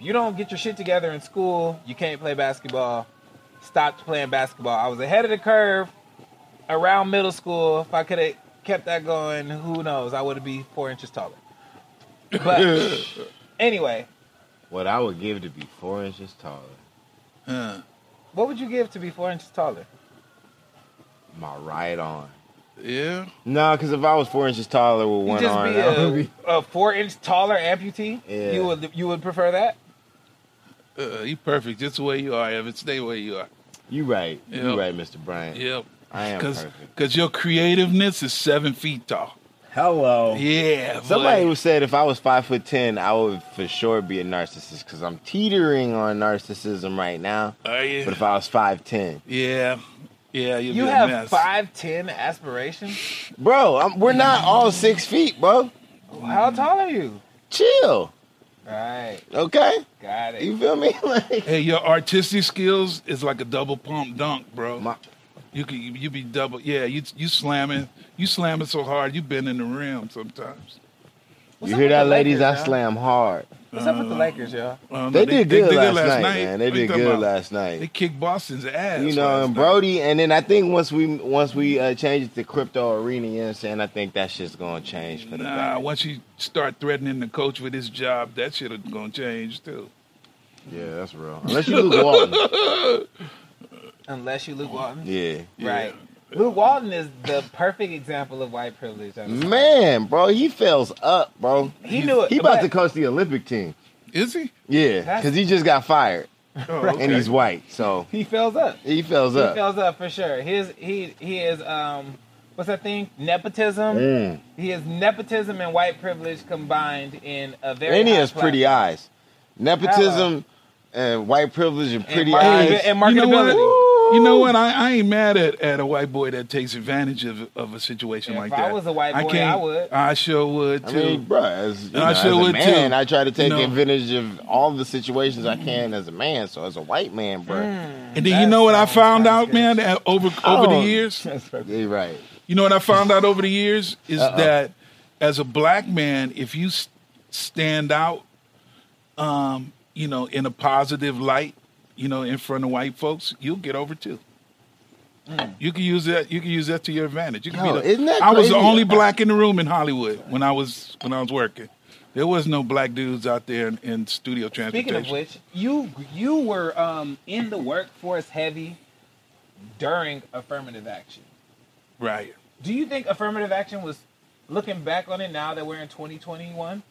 Speaker 1: "You don't get your shit together in school. You can't play basketball. Stopped playing basketball. I was ahead of the curve around middle school. If I could have kept that going, who knows? I would have been four inches taller. But anyway,
Speaker 3: What I would give to be four inches taller,
Speaker 2: Huh.
Speaker 1: what would you give to be four inches taller?
Speaker 3: my right arm.
Speaker 2: Yeah.
Speaker 3: No, because if I was four inches taller with
Speaker 1: You
Speaker 3: one
Speaker 1: just
Speaker 3: arm,
Speaker 1: be
Speaker 3: I would
Speaker 1: a,
Speaker 3: be-
Speaker 1: a four inch taller amputee.
Speaker 3: Yeah.
Speaker 1: You would you would prefer that?
Speaker 2: Uh, you perfect just the way you are, Evan. Stay where you are.
Speaker 3: you right.
Speaker 2: Yeah.
Speaker 3: You right, Mr. Bryant.
Speaker 2: Yep.
Speaker 3: I am
Speaker 2: Cause,
Speaker 3: perfect.
Speaker 2: 'cause your creativeness is seven feet tall.
Speaker 3: Hello.
Speaker 2: Yeah.
Speaker 3: Somebody
Speaker 2: boy.
Speaker 3: who said if I was five foot ten, I would for sure be a narcissist because I'm teetering on narcissism right now.
Speaker 2: Are you?
Speaker 3: But if I was five ten,
Speaker 2: yeah. Yeah. You'll
Speaker 1: You
Speaker 2: be a
Speaker 1: have
Speaker 2: mess.
Speaker 1: five ten aspirations.
Speaker 3: bro, I'm, we're not all six feet, bro.
Speaker 1: How tall are you?
Speaker 3: Chill,
Speaker 1: All right,
Speaker 3: okay?
Speaker 1: got it.
Speaker 3: You feel me? Like,
Speaker 2: Hey, your artistic skills is like a double pump dunk, bro.
Speaker 3: my,
Speaker 2: you could you be double. Yeah. You you slamming. You slamming so hard. You bend in the rim sometimes.
Speaker 1: What's
Speaker 3: you
Speaker 1: up
Speaker 3: hear
Speaker 1: with
Speaker 3: that,
Speaker 1: the
Speaker 3: ladies?
Speaker 1: Lakers,
Speaker 3: I
Speaker 1: y'all?
Speaker 3: slam Uh-huh. hard.
Speaker 1: What's up with the Lakers, y'all?
Speaker 2: Uh, no,
Speaker 3: They, did good
Speaker 2: did
Speaker 3: last, night, man. They
Speaker 2: What you
Speaker 3: did
Speaker 2: talking
Speaker 3: good
Speaker 2: about?
Speaker 3: last night.
Speaker 2: They kicked Boston's ass.
Speaker 3: you know,
Speaker 2: last
Speaker 3: and
Speaker 2: night.
Speaker 3: Brody, and then I think once we once we uh, change it to crypto arena, you know what I'm saying? I think that shit's gonna change for the
Speaker 2: Nah,
Speaker 3: better.
Speaker 2: once you start threatening the coach with his job, that shit is gonna change too.
Speaker 3: Yeah, that's real. Unless you Luke Walton.
Speaker 1: Unless you Luke Walton.
Speaker 3: Yeah.
Speaker 1: Right. Luke Walton is the perfect example of white privilege. I mean.
Speaker 3: Man, bro, he fails up, bro.
Speaker 1: He knew it.
Speaker 3: He about
Speaker 1: but
Speaker 3: to coach the Olympic team.
Speaker 2: Is he?
Speaker 3: Yeah,
Speaker 1: That's-
Speaker 3: because he just got fired
Speaker 2: Oh,
Speaker 3: and he's white, so
Speaker 1: He fails up.
Speaker 3: he fails
Speaker 1: He
Speaker 3: up.
Speaker 1: fails up for sure. He is he he is um what's that thing? Nepotism.
Speaker 3: Mm.
Speaker 1: He is nepotism and white privilege combined in a very.
Speaker 3: And he has
Speaker 1: high
Speaker 3: pretty
Speaker 1: platform.
Speaker 3: eyes, nepotism, and white privilege and
Speaker 1: And
Speaker 3: pretty
Speaker 1: market-
Speaker 3: eyes.
Speaker 1: and
Speaker 2: You know
Speaker 1: marketability.
Speaker 2: what? You know what? I, I ain't mad at, at a white boy that takes advantage of, of a situation
Speaker 1: If
Speaker 2: like
Speaker 1: I
Speaker 2: that.
Speaker 1: was a white boy, I
Speaker 2: can't-
Speaker 1: would.
Speaker 2: I sure would
Speaker 3: I
Speaker 2: too.
Speaker 3: mean, bruh, as, you
Speaker 2: And I
Speaker 3: know,
Speaker 2: sure
Speaker 3: as a
Speaker 2: would, too.
Speaker 3: man, I try to take
Speaker 2: No.
Speaker 3: advantage of all the situations I can as a man. So as a white man,
Speaker 1: Mm.
Speaker 3: bruh,
Speaker 2: and then you know what I found out, man, that over over
Speaker 3: Oh.
Speaker 2: the years.
Speaker 3: you're right.
Speaker 2: You know what I found out over the years is that as a black man, if you s- stand out, um, you know, in a positive light, you know, in front of white folks, you'll get over too. You can use that. You can use that to your advantage. You can be
Speaker 3: Yo,
Speaker 2: the,
Speaker 3: Hmm. Oh, isn't that
Speaker 2: I was the
Speaker 3: crazy?
Speaker 2: only black in the room in Hollywood when I was when I was working. There was no black dudes out there in, in studio transportation.
Speaker 1: Speaking of which, you you were um, in the workforce heavy during affirmative action.
Speaker 2: right?
Speaker 1: Do you think affirmative action was looking back on it now that we're in 2021?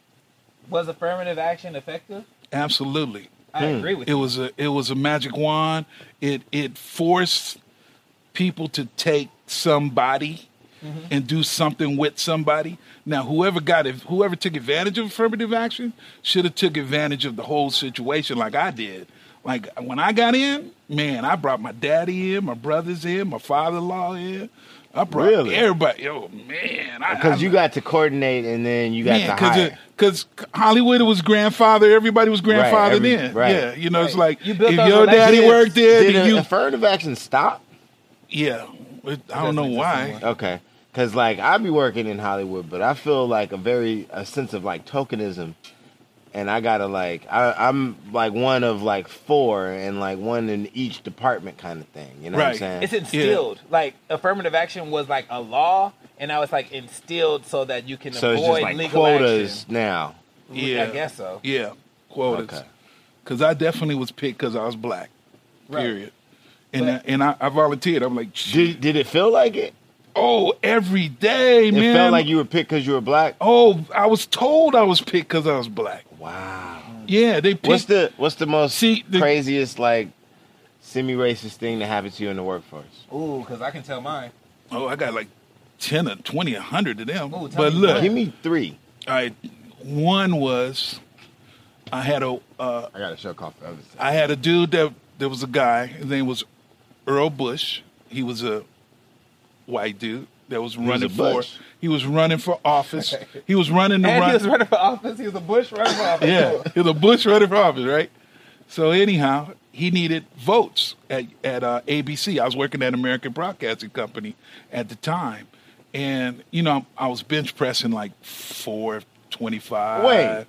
Speaker 1: Was affirmative action effective?
Speaker 2: Absolutely.
Speaker 1: I agree with
Speaker 2: It
Speaker 1: you.
Speaker 2: was a it was a magic wand. It it forced people to take somebody and do something with somebody. Now, whoever got it, whoever took advantage of affirmative action should have took advantage of the whole situation, like I did. Like when I got in, man, I brought my daddy in, my brothers in, my father-in-law in. I brought
Speaker 3: Really?
Speaker 2: everybody. Oh man, I- I-
Speaker 3: Because you got to coordinate and then you got to hire.
Speaker 2: because Hollywood was grandfather. Everybody was grandfathered
Speaker 3: every-
Speaker 2: in.
Speaker 3: right.
Speaker 2: Yeah, you know, it's
Speaker 1: Right.
Speaker 2: like
Speaker 1: You built
Speaker 2: if
Speaker 1: those
Speaker 2: your daddy
Speaker 1: relationships.
Speaker 2: worked there,
Speaker 3: Did
Speaker 2: then
Speaker 3: the
Speaker 2: you.
Speaker 3: affirmative action stop?
Speaker 2: yeah, It- I don't know
Speaker 1: doesn't
Speaker 2: why.
Speaker 1: exist
Speaker 3: Okay. Cause like I be working in Hollywood, but I feel like a very a sense of like tokenism, and I gotta like I, I'm like one of like four and like one in each department kind of thing. You know what I'm
Speaker 2: Right.
Speaker 3: saying?
Speaker 1: It's instilled. Like affirmative action was like a law, and now it's like instilled so that you can
Speaker 3: so it's
Speaker 1: avoid
Speaker 3: just like
Speaker 1: legal
Speaker 3: quotas
Speaker 1: action.
Speaker 3: now.
Speaker 2: Yeah,
Speaker 1: I guess so.
Speaker 2: Yeah, quotas.
Speaker 3: Okay.
Speaker 2: Because I definitely was picked because I was black.
Speaker 1: Right.
Speaker 2: Period. And
Speaker 1: But-
Speaker 2: I, and I, I volunteered. I'm like,
Speaker 3: Did did it feel like it?
Speaker 2: oh, every day,
Speaker 3: It
Speaker 2: man.
Speaker 3: felt like you were picked because you were black.
Speaker 2: Oh, I was told I was picked because I was black.
Speaker 3: Wow.
Speaker 2: Yeah, they picked.
Speaker 3: Mm. What's the what's the most
Speaker 2: See, the-
Speaker 3: craziest like semi-racist thing that happened to you in the workforce?
Speaker 1: Ooh, because I can tell mine.
Speaker 2: oh, I got like ten or twenty, a hundred of them.
Speaker 1: Ooh, tell
Speaker 2: but
Speaker 1: me
Speaker 2: look,
Speaker 1: one.
Speaker 3: Give me three.
Speaker 2: I one was I had a uh,
Speaker 3: I got a show call for other stuff.
Speaker 2: I had a dude that there was a guy his name was Earl Bush. He was a white dude that was
Speaker 3: was
Speaker 2: running
Speaker 3: a
Speaker 2: for
Speaker 3: Bush.
Speaker 2: he was running for office. He was running the
Speaker 1: And
Speaker 2: run.
Speaker 1: he was running for office. He was a Bush running for office.
Speaker 2: yeah, he was a Bush running for office, right? So anyhow, he needed votes at at uh, ABC. I was working at American Broadcasting Company at the time, and you know I was bench pressing like four twenty five.
Speaker 3: Wait.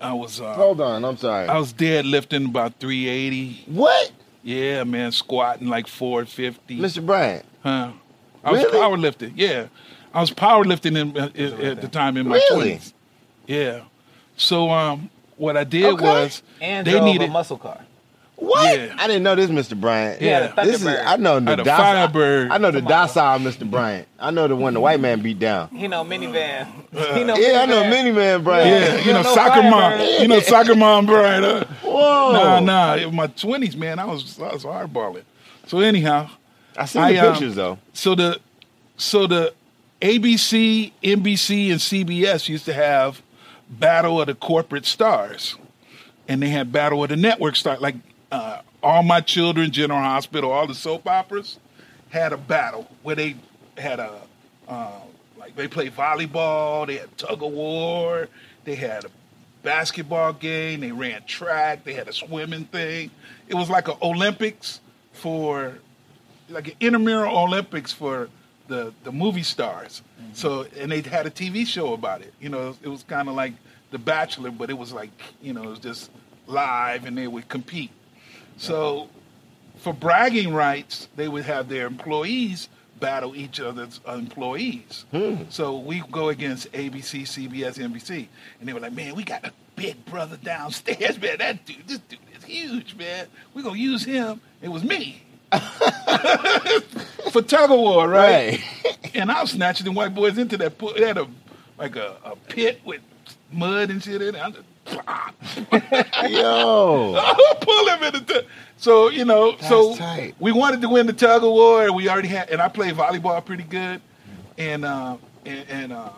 Speaker 2: I was uh,
Speaker 3: Hold on, I'm sorry.
Speaker 2: I was deadlifting about 380.
Speaker 3: what?
Speaker 2: Yeah, man, squatting like 450.
Speaker 3: Mr. Bryant.
Speaker 2: Huh? I was
Speaker 3: Really?
Speaker 2: powerlifting. Yeah, I was powerlifting in, at, at the time in my
Speaker 3: Really?
Speaker 2: 20s. Yeah. So um, what I did
Speaker 3: Okay.
Speaker 2: was
Speaker 1: And uh,
Speaker 2: they
Speaker 1: drove
Speaker 2: needed
Speaker 1: a muscle car.
Speaker 3: What?
Speaker 2: Yeah.
Speaker 3: I didn't know this, Mr. Bryant.
Speaker 2: Yeah,
Speaker 1: the
Speaker 3: this is
Speaker 1: Thunderbird.
Speaker 3: I know the
Speaker 2: Out of
Speaker 3: docile.
Speaker 2: Firebird.
Speaker 3: I know the
Speaker 1: Come on.
Speaker 3: docile Mr. Bryant. I know the one the white man beat down.
Speaker 1: He know minivan. He know
Speaker 3: Yeah, I know
Speaker 1: minivan.
Speaker 3: Miniman Bryant.
Speaker 2: yeah, you know,
Speaker 1: no
Speaker 2: soccer
Speaker 1: fire,
Speaker 2: mom,
Speaker 1: bro.
Speaker 2: you know, soccer mom, right? Uh,
Speaker 3: Whoa.
Speaker 2: nah, nah, in my 20s, man, I was I was hardballing. So anyhow,
Speaker 3: I seen
Speaker 2: I,
Speaker 3: the
Speaker 2: um,
Speaker 3: pictures though.
Speaker 2: so the so the ABC, NBC, and CBS used to have Battle of the Corporate Stars, and they had Battle of the Network Star. Like uh, all my children, General Hospital, all the soap operas had a battle where they had a uh, like they played volleyball, they had tug of war, they had a basketball game, they ran track, they had a swimming thing. It was like an Olympics for like an intramural Olympics for the the movie stars. So and they had a TV show about it. You know, it was kind of like The Bachelor, but it was like you know it was just live, and they would compete. So for bragging rights, they would have their employees battle each other's employees. So we go against ABC, CBS, NBC, and they were like, "Man, we got a big brother downstairs, man. That dude, this dude is huge, man. We gonna use him." It was me for tug of war, right?
Speaker 3: Right.
Speaker 2: and I was snatching the white boys into that pool. It had a like a, a pit with mud and shit in it. I just
Speaker 3: Yo.
Speaker 2: pull him in the tug. So you know, so
Speaker 3: tight.
Speaker 2: we wanted to win the tug of war. and We already had, and I played volleyball pretty good, and uh, and, and uh,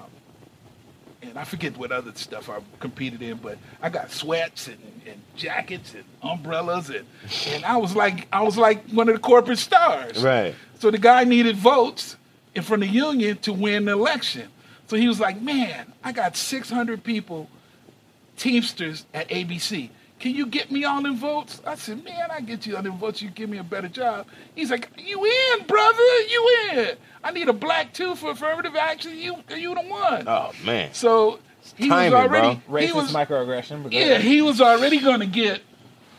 Speaker 2: and I forget what other stuff I competed in, but I got sweats and, and jackets and umbrellas and and I was like I was like one of the corporate stars.
Speaker 3: Right.
Speaker 2: So the guy needed votes in from the union to win the election. So he was like, "Man, I got 600 people, Teamsters at ABC. Can you get me all them votes?" I said, "Man, I get you all them votes. You give me a better job." He's like, "You in, brother? You in? I need a black two for affirmative action. You, you the one."
Speaker 3: Oh man.
Speaker 2: So he
Speaker 3: Timing,
Speaker 2: was already
Speaker 3: bro.
Speaker 2: he
Speaker 1: Racist
Speaker 2: was
Speaker 1: microaggression. But
Speaker 2: yeah he was already going to get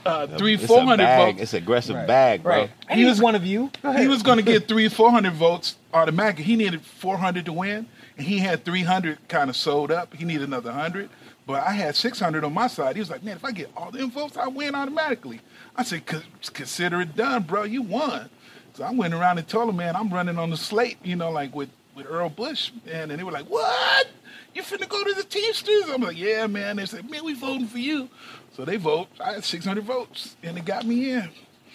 Speaker 2: uh, three four
Speaker 3: it's a
Speaker 2: hundred
Speaker 3: bag.
Speaker 2: votes.
Speaker 3: It's aggressive
Speaker 1: Right.
Speaker 3: bag, bro.
Speaker 1: right. And
Speaker 2: He
Speaker 1: he
Speaker 2: was-
Speaker 1: was one of you. Go ahead.
Speaker 2: He was going to get three, four hundred votes automatically. He needed four hundred to win, and he had three hundred kind of sold up. He needed another hundred, but I had six hundred on my side. He was like, "Man, if I get all them votes, I win automatically." I said, "Con- "Consider it done, bro. You won." So I went around and told him, "Man, I'm running on the slate, you know, like with with Earl Bush." Man, and they were like, "What? You finna go to the Teamsters?" I'm like, "Yeah, man." They said, "Man, we voting for you." So they vote. I had six hundred votes, and it got me in.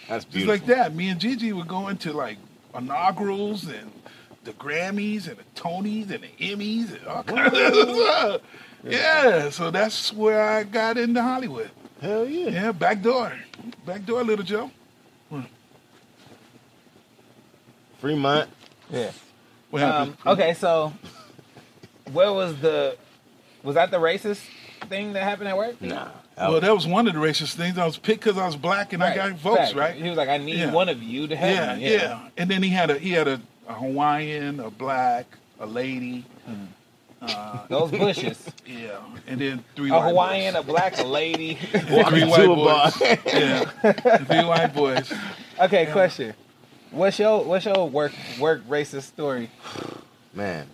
Speaker 3: That's
Speaker 2: Just
Speaker 3: beautiful.
Speaker 2: like that, me and Gigi were going to like inaugurals and the Grammys and the Tonys and the Emmys and all kinds of stuff. Yeah, so that's where I got into Hollywood.
Speaker 3: Hell yeah.
Speaker 2: Yeah, back door. Back door, little Joe.
Speaker 3: Fremont.
Speaker 1: Yeah.
Speaker 2: What
Speaker 1: Um,
Speaker 2: happened?
Speaker 1: okay, so where was the was that the racist thing that happened at work?
Speaker 3: Nah.
Speaker 2: Well, that was one of the racist things. I was picked because I was black and I got votes,
Speaker 1: Fact.
Speaker 2: right?
Speaker 1: He was like, I need
Speaker 2: Yeah.
Speaker 1: one of you to have
Speaker 2: Yeah,
Speaker 1: me.
Speaker 2: yeah, And then he had a he had a, a Hawaiian, a black, a lady.
Speaker 1: Those bushes.
Speaker 2: Yeah, and then three
Speaker 1: a
Speaker 2: white boys.
Speaker 1: Hawaiian, a black, a lady.
Speaker 2: three
Speaker 3: Walking
Speaker 2: white
Speaker 3: to a
Speaker 2: boys.
Speaker 3: bar.
Speaker 2: yeah, three white boys.
Speaker 1: okay, question. What's your what's your work work racist story?
Speaker 3: man.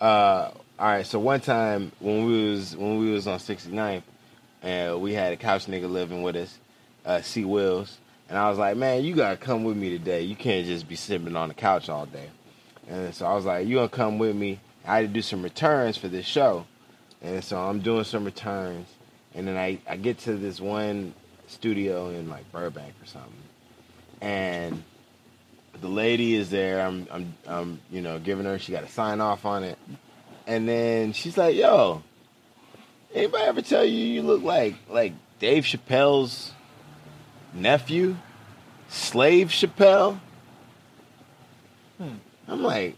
Speaker 3: Uh, all right. So one time when we was when we was on 69th, and we had a couch nigga living with us, uh, C Wills, and I was like, man, you gotta come with me today. You can't just be sitting on the couch all day. And so I was like, you gonna come with me? I had to do some returns for this show, and so I'm doing some returns, and then I I get to this one studio in like Burbank or something, and the lady is there. I'm, I'm, I'm, you know, giving her. She got to sign off on it, and then she's like, "Yo, anybody ever tell you you look like like Dave Chappelle's nephew, Slave Chappelle?"
Speaker 1: Hmm.
Speaker 3: I'm like,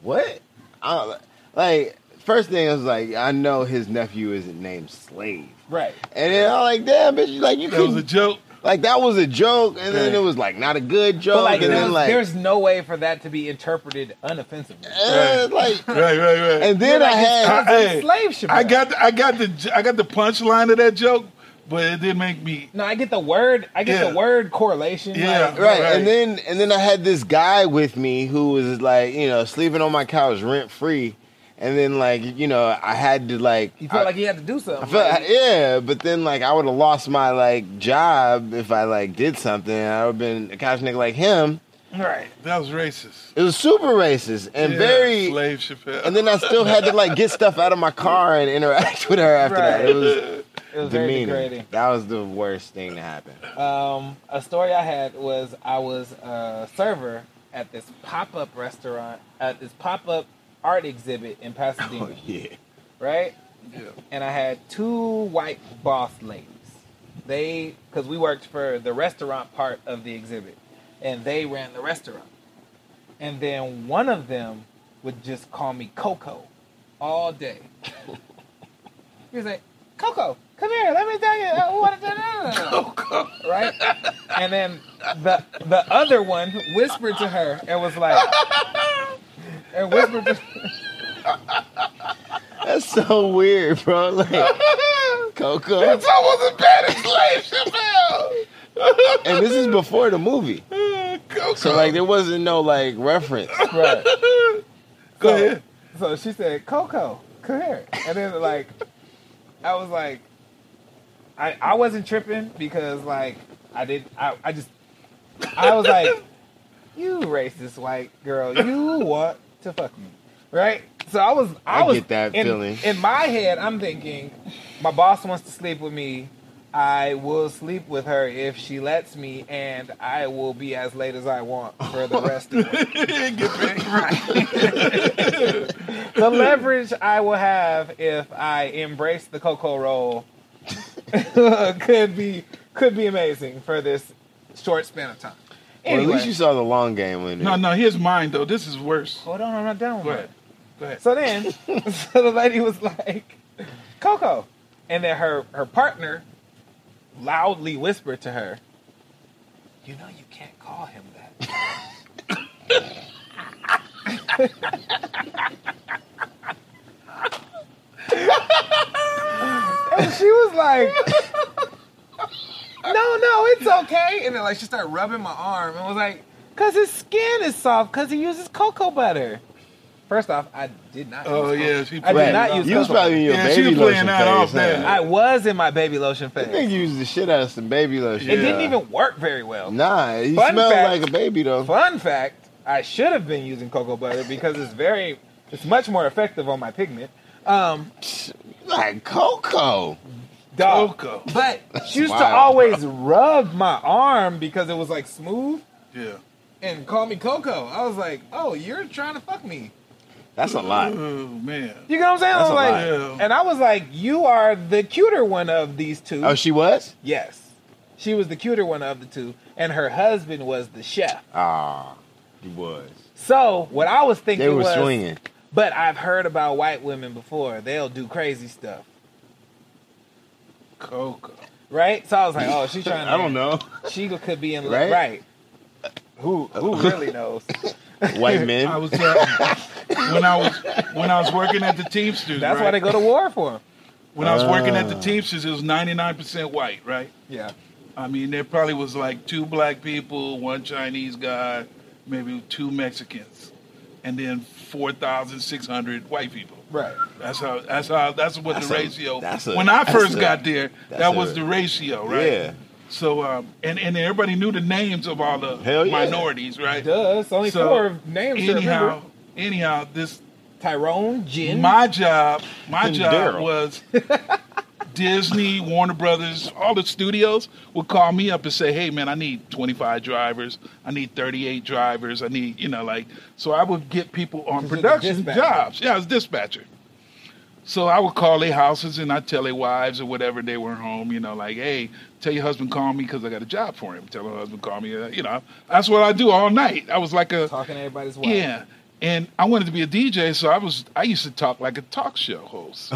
Speaker 3: "What?" I, like, first thing I was like, "I know his nephew isn't named Slave,"
Speaker 1: Right.
Speaker 3: and then I'm like, "Damn, bitch, you like you
Speaker 2: That was a
Speaker 3: couldn't-
Speaker 2: joke.
Speaker 3: like that was a joke, and then
Speaker 2: Right.
Speaker 3: it was like not a good joke,
Speaker 1: But like, there
Speaker 3: and then
Speaker 1: was-
Speaker 3: like,
Speaker 1: there's no way for that to be interpreted unoffensively.
Speaker 3: eh, like,
Speaker 2: Right, right, right.
Speaker 3: and then I had,
Speaker 2: I- hey,
Speaker 1: Slave Chappelle.
Speaker 2: I got the, I got the j- I got the punchline of that joke, but it didn't make me.
Speaker 1: no. I get the word. I get
Speaker 2: Yeah.
Speaker 1: the word correlation.
Speaker 2: Yeah.
Speaker 1: Like,
Speaker 3: right,
Speaker 2: Right.
Speaker 3: and then and then I had this guy with me who was like, you know, sleeping on my couch rent free, and then like, you know, I had to like,
Speaker 1: you felt
Speaker 3: I-
Speaker 1: like you had to do something.
Speaker 3: I felt,
Speaker 1: Like,
Speaker 3: yeah, but then like I would have lost my like job if I like did something. I would have been a couch nigga like him.
Speaker 2: Right, that was racist
Speaker 3: It was super racist and
Speaker 2: Yeah,
Speaker 3: very
Speaker 2: slave Chappelle.
Speaker 3: and then I still had to like get stuff out of my car and interact with her after that. It was
Speaker 1: it was very
Speaker 3: demeaning.
Speaker 1: degrading.
Speaker 3: That was the worst thing to happen.
Speaker 1: Um, a story I had was I was a server at this pop up restaurant at this pop up art exhibit in Pasadena,
Speaker 3: Oh yeah.
Speaker 1: right?
Speaker 2: yeah.
Speaker 1: and I had two white boss ladies. They, because we worked for the restaurant part of the exhibit, and they ran the restaurant. And then one of them would just call me Coco all day. he was like, Coco, come here, let me tell you uh, what. da- da- da- da." Right? And then the the other one whispered to her and was like, and whispered to
Speaker 3: That's so weird, bro. Like Coco.
Speaker 2: It's almost as bad as slave Chappelle.
Speaker 3: And this is before the movie.
Speaker 2: Go,
Speaker 3: So like there wasn't no like reference.
Speaker 1: right.
Speaker 2: go
Speaker 1: so,
Speaker 2: ahead.
Speaker 1: So she said, Coco, come here. And then like I was like I I wasn't tripping because like I did I, I just I was like, You racist white girl, you want to fuck me. Right? So I was I,
Speaker 3: I
Speaker 1: was
Speaker 3: get that
Speaker 1: in,
Speaker 3: feeling.
Speaker 1: In my head I'm thinking, my boss wants to sleep with me. I will sleep with her if she lets me, and I will be as late as I want for the rest of the
Speaker 2: Get back.
Speaker 1: the leverage I will have if I embrace the cocoa roll could be could be amazing for this short span of time.
Speaker 3: Well, at
Speaker 1: Anyway.
Speaker 3: least you saw the long game winner.
Speaker 2: No, no, here's mine though. This is worse.
Speaker 1: Hold on, I'm not done with
Speaker 2: Go
Speaker 1: it.
Speaker 2: ahead. Go ahead.
Speaker 1: So then, so the lady was like, "Coco," and then her her partner loudly whispered to her, "You know you can't call him that." and she was like, "No, no, it's okay." And then like she started rubbing my arm and was like, "Cause his skin is soft, cause he uses cocoa butter." First off, I did not.
Speaker 2: Oh
Speaker 1: use cocoa
Speaker 2: yeah, she
Speaker 1: I did
Speaker 2: played
Speaker 1: not
Speaker 2: it
Speaker 1: use
Speaker 2: off.
Speaker 3: you was
Speaker 1: cocoa.
Speaker 3: probably in your
Speaker 2: Yeah, she
Speaker 3: baby
Speaker 2: was
Speaker 3: lotion
Speaker 2: playing that off
Speaker 3: phase.
Speaker 2: there.
Speaker 3: Huh?
Speaker 1: I was in my baby lotion
Speaker 3: I
Speaker 1: phase.
Speaker 3: think you used the shit out of some baby lotion.
Speaker 1: It
Speaker 2: Yeah.
Speaker 1: didn't even work very well.
Speaker 3: Nah, you
Speaker 1: Fun
Speaker 3: smelled
Speaker 1: fact-
Speaker 3: like a baby though.
Speaker 1: Fun fact: I should have been using cocoa butter because it's very, it's much more effective on my pigment. Um,
Speaker 3: Like cocoa.
Speaker 1: dog.
Speaker 2: Cocoa.
Speaker 1: But she used to
Speaker 3: wild,
Speaker 1: always rub my arm because it was like smooth
Speaker 2: Yeah.
Speaker 1: and call me cocoa. I was like, oh, you're trying to fuck me.
Speaker 3: That's a lot.
Speaker 2: Oh man.
Speaker 1: You get what I'm saying? I
Speaker 3: That's
Speaker 1: was like,
Speaker 2: a lot.
Speaker 1: and I was like, you are the cuter one of these two.
Speaker 3: Oh, she was.
Speaker 1: yes, she was the cuter one of the two, and her husband was the chef.
Speaker 3: Ah, he was.
Speaker 1: So what I was thinking
Speaker 3: They were
Speaker 1: was,
Speaker 3: swinging.
Speaker 1: But I've heard about white women before. They'll do crazy stuff,
Speaker 2: Cocoa.
Speaker 1: right? So I was like, oh, she's trying. To,
Speaker 3: I don't know.
Speaker 1: She could be in love,
Speaker 3: Right?
Speaker 1: right? Who who really knows?
Speaker 3: White men.
Speaker 2: I was uh, when I was when I was working at the Teamsters.
Speaker 1: That's
Speaker 2: right?
Speaker 1: why they go to war for them.
Speaker 2: When I was working at the
Speaker 3: Ah.
Speaker 2: Teamsters, it was ninety nine percent white, right?
Speaker 1: Yeah,
Speaker 2: I mean, there probably was like two black people, one Chinese guy, maybe two Mexicans, and then four thousand six hundred white people.
Speaker 1: right.
Speaker 2: That's how. That's how. That's what
Speaker 3: That's
Speaker 2: the
Speaker 3: a-
Speaker 2: ratio.
Speaker 3: that's a-
Speaker 2: when I
Speaker 3: that's
Speaker 2: first
Speaker 3: a-
Speaker 2: got there,
Speaker 3: that's
Speaker 2: that was
Speaker 3: a-
Speaker 2: the ratio, right?
Speaker 3: Yeah.
Speaker 2: So, um, and and everybody knew the names of all the
Speaker 3: Hell yeah.
Speaker 2: minorities, right?
Speaker 1: Duh, it's only
Speaker 2: So,
Speaker 1: four names. to
Speaker 2: Anyhow,
Speaker 1: remember.
Speaker 2: anyhow, this
Speaker 1: Tyrone, Jin.
Speaker 2: my job. My
Speaker 3: And
Speaker 2: job
Speaker 3: Daryl.
Speaker 2: was Disney, Warner Brothers, all the studios would call me up and say, "Hey, man, I need 25 drivers. I need 38 drivers. I need, you know, like." So I would get people
Speaker 1: You're
Speaker 2: on
Speaker 1: the
Speaker 2: production
Speaker 1: dispatcher.
Speaker 2: jobs. Yeah, I was dispatcher. So I would call their houses and I'd tell their wives or whatever they were home, you know, like, hey, tell your husband call me because I got a job for him. Tell her husband call me, uh, you know. That's what I do all night. I was like a
Speaker 1: talking to everybody's wife.
Speaker 2: yeah, and I wanted to be a DJ, so I was I used to talk like a talk show host.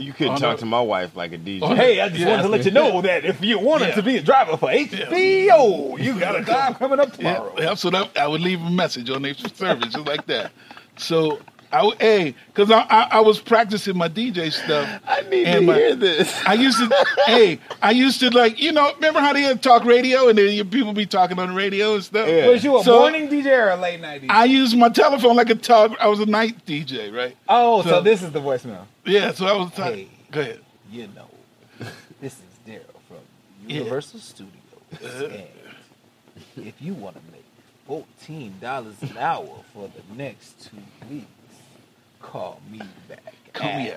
Speaker 3: you could
Speaker 2: Oh,
Speaker 3: talk
Speaker 2: no.
Speaker 3: to my wife like a DJ.
Speaker 2: Oh,
Speaker 1: Hey, I just
Speaker 2: Yeah.
Speaker 1: wanted to let you know that if you wanted
Speaker 2: Yeah.
Speaker 1: to be a driver for HBO, you got a job coming up
Speaker 2: Yeah,
Speaker 1: tomorrow.
Speaker 2: yeah, so that, I would leave a message on their service just like that. So I would, hey, because I, I I was practicing my DJ stuff.
Speaker 3: I need
Speaker 2: and
Speaker 3: to
Speaker 2: my-
Speaker 3: hear this.
Speaker 2: I used to, hey, I used to like, you know, remember how they had talk radio and then your people be talking on the radio and stuff?
Speaker 3: Yeah.
Speaker 1: Was you a
Speaker 2: So-
Speaker 1: morning DJ or a late night DJ?
Speaker 2: I used my telephone like a talk. I was a night DJ, right?
Speaker 1: oh, so,
Speaker 2: so-
Speaker 1: this is the voicemail.
Speaker 2: Yeah, so I was talking.
Speaker 1: Hey.
Speaker 2: Go ahead.
Speaker 1: you know, this is Daryl from
Speaker 2: Yeah. Uh-huh.
Speaker 1: Universal Studios, and if you want to make fourteen dollars an hour for the next two weeks, call me back.
Speaker 2: Call me
Speaker 1: at-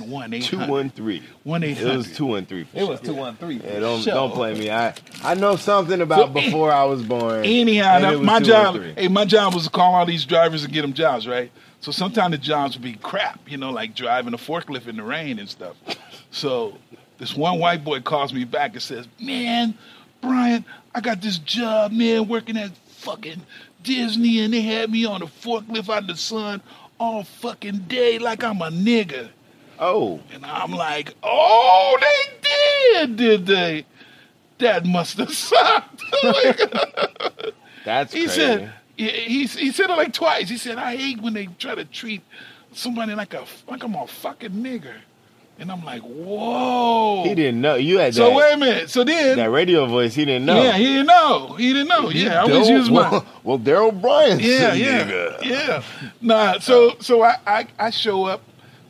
Speaker 2: at one eight
Speaker 3: Two
Speaker 2: hundred.
Speaker 3: one three.
Speaker 2: One eight
Speaker 3: It was
Speaker 2: hundred.
Speaker 3: two one three.
Speaker 1: It was two one three.
Speaker 3: Yeah, don't
Speaker 2: Sure.
Speaker 3: don't play me. I I know something
Speaker 2: So,
Speaker 3: about before I was born.
Speaker 2: Anyhow,
Speaker 3: and
Speaker 2: that,
Speaker 3: it was
Speaker 2: my
Speaker 3: 213.
Speaker 2: job. Hey, my job was to call all these drivers and get them jobs, right? So sometimes the jobs would be crap, you know, like driving a forklift in the rain and stuff. So this one white boy calls me back and says, "Man, Brian, I got this job, man, working at fucking Disney, and they had me on a forklift out in the sun all fucking day, like I'm a nigga."
Speaker 3: Oh,
Speaker 2: And I'm like, "Oh, they did, did they? That must have sucked."
Speaker 3: that's
Speaker 2: He
Speaker 3: crazy.
Speaker 2: said he, he he said it like twice. He said I hate when they try to treat somebody like a like I'm a fucking nigger, and I'm like whoa.
Speaker 3: he didn't know you had
Speaker 2: So
Speaker 3: that,
Speaker 2: wait a minute. So then
Speaker 3: that radio voice. He didn't know.
Speaker 2: yeah, he didn't know. He didn't know.
Speaker 3: You
Speaker 2: yeah, I
Speaker 3: don't-
Speaker 2: was using my
Speaker 3: well, well, Daryl Bryan.
Speaker 2: yeah
Speaker 3: said,
Speaker 2: yeah
Speaker 3: "Nigga."
Speaker 2: yeah. Nah. So so I, I I show up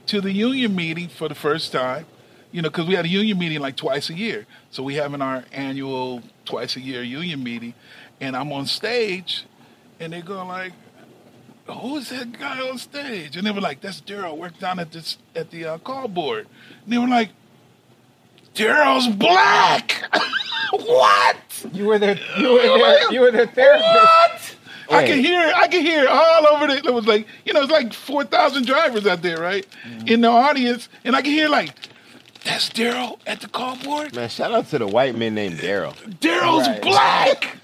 Speaker 2: to the union meeting for the first time. You know, because we had a union meeting like twice a year. So we having our annual twice a year union meeting, and I'm on stage, and they go like, who's that guy on stage? And they were like, that's Daryl. Worked down at this at the uh, call board. And they were like, Daryl's black. what?
Speaker 1: You were their, you were their, you were their therapist.
Speaker 2: What? I I can hear it. I can hear it all over the. It was like you know, it's like four thousand drivers out there, right,
Speaker 3: Mm-hmm.
Speaker 2: in the audience, and I can hear like, "That's Daryl at the cardboard.
Speaker 3: Man, shout out to the white man named Daryl.
Speaker 2: Daryl's
Speaker 1: Right.
Speaker 2: black.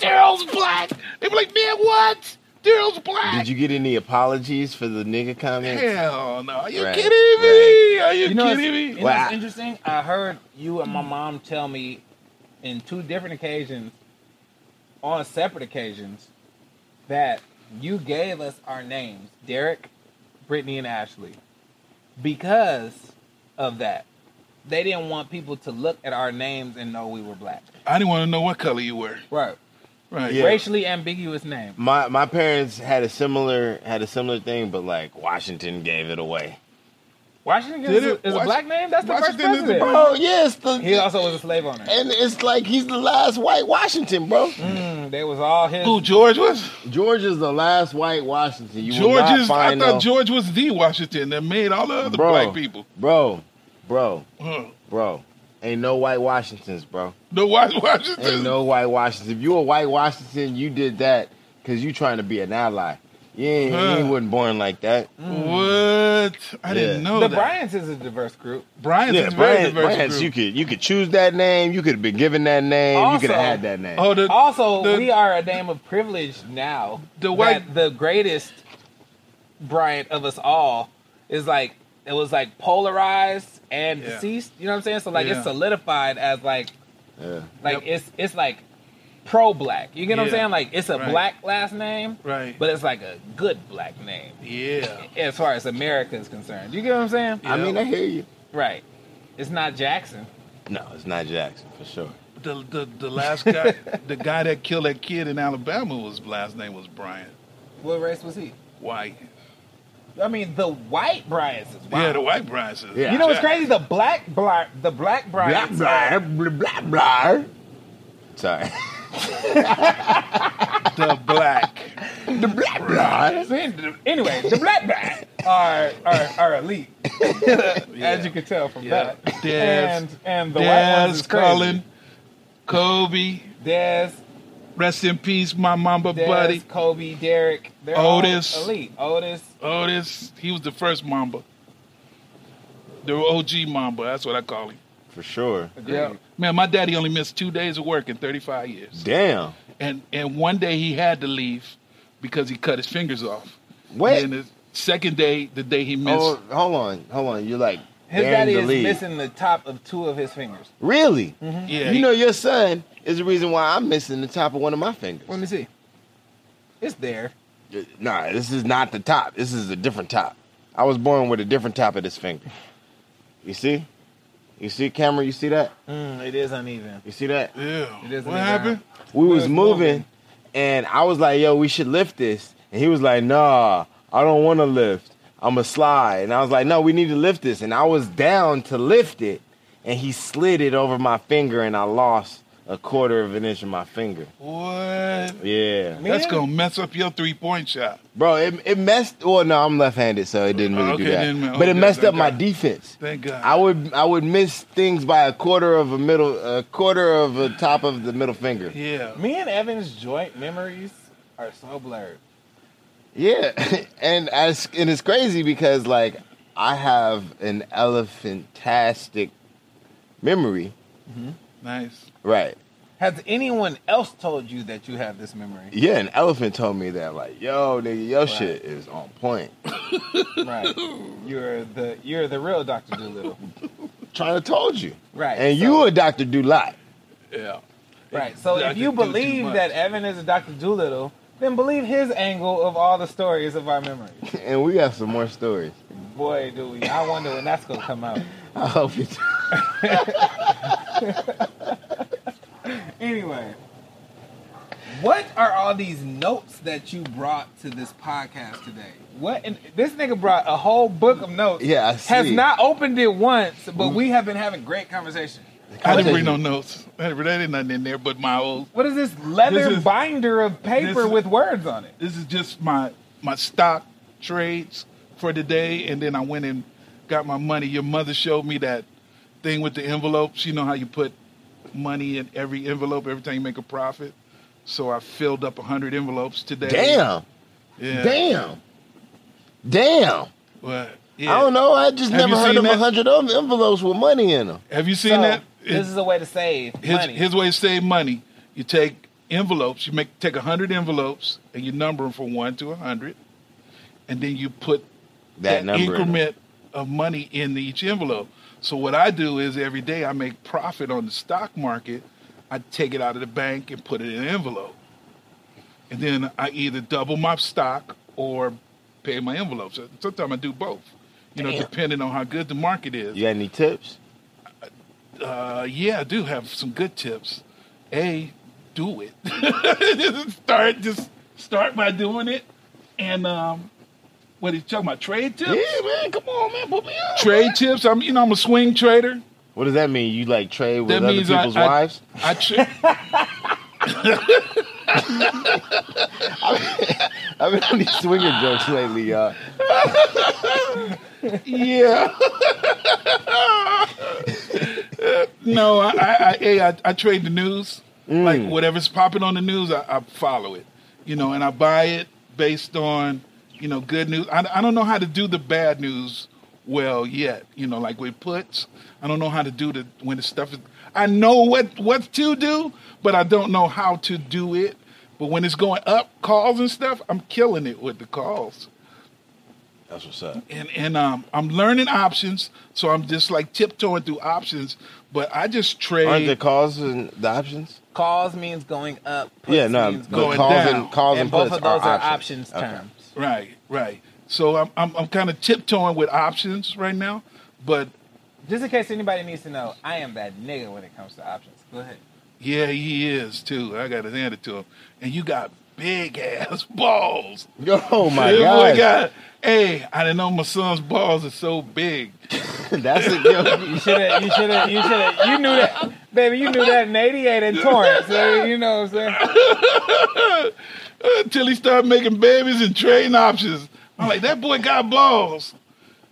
Speaker 2: Daryl's black." They were like, "Man, what? Daryl's black."
Speaker 3: Did you get any apologies for the nigga comments?
Speaker 2: Hell no! Are you
Speaker 3: Right,
Speaker 2: kidding me? Are you,
Speaker 1: You know, it's,
Speaker 2: kidding me?
Speaker 1: you know
Speaker 3: Wow.
Speaker 1: what's interesting. I heard you and my mom tell me in two different occasions, on separate occasions, that you gave us our names, Derek, Brittany, and Ashley, because of that. They didn't want people to look at our names and know we were black.
Speaker 2: I didn't want to know what color you were.
Speaker 1: Right.
Speaker 2: Right.
Speaker 3: Yeah.
Speaker 1: Racially ambiguous name.
Speaker 3: My my parents had a similar had a similar thing, but like Washington gave it away.
Speaker 1: Washington
Speaker 2: Did
Speaker 1: is, a-
Speaker 2: it-
Speaker 1: is a
Speaker 2: Wash-
Speaker 1: black name? That's the
Speaker 2: Washington is
Speaker 1: first
Speaker 2: the
Speaker 1: president.
Speaker 2: bro-
Speaker 3: Oh yes, the,
Speaker 1: He also was a slave owner.
Speaker 3: and it's like he's the last white Washington, bro.
Speaker 1: Mm, they was all his.
Speaker 2: Who George was?
Speaker 3: George is the last white Washington. You will
Speaker 2: George
Speaker 3: not
Speaker 2: is. I
Speaker 3: find
Speaker 2: thought
Speaker 3: no-
Speaker 2: George was the Washington that made all the other
Speaker 3: Bro.
Speaker 2: black people.
Speaker 3: bro, bro,
Speaker 2: Huh.
Speaker 3: bro. Ain't no white Washingtons, bro.
Speaker 2: The Wash- Washington.
Speaker 3: Ain't no white Washington. If you a white Washington, you did that because you trying to be an ally. You ain't, you
Speaker 2: Huh.
Speaker 3: ain't wasn't born like that.
Speaker 2: What? I didn't
Speaker 3: Yeah.
Speaker 2: know
Speaker 1: Mm. the
Speaker 2: that.
Speaker 1: Bryants is a diverse group.
Speaker 2: Brian's
Speaker 3: yeah,
Speaker 2: is very
Speaker 3: Brian,
Speaker 2: diverse
Speaker 3: Brian's,
Speaker 2: group.
Speaker 3: you could you could choose that name. You could have been given that name. you could have
Speaker 1: Also-
Speaker 3: had that name.
Speaker 2: oh, the,
Speaker 1: Also,
Speaker 2: the-
Speaker 1: we are a name of privilege now.
Speaker 2: The
Speaker 1: that
Speaker 2: white-
Speaker 1: the greatest Bryant of us all is like it was like polarized and
Speaker 2: Yeah.
Speaker 1: deceased. You know what I'm saying? So like
Speaker 2: Yeah.
Speaker 1: it's solidified as like
Speaker 3: Yeah.
Speaker 1: like
Speaker 2: Yep.
Speaker 1: it's it's like pro black. You get what I'm
Speaker 2: Yeah.
Speaker 1: saying? Like it's a
Speaker 2: Right.
Speaker 1: black last name,
Speaker 2: right.
Speaker 1: but it's like a good black name
Speaker 2: yeah.
Speaker 1: as far as America is concerned. You get what I'm saying?
Speaker 3: I mean,
Speaker 2: Yeah.
Speaker 3: I hear you.
Speaker 1: Right. It's not Jackson.
Speaker 3: No, it's not Jackson for sure.
Speaker 2: The, the the last guy, the guy that killed that kid in Alabama, was last name was Brian
Speaker 1: What race was he?
Speaker 2: White.
Speaker 1: I mean, the white Bryants is wild.
Speaker 2: Yeah, the white Brian. says-
Speaker 3: Yeah.
Speaker 1: You know what's crazy? The black blar the black
Speaker 3: Blah
Speaker 1: Bryants.
Speaker 3: blah blah blah. blah. Sorry,
Speaker 2: The black.
Speaker 3: the blah blah.
Speaker 1: Anyway, the black Bryants are, are are elite, as you can tell from
Speaker 2: Yeah.
Speaker 1: that.
Speaker 2: Des,
Speaker 1: and and the white ones
Speaker 2: Des
Speaker 1: is
Speaker 2: Cullen,
Speaker 1: crazy.
Speaker 2: Kobe.
Speaker 1: Des,
Speaker 2: Rest in peace, my mamba
Speaker 1: Des,
Speaker 2: buddy.
Speaker 1: Kobe, Derek, they're
Speaker 2: Otis.
Speaker 1: all elite. Otis,
Speaker 2: Otis, Oh, he was the first Mamba. The OG Mamba, that's what I call him.
Speaker 3: For sure.
Speaker 1: yeah.
Speaker 2: Man, my daddy only missed two days of work in 35 years.
Speaker 3: Damn.
Speaker 2: And and one day he had to leave because he cut his fingers off.
Speaker 3: Wait.
Speaker 2: And then the second day, the day he missed.
Speaker 3: Oh, hold on, hold on. You're like
Speaker 1: His
Speaker 3: burying
Speaker 1: daddy
Speaker 3: the
Speaker 1: is
Speaker 3: lead.
Speaker 1: missing the top of two of his fingers.
Speaker 3: Really?
Speaker 2: yeah,
Speaker 3: You
Speaker 2: he-
Speaker 3: know, your son is the reason why I'm missing the top of one of my fingers.
Speaker 1: Let me see. It's there.
Speaker 3: Nah, this is not the top. This is a different top. I was born with a different top of this finger. You see? You see, camera? You see that?
Speaker 1: Mm, it is uneven.
Speaker 3: You see that?
Speaker 2: Yeah.
Speaker 1: It isn't
Speaker 2: What
Speaker 1: even-
Speaker 2: happened?
Speaker 3: We was
Speaker 1: was
Speaker 3: moving,
Speaker 1: moving.
Speaker 3: and I was like, "Yo, we should lift this," and he was like, "Nah, I don't want to lift. I'm a slide." And I was like, "No, we need to lift this," and I was down to lift it, and he slid it over my finger, and I lost a quarter of an inch of my finger.
Speaker 2: What?
Speaker 3: Yeah.
Speaker 1: Me
Speaker 2: That's
Speaker 1: and-
Speaker 2: going to mess up your three point shot.
Speaker 3: Bro, it, it messed. Well, no, I'm left-handed, so it didn't really
Speaker 2: Okay,
Speaker 3: do that.
Speaker 2: then,
Speaker 3: but it
Speaker 2: okay,
Speaker 3: messed up
Speaker 2: okay.
Speaker 3: my defense.
Speaker 2: Thank God.
Speaker 3: I would I would miss things by a quarter of a middle, a quarter of a top of the middle finger.
Speaker 2: yeah.
Speaker 1: Me and Evan's joint memories are so blurred.
Speaker 3: Yeah, and as and it's crazy because like I have an elephantastic memory,
Speaker 2: Nice.
Speaker 3: right?
Speaker 1: Has anyone else told you that you have this memory?
Speaker 3: Yeah, an elephant told me that like, yo, nigga, your shit is on point.
Speaker 1: right. You're the you're the real Doctor Doolittle.
Speaker 3: Trying to told you,
Speaker 1: Right.
Speaker 3: and
Speaker 1: so-
Speaker 3: you a Doctor Dulot.
Speaker 2: Yeah.
Speaker 1: right. So
Speaker 2: I
Speaker 1: if you
Speaker 2: can do too
Speaker 1: believe
Speaker 2: much.
Speaker 1: that Evan is a Doctor Doolittle, then believe his angle of all the stories of our memories.
Speaker 3: and we got some more stories.
Speaker 1: Boy, do we! I wonder when that's gonna come out.
Speaker 3: I hope you.
Speaker 1: Anyway, what are all these notes that you brought to this podcast today? What? And this nigga brought a whole book of notes.
Speaker 3: Yeah, I
Speaker 1: Has
Speaker 3: see. Mm.
Speaker 1: not opened it once, but we have been having great conversation.
Speaker 2: I didn't bring no notes. I didn't, there ain't nothing in there but my old.
Speaker 1: What is this leather
Speaker 2: This is-
Speaker 1: binder of paper
Speaker 2: this is-
Speaker 1: with words on it?
Speaker 2: This is just my my stock trades for the day, and then I went and got my money. Your mother showed me that thing with the envelopes. You know how you put money in every envelope every time you make a profit. So I filled up 100 envelopes today.
Speaker 3: Damn.
Speaker 2: Yeah.
Speaker 3: Damn. Damn.
Speaker 2: Well, yeah.
Speaker 3: I don't know. I just
Speaker 2: Have
Speaker 3: never
Speaker 2: you
Speaker 3: heard
Speaker 2: seen
Speaker 3: of a
Speaker 2: that?
Speaker 3: hundred of envelopes with money in them.
Speaker 2: Have you seen
Speaker 1: So,
Speaker 2: that?
Speaker 1: this is a way to save
Speaker 2: his,
Speaker 1: money.
Speaker 2: his way to save money. You take envelopes. You make take 100 envelopes and you number them from one to 100, and then you put
Speaker 3: That number in 'em.
Speaker 2: increment of money in each envelope. So what I do is every day I make profit on the stock market. I take it out of the bank and put it in an envelope, and then I either double my stock or pay my envelopes. Sometimes I do both. You know,
Speaker 3: Damn.
Speaker 2: depending on how good the market is.
Speaker 3: You got any tips?
Speaker 2: Uh, yeah, I do have some good tips. A, do it. start just start by doing it, and um, what are you talking about? Trade tips.
Speaker 3: man. Come on, man. Put me on.
Speaker 2: Trade tips. I'm you know I'm a swing trader.
Speaker 3: What does that mean? You like trade with
Speaker 2: That
Speaker 3: other
Speaker 2: means I-
Speaker 3: people's
Speaker 2: I-
Speaker 3: wives?
Speaker 2: I tra-
Speaker 3: I've been on these swinger jokes lately, y'all.
Speaker 2: yeah. no, I I, I, A, I I trade the news. Like whatever's popping on the news, I, I follow it. You know, and I buy it based on you know good news. I, I don't know how to do the bad news well yet. You know, like with puts, I don't know how to do the when the stuff is. I know what what to do, but I don't know how to do it. But when it's going up, calls and stuff, I'm killing it with the calls
Speaker 3: That's what's up.
Speaker 2: and and um, I'm learning options, so I'm just like tiptoeing through options. But I just
Speaker 3: Aren't the
Speaker 2: trade.
Speaker 3: calls and the options?
Speaker 1: Calls means going up. Puts
Speaker 3: yeah, no.
Speaker 1: means
Speaker 3: but
Speaker 1: going,
Speaker 2: going
Speaker 3: calls
Speaker 2: down.
Speaker 3: and calls and,
Speaker 1: and both
Speaker 3: puts
Speaker 1: of those are options,
Speaker 3: options. Okay.
Speaker 1: terms.
Speaker 2: Right, right. So I'm I'm, I'm kind of tiptoeing with options right now. But
Speaker 1: Just in case anybody needs to know, I am that nigga when it comes to options. Go ahead.
Speaker 2: yeah, he is too. I got to hand it to him. And you got big ass balls.
Speaker 3: Oh my
Speaker 2: This boy
Speaker 3: god.
Speaker 2: got- hey, I didn't know my son's balls are so big.
Speaker 3: That's it. Yo,
Speaker 1: You should have. You should have. You should have. You knew that, baby. You knew that in '88 in Torrance. So you know what I'm saying.
Speaker 2: Until Uh, he started making babies and trading options. I'm like, that boy got balls.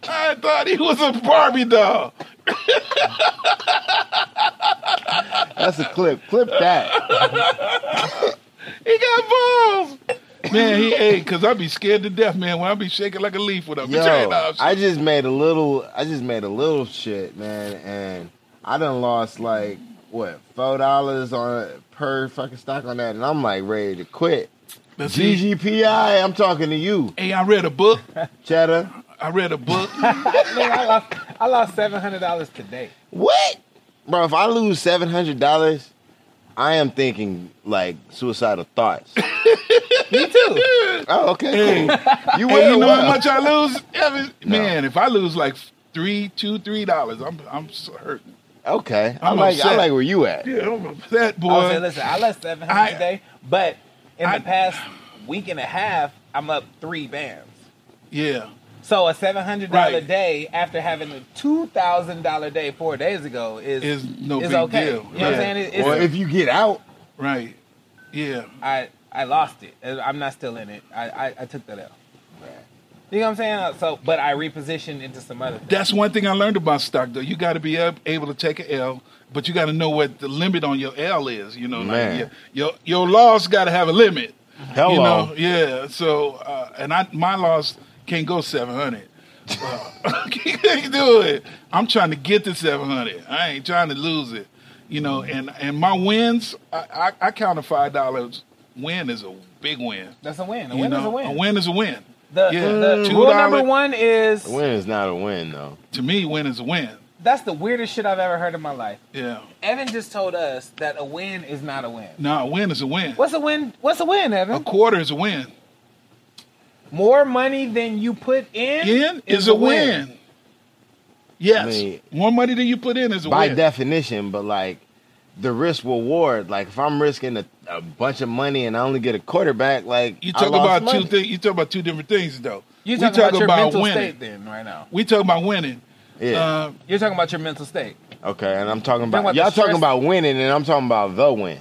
Speaker 2: I thought he was a Barbie doll.
Speaker 3: that's a clip. Clip that.
Speaker 2: He got balls. Man, he ate because I'd be scared to death, man, when i be shaking like a leaf with a
Speaker 3: Yo,
Speaker 2: potato. option.
Speaker 3: I just made a little. I just made a little shit, man, and I done lost like what four dollars on per fucking stock on that, and I'm like ready to quit.
Speaker 2: But see,
Speaker 3: GGPI, I'm talking to you,
Speaker 2: hey, I read a book.
Speaker 3: Cheddar.
Speaker 2: I read a book.
Speaker 1: Nigga, I lost. I lost seven hundred dollars today.
Speaker 3: What, bro? If I lose seven hundred dollars, I am thinking like suicidal thoughts.
Speaker 1: Me too.
Speaker 3: oh, okay. Cool. You
Speaker 2: Hey, you
Speaker 3: win.
Speaker 2: know how
Speaker 3: Well.
Speaker 2: much I lose? Evan?
Speaker 3: No.
Speaker 2: Man, if I lose like three, two, three dollars, I'm I'm so hurting.
Speaker 3: Okay. I
Speaker 2: I'm
Speaker 3: like. I
Speaker 2: upset.
Speaker 3: like where you at.
Speaker 2: Yeah, I'm upset, boy.
Speaker 1: I was like, listen, I lost seven
Speaker 2: I-
Speaker 1: hundred today, but in
Speaker 2: I-
Speaker 1: the past week and a half, I'm up three bands.
Speaker 2: yeah,
Speaker 1: So a seven hundred dollar
Speaker 2: Right.
Speaker 1: day after having a two thousand dollar day four days ago is
Speaker 2: is no
Speaker 1: is
Speaker 2: big
Speaker 1: okay.
Speaker 2: deal.
Speaker 1: You know what I'm
Speaker 2: Right.
Speaker 1: saying? It-
Speaker 3: Or
Speaker 1: it's-
Speaker 3: if you get out,
Speaker 2: right? Yeah,
Speaker 1: I I lost it. I'm not still in it. I I, I took that out. You know what I'm saying? Uh, So, but I repositioned into some other. Thing.
Speaker 2: that's one thing I learned about stock, though. You got to be ab- able to take an L, but you got to know what the limit on your L is. You know, like
Speaker 3: Man.
Speaker 2: your your, your loss got to have a limit.
Speaker 3: hello.
Speaker 2: You know, yeah. So, uh, and I my loss can't go seven hundred. Uh, can't do it. I'm trying to get to seven hundred. I ain't trying to lose it. You know, and and my wins, I I, I count a five dollars win is a big win.
Speaker 1: That's a win. A
Speaker 2: You
Speaker 1: win is
Speaker 2: know,
Speaker 1: a win.
Speaker 2: A win is a win.
Speaker 1: The,
Speaker 2: yeah,
Speaker 1: the
Speaker 2: two
Speaker 1: rule number
Speaker 2: dollar-
Speaker 1: one is
Speaker 3: Mm. A win is not a win though.
Speaker 2: To me, win is a win.
Speaker 1: that's the weirdest shit I've ever heard in my life.
Speaker 2: Yeah.
Speaker 1: Evan just told us that a win is not a win.
Speaker 2: No, a win is a win.
Speaker 1: What's a win? What's a win,
Speaker 2: A
Speaker 1: Evan?
Speaker 2: quarter is a win.
Speaker 1: More money than you put in,
Speaker 2: In is a win. Yes.
Speaker 3: mean,
Speaker 2: More money than you put in is a
Speaker 3: by
Speaker 2: win.
Speaker 3: definition, but like the risk reward, like if I'm risking a, a bunch of money and I only get a quarterback, like
Speaker 2: You
Speaker 3: I
Speaker 2: talk
Speaker 3: lost
Speaker 2: about
Speaker 3: money.
Speaker 2: two things. You talk about two different things, though.
Speaker 1: You're
Speaker 2: We
Speaker 1: talking
Speaker 2: talk
Speaker 1: about your mental
Speaker 2: winning.
Speaker 1: state then, right now.
Speaker 2: We talk about winning.
Speaker 3: Yeah.
Speaker 2: Uh,
Speaker 1: You're talking about your mental state.
Speaker 3: okay, and I'm talking about,
Speaker 1: about the
Speaker 3: y'all talking
Speaker 1: stress-
Speaker 3: about winning, and I'm talking about the win.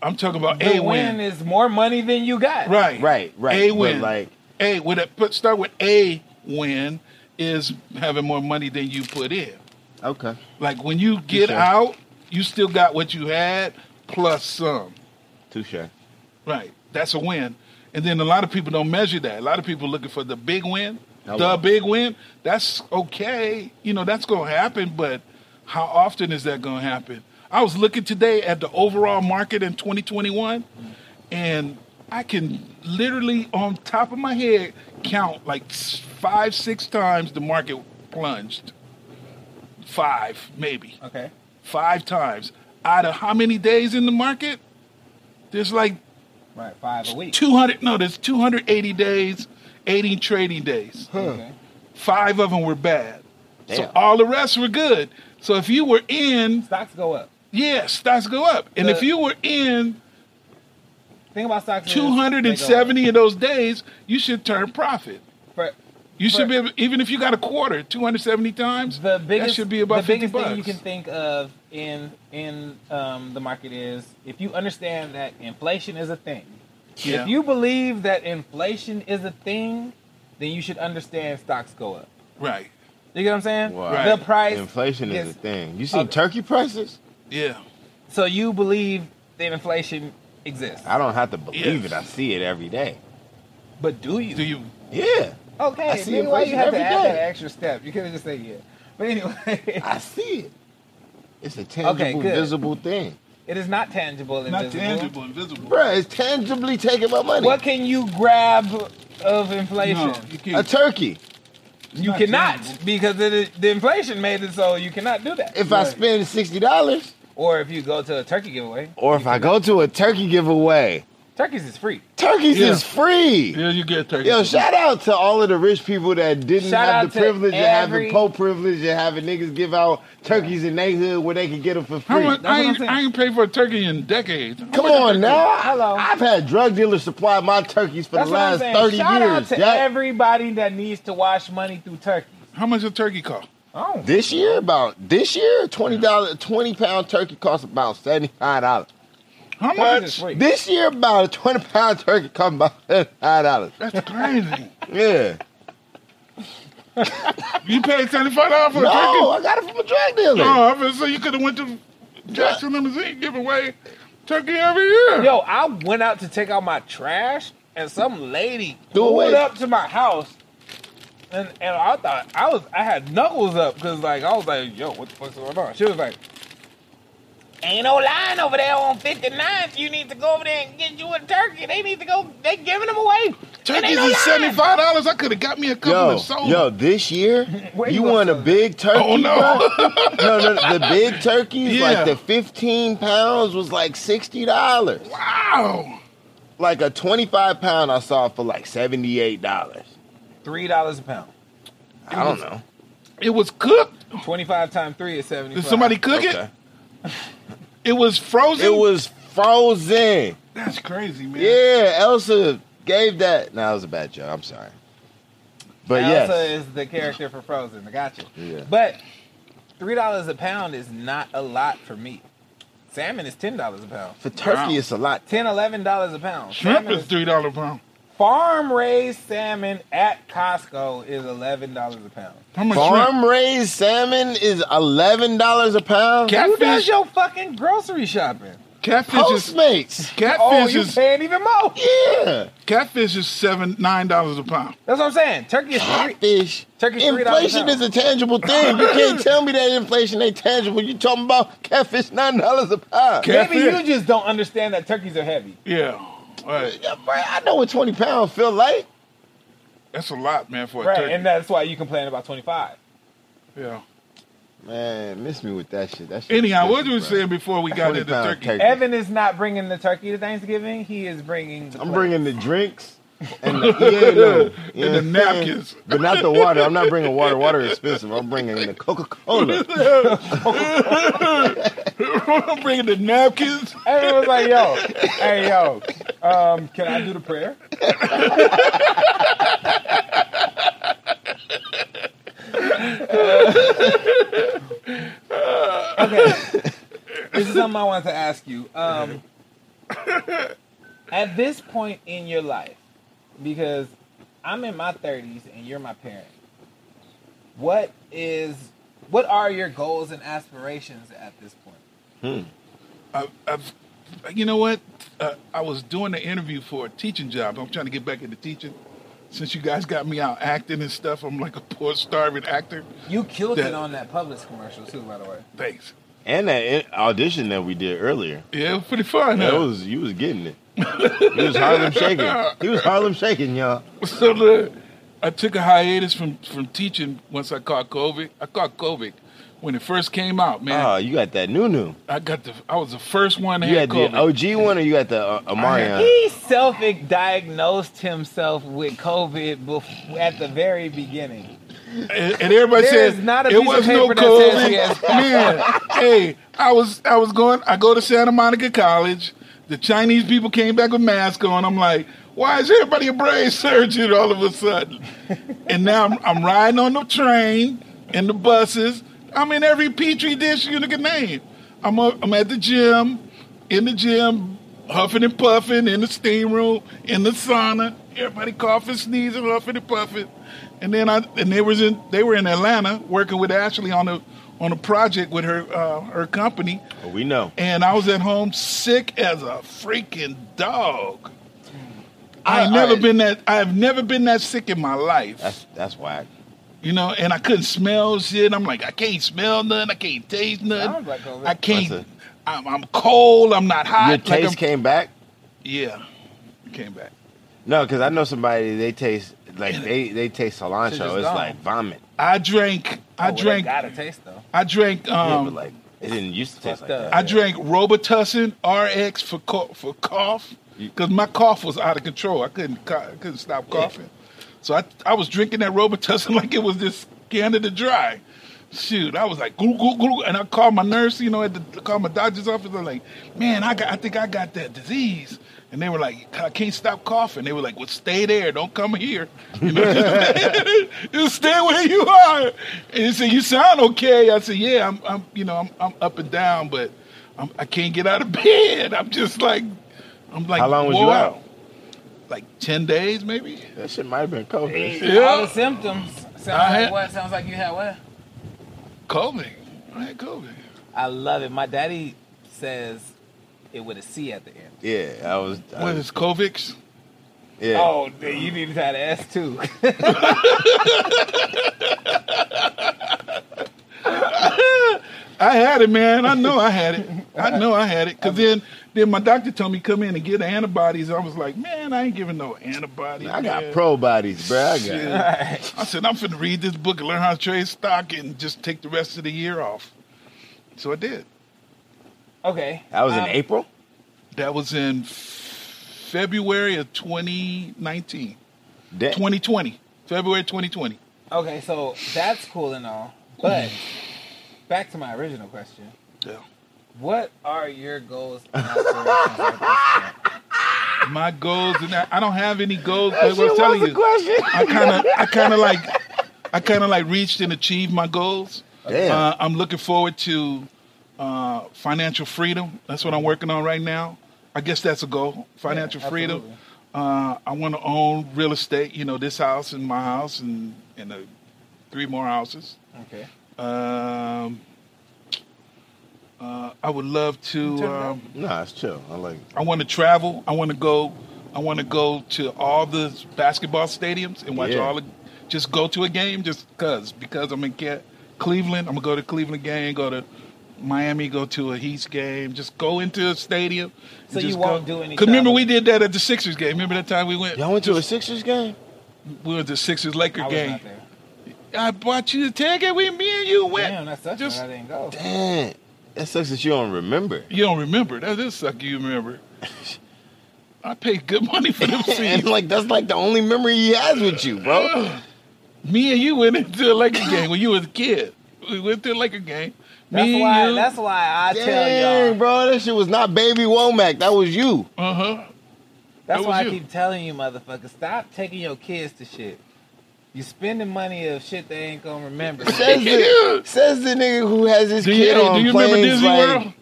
Speaker 2: I'm talking about
Speaker 1: The
Speaker 2: a win.
Speaker 1: win is more money than you got.
Speaker 2: right.
Speaker 3: Right, right.
Speaker 2: A
Speaker 3: But,
Speaker 2: win.
Speaker 3: like
Speaker 2: a with a, put start with a win is having more money than you put in.
Speaker 3: okay,
Speaker 2: Like when you get
Speaker 3: sure?
Speaker 2: out, you still got what you had plus some.
Speaker 3: Touche.
Speaker 2: Right. That's a win. And then a lot of people don't measure that. A lot of people looking for the big win,
Speaker 3: Hello.
Speaker 2: the big win. That's okay. You know, that's going to happen, but how often is that going to happen? I was looking today at the overall market in 2021, and I can literally, on top of my head, count like s- five, six times the market plunged. Five, maybe
Speaker 1: Okay.
Speaker 2: five times out of how many days in the market? There's like
Speaker 1: Right. Five a week.
Speaker 2: 200, no, there's 280 days, 80 trading days.
Speaker 1: Okay.
Speaker 2: uh, Five of them were bad.
Speaker 3: Damn.
Speaker 2: So all the rest were good. So if you were in,
Speaker 1: Stocks go up.
Speaker 2: yeah, stocks go up. And if
Speaker 1: The-
Speaker 2: you were in
Speaker 1: Think about stocks. is, they go up.
Speaker 2: 270 of those days, you should turn profit.
Speaker 1: For-
Speaker 2: You should
Speaker 1: Right.
Speaker 2: be able, even if you got a quarter, 270 times,
Speaker 1: the biggest
Speaker 2: that should be about
Speaker 1: the
Speaker 2: 50
Speaker 1: biggest
Speaker 2: bucks.
Speaker 1: thing you can think of in in um, the market is if you understand that inflation is a thing.
Speaker 2: Yeah.
Speaker 1: If you believe that inflation is a thing, then you should understand stocks go up.
Speaker 2: right.
Speaker 1: You get what I'm saying?
Speaker 3: Wow.
Speaker 1: The price
Speaker 3: Inflation is
Speaker 1: Yes.
Speaker 3: a thing. You seen
Speaker 1: Okay.
Speaker 3: turkey prices?
Speaker 2: Yeah.
Speaker 1: So you believe that inflation exists,
Speaker 3: I don't have to believe
Speaker 2: Yes.
Speaker 3: it. I see it every day.
Speaker 1: but do you?
Speaker 2: Do you,
Speaker 3: Yeah,
Speaker 1: Okay,
Speaker 3: I see
Speaker 1: then why you
Speaker 3: inflation
Speaker 1: have to
Speaker 3: every
Speaker 1: add
Speaker 3: day.
Speaker 1: that extra step? You could have just said yeah. But anyway,
Speaker 3: I see it. It's a tangible,
Speaker 1: good.
Speaker 3: visible thing.
Speaker 1: it is not tangible. and
Speaker 2: not
Speaker 1: visible.
Speaker 2: tangible, invisible.
Speaker 3: Bruh, it's tangibly taking my money.
Speaker 1: What can you grab of inflation?
Speaker 2: No, you can't.
Speaker 3: A turkey.
Speaker 1: You
Speaker 2: not
Speaker 1: cannot
Speaker 2: tangible.
Speaker 1: because it is, the inflation made it so you cannot do that.
Speaker 3: If I
Speaker 2: Right.
Speaker 3: spend sixty dollars,
Speaker 1: Or if you go to a turkey giveaway,
Speaker 3: or if I go to a turkey giveaway,
Speaker 1: turkeys is free.
Speaker 3: turkeys
Speaker 2: Yeah.
Speaker 3: is free.
Speaker 2: Yeah, you get turkey.
Speaker 3: Yo, shout out to all of the rich people that didn't
Speaker 1: Shout out
Speaker 3: have
Speaker 1: to
Speaker 3: the privilege of
Speaker 1: every-
Speaker 3: having po privilege and having niggas give out turkeys in their hood where they could get them for
Speaker 2: How
Speaker 3: free.
Speaker 2: much,
Speaker 1: what
Speaker 2: I,
Speaker 1: I'm
Speaker 2: ain't,
Speaker 1: saying.
Speaker 2: I ain't paid for a turkey in decades.
Speaker 3: Come on now.
Speaker 1: Hello.
Speaker 3: I've had drug dealers supply my turkeys for
Speaker 1: That's
Speaker 3: the
Speaker 1: what I'm
Speaker 3: last
Speaker 1: saying.
Speaker 3: 30
Speaker 1: Shout
Speaker 3: years.
Speaker 1: out to
Speaker 3: Jack.
Speaker 1: everybody that needs to wash money through turkeys.
Speaker 2: How much a turkey cost?
Speaker 1: Oh,
Speaker 3: This year, about this year, twenty dollar, twenty pound turkey costs about seventy five dollars.
Speaker 2: How
Speaker 1: turkeys
Speaker 2: much?
Speaker 1: is free.
Speaker 3: This year, about a twenty pound turkey costs about seventy five dollars.
Speaker 2: That's crazy.
Speaker 3: Yeah,
Speaker 2: you paid seventy five dollars for
Speaker 3: no,
Speaker 2: a turkey?
Speaker 3: I got it from a drug dealer.
Speaker 2: Oh, I mean, so you could have went to Jackson Limousine give away turkey every year.
Speaker 1: Yo, I went out to take out my trash, and some lady
Speaker 3: Threw
Speaker 1: pulled
Speaker 3: away.
Speaker 1: up to my house, and and I thought I was I had knuckles up because like I was like, yo, what the fuck's going on? She was like, ain't no line over there on 59th. You need to go over there and get you a turkey. They need to go. They giving them away. And ain't
Speaker 2: Turkeys
Speaker 1: no
Speaker 2: is
Speaker 1: line.
Speaker 2: seventy five dollars. I could have got me a couple
Speaker 3: Yo,
Speaker 2: of soda.
Speaker 3: yo, this year
Speaker 1: Where
Speaker 3: you
Speaker 1: you
Speaker 3: want a
Speaker 1: gonna
Speaker 3: big turkey?
Speaker 2: Oh no!
Speaker 3: no, no, the big turkeys,
Speaker 2: Yeah.
Speaker 3: like the fifteen pounds, was like sixty dollars.
Speaker 2: wow.
Speaker 3: Like a twenty five pound, I saw for like seventy eight dollars.
Speaker 1: Three dollars a pound.
Speaker 3: I don't know.
Speaker 2: It was cooked.
Speaker 1: Twenty five times three is seventy.
Speaker 2: Did somebody cook it? It was frozen.
Speaker 3: It was frozen.
Speaker 2: That's crazy, man.
Speaker 3: Yeah, Elsa gave that. No, that was a bad joke. I'm sorry. But
Speaker 1: Elsa
Speaker 3: yes,
Speaker 1: is the character for Frozen. I got you.
Speaker 3: Yeah.
Speaker 1: But three dollars a pound is not a lot for me. Salmon is ten dollars a pound.
Speaker 3: for turkey,
Speaker 2: Wow.
Speaker 3: it's a lot.
Speaker 1: Ten, eleven dollars a pound.
Speaker 2: Shrimp
Speaker 1: Salmon
Speaker 2: is three dollar pound.
Speaker 1: farm raised salmon at Costco is eleven dollars a pound.
Speaker 2: How much shrimp?
Speaker 3: Farm raised salmon is eleven dollars a pound.
Speaker 2: Catfish.
Speaker 1: Who does your fucking grocery shopping?
Speaker 2: Catfish is
Speaker 3: Postmates.
Speaker 1: Oh,
Speaker 2: catfish
Speaker 1: you
Speaker 2: is
Speaker 1: paying even more.
Speaker 3: Yeah,
Speaker 2: Catfish is seven nine dollars a pound.
Speaker 1: That's what I'm saying. Turkey is three.
Speaker 3: catfish.
Speaker 1: Turkey's $3 a
Speaker 3: Inflation
Speaker 1: pound.
Speaker 3: is a tangible thing. You can't tell me that inflation ain't tangible. You talking about catfish nine dollars a pound?
Speaker 2: Cat-
Speaker 1: Maybe you
Speaker 2: catfish.
Speaker 1: just don't understand that turkeys are heavy.
Speaker 2: Yeah, right.
Speaker 3: Yeah, bruh, I know what twenty pounds feel like.
Speaker 2: That's a lot, man, for a
Speaker 1: Right,
Speaker 2: turkey.
Speaker 1: and that's why you complain about twenty five.
Speaker 2: yeah.
Speaker 3: Man, miss me with that shit. That shit.
Speaker 2: Anyhow, what
Speaker 3: disgusting,
Speaker 2: you were
Speaker 3: bruh.
Speaker 2: saying before we got into
Speaker 3: 20 pound
Speaker 2: turkey?
Speaker 3: turkey.
Speaker 1: Evan is not bringing the turkey to Thanksgiving. He is bringing. The
Speaker 3: I'm
Speaker 1: plate.
Speaker 3: bringing the drinks and the, yeah, no, You
Speaker 2: And the
Speaker 3: know what I'm saying?
Speaker 2: napkins.
Speaker 3: but not the water. I'm not bringing water. Water is expensive. I'm bringing the Coca Cola.
Speaker 2: I'm bringing the napkins.
Speaker 1: Evan was like, "Yo, hey, yo, um, can I do the prayer?" okay, this is something I wanted to ask you. Um, at this point in your life, because I'm in my 30s and you're my parent, what is what are your goals and aspirations at this point?
Speaker 2: I've, I've you know what? Uh, I was doing the interview for a teaching job. I'm trying to get back into teaching. Since you guys got me out acting and stuff, I'm like a poor starving actor.
Speaker 1: You killed
Speaker 2: That-
Speaker 1: it on that Publix commercial too, by the way.
Speaker 2: Thanks.
Speaker 3: And that in- audition that we did earlier,
Speaker 2: Yeah, it was pretty fun.
Speaker 3: that
Speaker 2: huh?
Speaker 3: was you was getting it. He was Harlem shaking. He was Harlem shaking, y'all.
Speaker 2: So look, I took a hiatus from from teaching once I caught COVID. I caught COVID when it first came out, man.
Speaker 3: Oh, you got that new new.
Speaker 2: I got the I was the first one that
Speaker 3: You
Speaker 2: had
Speaker 3: got
Speaker 2: COVID.
Speaker 3: the OG one, or you got the uh, Amarion?
Speaker 1: He self-diagnosed himself with COVID bef- at the very beginning.
Speaker 2: and, and everybody
Speaker 1: There
Speaker 2: says
Speaker 1: is not a
Speaker 2: it
Speaker 1: piece of
Speaker 2: was no
Speaker 1: paper that says
Speaker 2: COVID.
Speaker 1: he has-
Speaker 2: man, hey, I was I was going. I go to Santa Monica College. The Chinese people came back with masks on. I'm like, why is everybody a brain surgeon all of a sudden? and now I'm, I'm riding on the train and the buses. I'm in every petri dish you can name. I'm up, I'm at the gym, in the gym, huffing and puffing in the steam room, in the sauna. Everybody coughing, sneezing, huffing and puffing. And then I and they was in they were in Atlanta working with Ashley on a on a project with her uh, her company.
Speaker 3: Oh, we know.
Speaker 2: And I was at home sick as a freaking dog.
Speaker 3: I-
Speaker 2: I've never
Speaker 3: I-
Speaker 2: been that I've never been that sick in my life
Speaker 3: That's that's whack.
Speaker 2: you know, and I couldn't smell shit. I'm like, I can't smell nothing. I can't taste nothing.
Speaker 1: Sounds like "Oh, COVID.
Speaker 2: I
Speaker 3: That's
Speaker 2: can't.
Speaker 3: it.
Speaker 2: I'm, I'm cold. I'm not hot.
Speaker 3: Your
Speaker 2: like
Speaker 3: taste
Speaker 2: I'm-
Speaker 3: came back.
Speaker 2: Yeah, it came back.
Speaker 3: No, because I know somebody. They taste like they they taste cilantro. It's
Speaker 1: gone.
Speaker 3: like vomit.
Speaker 2: I drank.
Speaker 1: Oh,
Speaker 2: I
Speaker 1: well, they
Speaker 2: drank.
Speaker 1: Gotta taste though.
Speaker 2: I drank.
Speaker 3: Yeah,
Speaker 2: Um,
Speaker 3: but like it didn't used to taste
Speaker 1: fucked
Speaker 3: like that.
Speaker 1: up.
Speaker 2: I drank Robitussin RX for co- for cough
Speaker 3: You-
Speaker 2: because my cough was out of control. I couldn't co- I couldn't stop coughing, so I I was drinking that Robitussin like it was this Canada Dry. Shoot, I was like glue glue glue, and I called my nurse. You know, at the I called my doctor's office. I'm like, man, I got I think I got that disease. And they were like, I can't stop coughing. They were like, well, stay there. Don't come here. You know, just, just stay where you are. And they said, you sound okay. I said, yeah, I'm, I'm you know, I'm, I'm up and down, but I'm, I can't get out of bed. I'm just like, I'm like,
Speaker 3: How long was you
Speaker 2: wore
Speaker 3: out?
Speaker 2: Like 10 days, maybe?
Speaker 3: That shit might have been COVID.
Speaker 2: Yeah.
Speaker 1: All the symptoms. Sounds
Speaker 2: I
Speaker 1: like
Speaker 2: had-
Speaker 1: what? Sounds like you had what?
Speaker 2: COVID. I had COVID.
Speaker 1: I love it. My daddy says it with a C at the end.
Speaker 3: Yeah, I was. I
Speaker 2: What
Speaker 3: was-
Speaker 2: is COVID?
Speaker 3: yeah.
Speaker 1: Oh, then you need to have an S too.
Speaker 2: I had it, man. I know I had it. I know I had it. Cause then, then my doctor told me come in and get antibodies. I was like, man, I ain't giving no antibodies.
Speaker 3: I got
Speaker 2: man.
Speaker 3: pro bodies, bro. I got.
Speaker 2: Shit. I said, I'm finna read this book, learn how to trade stock, and just take the rest of the year off. So I did.
Speaker 1: okay.
Speaker 3: That was in
Speaker 1: Um,
Speaker 3: April.
Speaker 2: That was in February of 2019.
Speaker 3: Damn.
Speaker 2: 2020. February 2020.
Speaker 1: Okay, so that's cool and all, but back to my original question:
Speaker 2: Yeah.
Speaker 1: What are your goals and aspirations at this point?
Speaker 2: My goals, and I, I don't have any goals. But what I'm telling you, I kind of, I kind of like, I kind of like reached and achieved my goals.
Speaker 3: Damn.
Speaker 2: Uh, I'm looking forward to uh, financial freedom. That's what I'm working on right now. I guess that's a goal. Financial
Speaker 1: Yeah,
Speaker 2: freedom.
Speaker 1: absolutely.
Speaker 2: Uh, I want to own real estate. You know, this house and my house and and uh, three more houses.
Speaker 1: Okay.
Speaker 2: Um, uh, I would love to. Um,
Speaker 3: nah, it's chill. I like. it.
Speaker 2: I want to travel. I want to go. I want to go to all the basketball stadiums and watch
Speaker 3: Yeah.
Speaker 2: all. The, just go to a game, just cause because I'm in Ca- Cleveland. I'm gonna go to Cleveland game. Go to Miami. Go to a Heat's game. Just go into a stadium. and
Speaker 1: So you
Speaker 2: just
Speaker 1: won't
Speaker 2: go.
Speaker 1: do any
Speaker 2: 'Cause remember,
Speaker 1: traveling?
Speaker 2: we did that at the Sixers game. Remember that time we went?
Speaker 3: Y'all went to a Sixers game.
Speaker 2: We were at the Sixers Laker
Speaker 1: I was
Speaker 2: game.
Speaker 1: not there.
Speaker 2: I bought you the ticket. We, me, and you went.
Speaker 1: Damn, that's such
Speaker 2: Just-
Speaker 1: I didn't go.
Speaker 3: Damn. That sucks that you don't remember.
Speaker 2: You don't remember. That is suck you remember. I paid good money for them
Speaker 3: and
Speaker 2: seats.
Speaker 3: like that's like the only memory he has with you, bro.
Speaker 2: Me and you went into a Laker game when you was a kid. We went to a Laker game.
Speaker 1: That's
Speaker 2: Me
Speaker 1: why.
Speaker 2: and you.
Speaker 1: That's why I tell y'all.
Speaker 3: Dang, bro, that shit was not Baby Womack. That was you.
Speaker 2: uh huh.
Speaker 1: That's
Speaker 2: That
Speaker 1: why I
Speaker 2: was you.
Speaker 1: keep telling you, motherfucker, stop taking your kids to shit. You spending money of shit they ain't gonna remember.
Speaker 3: Says the, says the nigga who has his
Speaker 2: Do you,
Speaker 3: kid
Speaker 2: hey,
Speaker 3: on
Speaker 2: do you
Speaker 3: planes.
Speaker 2: remember Disney
Speaker 3: like,
Speaker 2: World?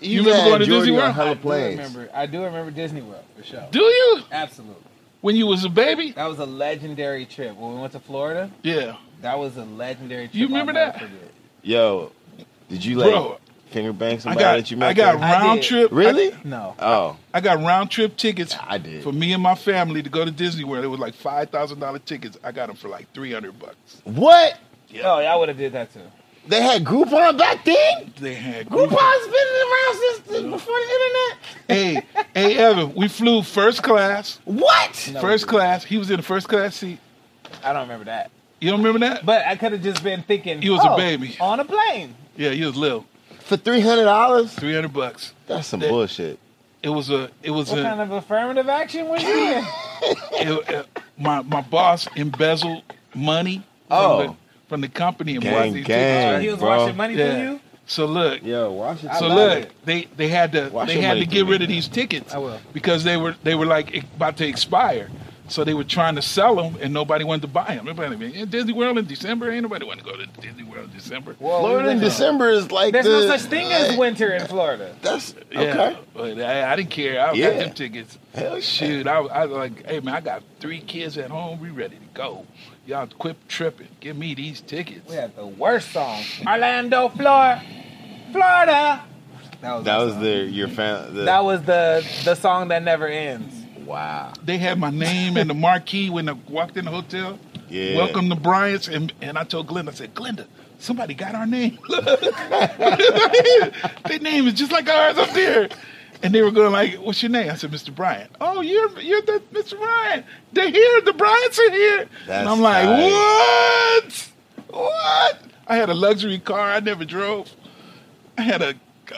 Speaker 3: he's
Speaker 2: You remember
Speaker 3: had
Speaker 2: going to Disney
Speaker 3: Jordy on
Speaker 2: World?
Speaker 1: I
Speaker 3: Hella
Speaker 1: do
Speaker 3: planes.
Speaker 1: remember. I do remember Disney World for sure.
Speaker 2: Do you?
Speaker 1: Absolutely.
Speaker 2: When you was a baby?
Speaker 1: That was a legendary trip. When we went to Florida,
Speaker 2: Yeah.
Speaker 1: that was a legendary trip.
Speaker 2: You remember
Speaker 1: I'll never
Speaker 2: that?
Speaker 1: forget.
Speaker 3: Yo, did you like?
Speaker 2: Bro,
Speaker 3: finger bang
Speaker 2: I
Speaker 3: somebody that
Speaker 2: got
Speaker 3: you met?
Speaker 2: I got
Speaker 3: there?
Speaker 1: I
Speaker 2: round
Speaker 1: did.
Speaker 2: trip.
Speaker 3: really?
Speaker 1: No.
Speaker 3: oh,
Speaker 2: I got round trip tickets
Speaker 3: I did.
Speaker 2: for me and my family to go to Disney World. It was like five thousand dollar tickets. I got them for like three hundred bucks.
Speaker 3: What?
Speaker 1: Oh, yeah, I would have did that too.
Speaker 3: They had Groupon back then?
Speaker 2: They had
Speaker 3: Groupon's been around since the- before the internet.
Speaker 2: hey, hey, Evan, we flew first class.
Speaker 3: What?
Speaker 1: No,
Speaker 2: first
Speaker 1: we
Speaker 2: class. He was in the first class seat.
Speaker 1: I don't remember that.
Speaker 2: You don't remember that?
Speaker 1: But I could have just been thinking.
Speaker 2: You was a
Speaker 1: oh,
Speaker 2: baby.
Speaker 1: on a plane.
Speaker 2: yeah, he was little.
Speaker 3: For three hundred dollars?
Speaker 2: Three hundred bucks.
Speaker 3: That's some
Speaker 2: That-
Speaker 3: bullshit.
Speaker 2: It was a. It was
Speaker 1: What
Speaker 2: a.
Speaker 1: kind of affirmative action was you in?
Speaker 2: it- it- my my boss embezzled money.
Speaker 3: Oh.
Speaker 2: From the, from the company and
Speaker 3: Gang,
Speaker 2: bought these
Speaker 3: gang.
Speaker 1: Oh,
Speaker 2: tickets.
Speaker 1: he was
Speaker 3: bro.
Speaker 1: washing money
Speaker 2: Yeah.
Speaker 1: for you.
Speaker 2: So look,
Speaker 3: Yo, Washington.
Speaker 2: So
Speaker 1: love
Speaker 2: look,
Speaker 1: it.
Speaker 2: they they had to
Speaker 3: Watch
Speaker 2: they
Speaker 3: your
Speaker 2: had
Speaker 3: money
Speaker 2: to get
Speaker 3: for me,
Speaker 2: rid of
Speaker 3: man.
Speaker 2: these tickets
Speaker 1: I will.
Speaker 2: because they were they were like e, about to expire. So they were trying to sell them, and nobody wanted to buy them. Nobody been in Disney World in December. Ain't nobody want to go to Disney World in December.
Speaker 1: Well,
Speaker 3: Florida in December is like
Speaker 1: There's
Speaker 3: the,
Speaker 1: no such thing as winter in Florida.
Speaker 3: That's
Speaker 2: Yeah,
Speaker 3: okay.
Speaker 2: but I, I didn't care. I
Speaker 3: Yeah.
Speaker 2: got them tickets.
Speaker 3: Hell yeah.
Speaker 2: Shoot, I, was- I was like, hey man, I got three kids at home. We ready to go. Y'all quit tripping. Give me these tickets.
Speaker 1: We had the worst song. Orlando, Florida, Florida. That was
Speaker 3: That
Speaker 1: our
Speaker 3: was
Speaker 1: song.
Speaker 3: the your fan. The,
Speaker 1: that was the the song that never ends.
Speaker 3: wow.
Speaker 2: They had my name and the marquee when I walked in the hotel.
Speaker 3: Yeah.
Speaker 2: Welcome to Bryant's. And, and I told Glenda, I said, Glenda, somebody got our name. Their name is just like ours up there. And they were going like, what's your name? I said, Mr. Bryant. Oh, you're you're the Mr. Bryant. They're here. The Bryants are here.
Speaker 3: That's
Speaker 2: and I'm like,
Speaker 3: tight.
Speaker 2: what? What? I had a luxury car. I never drove. I had a,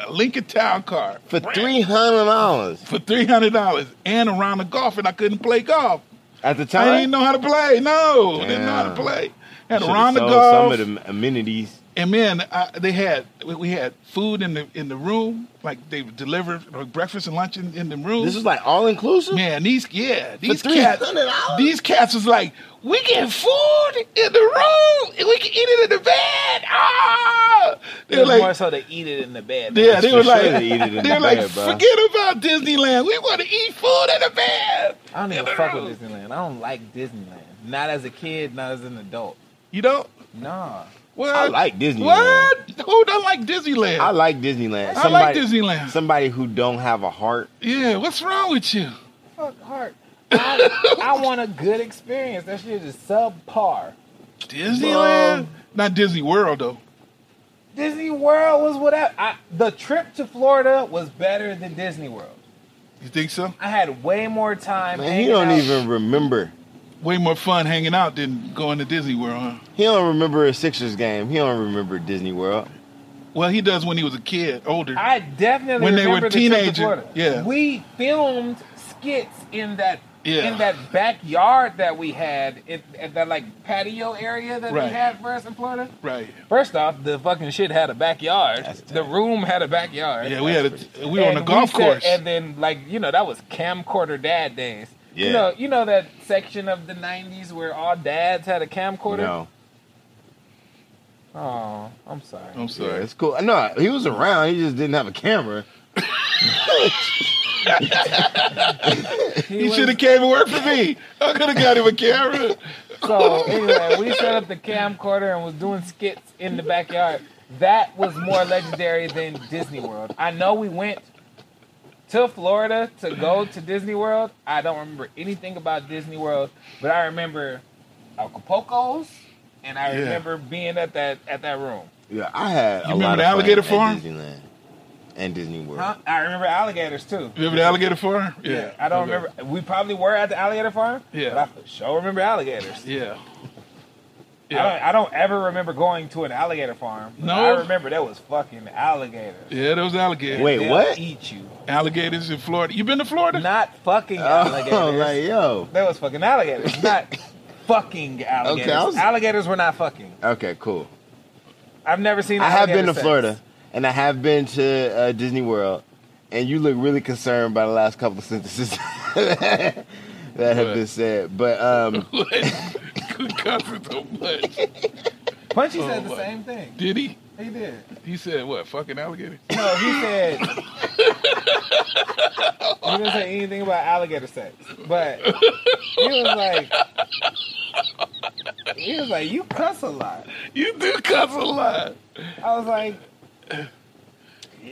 Speaker 2: a Lincoln Town car.
Speaker 3: For
Speaker 2: Brand-
Speaker 3: three hundred dollars
Speaker 2: For $300 and a round of golf. And I couldn't play golf.
Speaker 3: at the time.
Speaker 2: I didn't know how to play. No, didn't know how to
Speaker 3: Damn.
Speaker 2: play. Had a
Speaker 3: Should've
Speaker 2: round of
Speaker 3: sold
Speaker 2: golf,
Speaker 3: Some of the amenities.
Speaker 2: and then I, they had we- we had food in the in the room, like they would deliver like, breakfast and lunch in, in the room.
Speaker 3: This was like all inclusive.
Speaker 2: man, these yeah, these cats,
Speaker 3: $300?
Speaker 2: these cats was like, we get food in the room, and we can eat it in the bed. Ah,
Speaker 1: It
Speaker 2: they're
Speaker 1: was
Speaker 2: like.
Speaker 1: more so to eat it in the bed.
Speaker 2: yeah, they
Speaker 3: For
Speaker 2: were
Speaker 3: sure
Speaker 2: like,
Speaker 3: they eat it in
Speaker 2: they
Speaker 3: the
Speaker 2: were like,
Speaker 3: bed, bro.
Speaker 2: forget about Disneyland. We want to eat food in the bed.
Speaker 1: I don't
Speaker 2: in
Speaker 1: even
Speaker 2: the
Speaker 1: fuck with
Speaker 2: room.
Speaker 1: Disneyland. I don't like Disneyland. Not as a kid, not as an adult.
Speaker 2: You know,
Speaker 1: Nah.
Speaker 2: well,
Speaker 3: I like Disneyland.
Speaker 2: What? Who don't like Disneyland?
Speaker 3: I like Disneyland.
Speaker 2: I
Speaker 3: Somebody,
Speaker 2: like Disneyland.
Speaker 3: Somebody who don't have a heart.
Speaker 2: yeah, what's wrong with you?
Speaker 1: Fuck heart. I, I want a good experience. That shit is subpar.
Speaker 2: Disneyland? Not Disney World though.
Speaker 1: Disney World was whatever. I, the trip to Florida was better than Disney World.
Speaker 2: You think so?
Speaker 1: I had way more time.
Speaker 3: Man, he
Speaker 1: hanging
Speaker 3: don't
Speaker 1: out.
Speaker 3: even remember.
Speaker 2: Way more fun hanging out than going to Disney World, huh?
Speaker 3: He don't remember a Sixers game. He don't remember Disney World.
Speaker 2: Well, he does when he was a kid, older.
Speaker 1: I definitely
Speaker 2: When they were
Speaker 1: remember the trip to
Speaker 2: teenager,
Speaker 1: Florida.
Speaker 2: yeah.
Speaker 1: we filmed skits in that
Speaker 2: Yeah.
Speaker 1: in that backyard that we had in, at that like patio area that
Speaker 2: Right.
Speaker 1: they had for us in Florida.
Speaker 2: right.
Speaker 1: First off, the fucking shit had a backyard.
Speaker 3: That's tight.
Speaker 1: the room had a backyard.
Speaker 2: Yeah, we had a we were on a
Speaker 1: And
Speaker 2: golf
Speaker 1: we sat-
Speaker 2: course.
Speaker 1: and then like you know that was camcorder dad days.
Speaker 3: Yeah.
Speaker 1: You know, you know that section of the '90s where all dads had a camcorder.
Speaker 3: No,
Speaker 1: Oh, I'm sorry.
Speaker 2: I'm
Speaker 3: yeah,
Speaker 2: sorry.
Speaker 3: it's cool. No, he was around. He just didn't have a camera.
Speaker 1: He
Speaker 2: He
Speaker 1: was-
Speaker 2: should have came and worked for me. I could have got him a camera.
Speaker 1: So anyway, we set up the camcorder and was doing skits in the backyard. That was more legendary than Disney World. I know we went to Florida to go to Disney World. I don't remember anything about Disney World, but I remember Acapulco's and I
Speaker 2: Yeah.
Speaker 1: remember being at that at that room.
Speaker 3: Yeah, I had. a
Speaker 2: remember the
Speaker 3: lot of fun
Speaker 2: alligator
Speaker 3: at
Speaker 2: farm?
Speaker 3: Disneyland and Disney World.
Speaker 1: Huh? I remember alligators too.
Speaker 2: Remember the alligator farm?
Speaker 1: I don't
Speaker 2: okay.
Speaker 1: remember. We probably were at the alligator farm.
Speaker 2: Yeah.
Speaker 1: But I for sure remember alligators.
Speaker 2: Yeah.
Speaker 1: I,
Speaker 2: Yeah.
Speaker 1: don't, I don't ever remember going to an alligator farm. but
Speaker 2: No?
Speaker 1: I remember there was fucking alligators.
Speaker 2: Yeah, those alligators.
Speaker 3: Wait,
Speaker 1: They'll
Speaker 3: what?
Speaker 1: Eat you.
Speaker 2: Alligators in Florida. You been to Florida?
Speaker 1: Not fucking alligators.
Speaker 3: Oh, like yo.
Speaker 1: there was fucking alligators. Not fucking alligators.
Speaker 3: I was-
Speaker 1: Alligators were not fucking.
Speaker 3: Okay, cool.
Speaker 1: I've never seen.
Speaker 3: I have
Speaker 1: alligator
Speaker 3: been to
Speaker 1: sex.
Speaker 3: Florida, and I have been to uh, Disney World, and you look really concerned by the last couple of sentences that have
Speaker 2: What?
Speaker 3: been said. But um,
Speaker 2: Good cousin so much.
Speaker 1: Punchy said
Speaker 2: Oh,
Speaker 1: the
Speaker 2: my.
Speaker 1: same thing.
Speaker 2: Did he?
Speaker 1: He did.
Speaker 2: He said what? Fucking alligator?
Speaker 1: No, he said. he didn't say anything about alligator sex, but he was like, he was like, you cuss a lot.
Speaker 2: You do cuss a lot.
Speaker 1: I was like,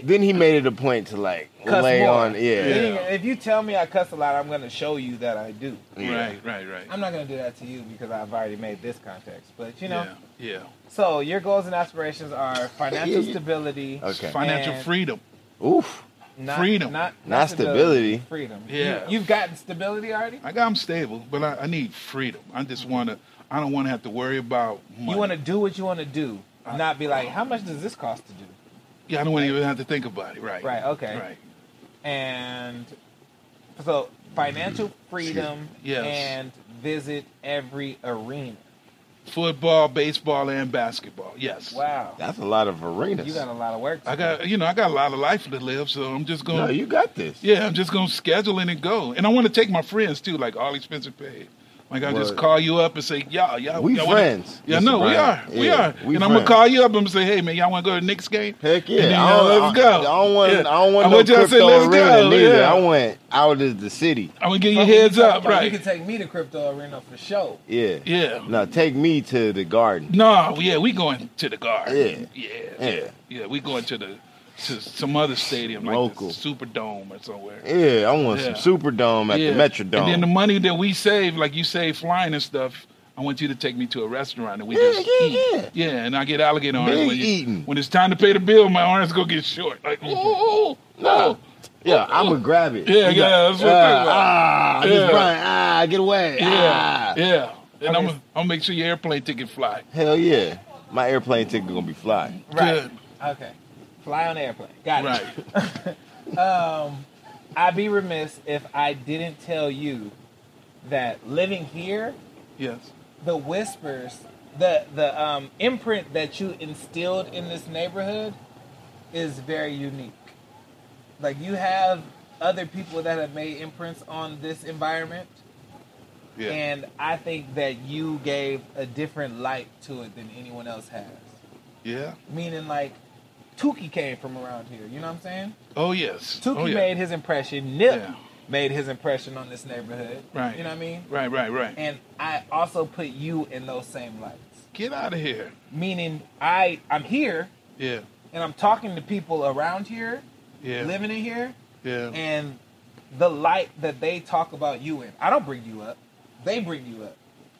Speaker 3: Then he made it a point to like
Speaker 1: Cuss
Speaker 3: lay
Speaker 1: more.
Speaker 3: on, yeah.
Speaker 1: Then If you tell me I cuss a lot, I'm going to show you that I do.
Speaker 3: yeah.
Speaker 2: Right, right, right.
Speaker 1: I'm not going to do that to you because I've already made this context. But you know,
Speaker 2: Yeah.
Speaker 1: so your goals and aspirations are financial
Speaker 3: Yeah.
Speaker 1: stability,
Speaker 2: yeah.
Speaker 3: Okay.
Speaker 2: Financial
Speaker 1: And-
Speaker 2: freedom.
Speaker 3: Oof.
Speaker 1: not,
Speaker 2: Uh, Freedom.
Speaker 1: not,
Speaker 3: Not stability.
Speaker 1: freedom.
Speaker 2: Yeah.
Speaker 1: you, have gotten stability already.
Speaker 2: I got, I'm stable, but I, I need freedom. I just want to. I don't want to have to worry about. Money.
Speaker 1: You want to do what you want to do, not be like, how much does this cost to do?
Speaker 2: Yeah, I don't want to even have to think about it. Right.
Speaker 1: Right, okay.
Speaker 2: Right.
Speaker 1: And so financial freedom
Speaker 2: Yes.
Speaker 1: and visit every arena.
Speaker 2: Football, baseball, and basketball. Yes.
Speaker 1: Wow,
Speaker 3: That's a lot of arenas.
Speaker 1: you got a lot of work. To
Speaker 2: I
Speaker 1: do.
Speaker 2: got. You know, I got a lot of life to live, so I'm just gonna.
Speaker 3: no, you got this.
Speaker 2: Yeah, I'm just gonna schedule it and go. And I want to take my friends too, like all expenses paid. Like I will just
Speaker 3: Word.
Speaker 2: call you up and say, y'all, y'all,
Speaker 3: We
Speaker 2: y'all
Speaker 3: friends,
Speaker 2: Wanna, yeah,
Speaker 3: Mr.
Speaker 2: no, we
Speaker 3: Brown.
Speaker 2: are, we
Speaker 3: Yeah,
Speaker 2: are.
Speaker 3: we
Speaker 2: and I'm gonna
Speaker 3: friends.
Speaker 2: call you up and say, hey man, y'all want to go to the Knicks game?
Speaker 3: Heck yeah.
Speaker 2: And then
Speaker 3: I
Speaker 2: y'all,
Speaker 3: don't-
Speaker 2: let's
Speaker 3: I-
Speaker 2: go.
Speaker 3: I don't want.
Speaker 2: Yeah.
Speaker 3: I don't want
Speaker 2: I
Speaker 3: no
Speaker 2: want y'all to
Speaker 3: crypto
Speaker 2: say, let's
Speaker 3: arena
Speaker 2: go.
Speaker 3: neither.
Speaker 2: Yeah.
Speaker 3: I want out of the city.
Speaker 2: I'm gonna give you heads up,
Speaker 1: You can
Speaker 2: right?
Speaker 1: take me to crypto arena for sure.
Speaker 3: Yeah.
Speaker 2: Yeah.
Speaker 3: No, take me to the garden.
Speaker 2: No, yeah, we going to the garden. Yeah, yeah,
Speaker 3: Yeah.
Speaker 2: yeah. We going to the to some other stadium, like
Speaker 3: Local.
Speaker 2: the Superdome or somewhere.
Speaker 3: Yeah. I want
Speaker 2: Yeah.
Speaker 3: some Superdome at
Speaker 2: Yeah.
Speaker 3: the Metrodome.
Speaker 2: And then the money that we save, like you save flying and stuff, I want you to take me to a restaurant and we
Speaker 3: Yeah,
Speaker 2: just
Speaker 3: yeah,
Speaker 2: eat.
Speaker 3: yeah.
Speaker 2: and I get alligator arms
Speaker 3: Big
Speaker 2: when, you-
Speaker 3: eating.
Speaker 2: when it's time to pay the bill, my arms go get short. Like, ooh, ooh, ooh,
Speaker 3: Nah.
Speaker 2: ooh.
Speaker 3: Yeah, I'm gonna grab it.
Speaker 2: Yeah, yeah, that's what I'm
Speaker 3: ah,
Speaker 2: thinking about.
Speaker 3: ah, I
Speaker 2: Yeah.
Speaker 3: just run. Ah, get away.
Speaker 2: yeah,
Speaker 3: Ah.
Speaker 2: yeah. And I'm gonna I'm make sure your airplane ticket fly.
Speaker 3: Hell yeah. My airplane ticket gonna be fly.
Speaker 1: Right.
Speaker 2: Good.
Speaker 1: Okay. Fly on airplane. Got it. Um,
Speaker 2: Right.
Speaker 1: I'd be remiss if I didn't tell you that living here,
Speaker 2: yes.
Speaker 1: the whispers, the the um, imprint that you instilled in this neighborhood is very unique. Like you have other people that have made imprints on this environment,
Speaker 2: Yeah.
Speaker 1: and I think that you gave a different light to it than anyone else has.
Speaker 2: yeah.
Speaker 1: meaning like Tukey came from around here. You know what I'm saying?
Speaker 2: Oh yes.
Speaker 1: Tukey
Speaker 2: oh, yeah.
Speaker 1: made his impression. Nip
Speaker 2: Yeah.
Speaker 1: made his impression on this neighborhood.
Speaker 2: Right.
Speaker 1: You know what I mean?
Speaker 2: Right, right, right.
Speaker 1: And I also put you in those same lights,
Speaker 2: Get out of here.
Speaker 1: meaning I I'm here
Speaker 2: Yeah.
Speaker 1: and I'm talking to people around here,
Speaker 2: Yeah.
Speaker 1: living in here,
Speaker 2: Yeah.
Speaker 1: and the light that they talk about you in. I don't bring you up. They bring you up.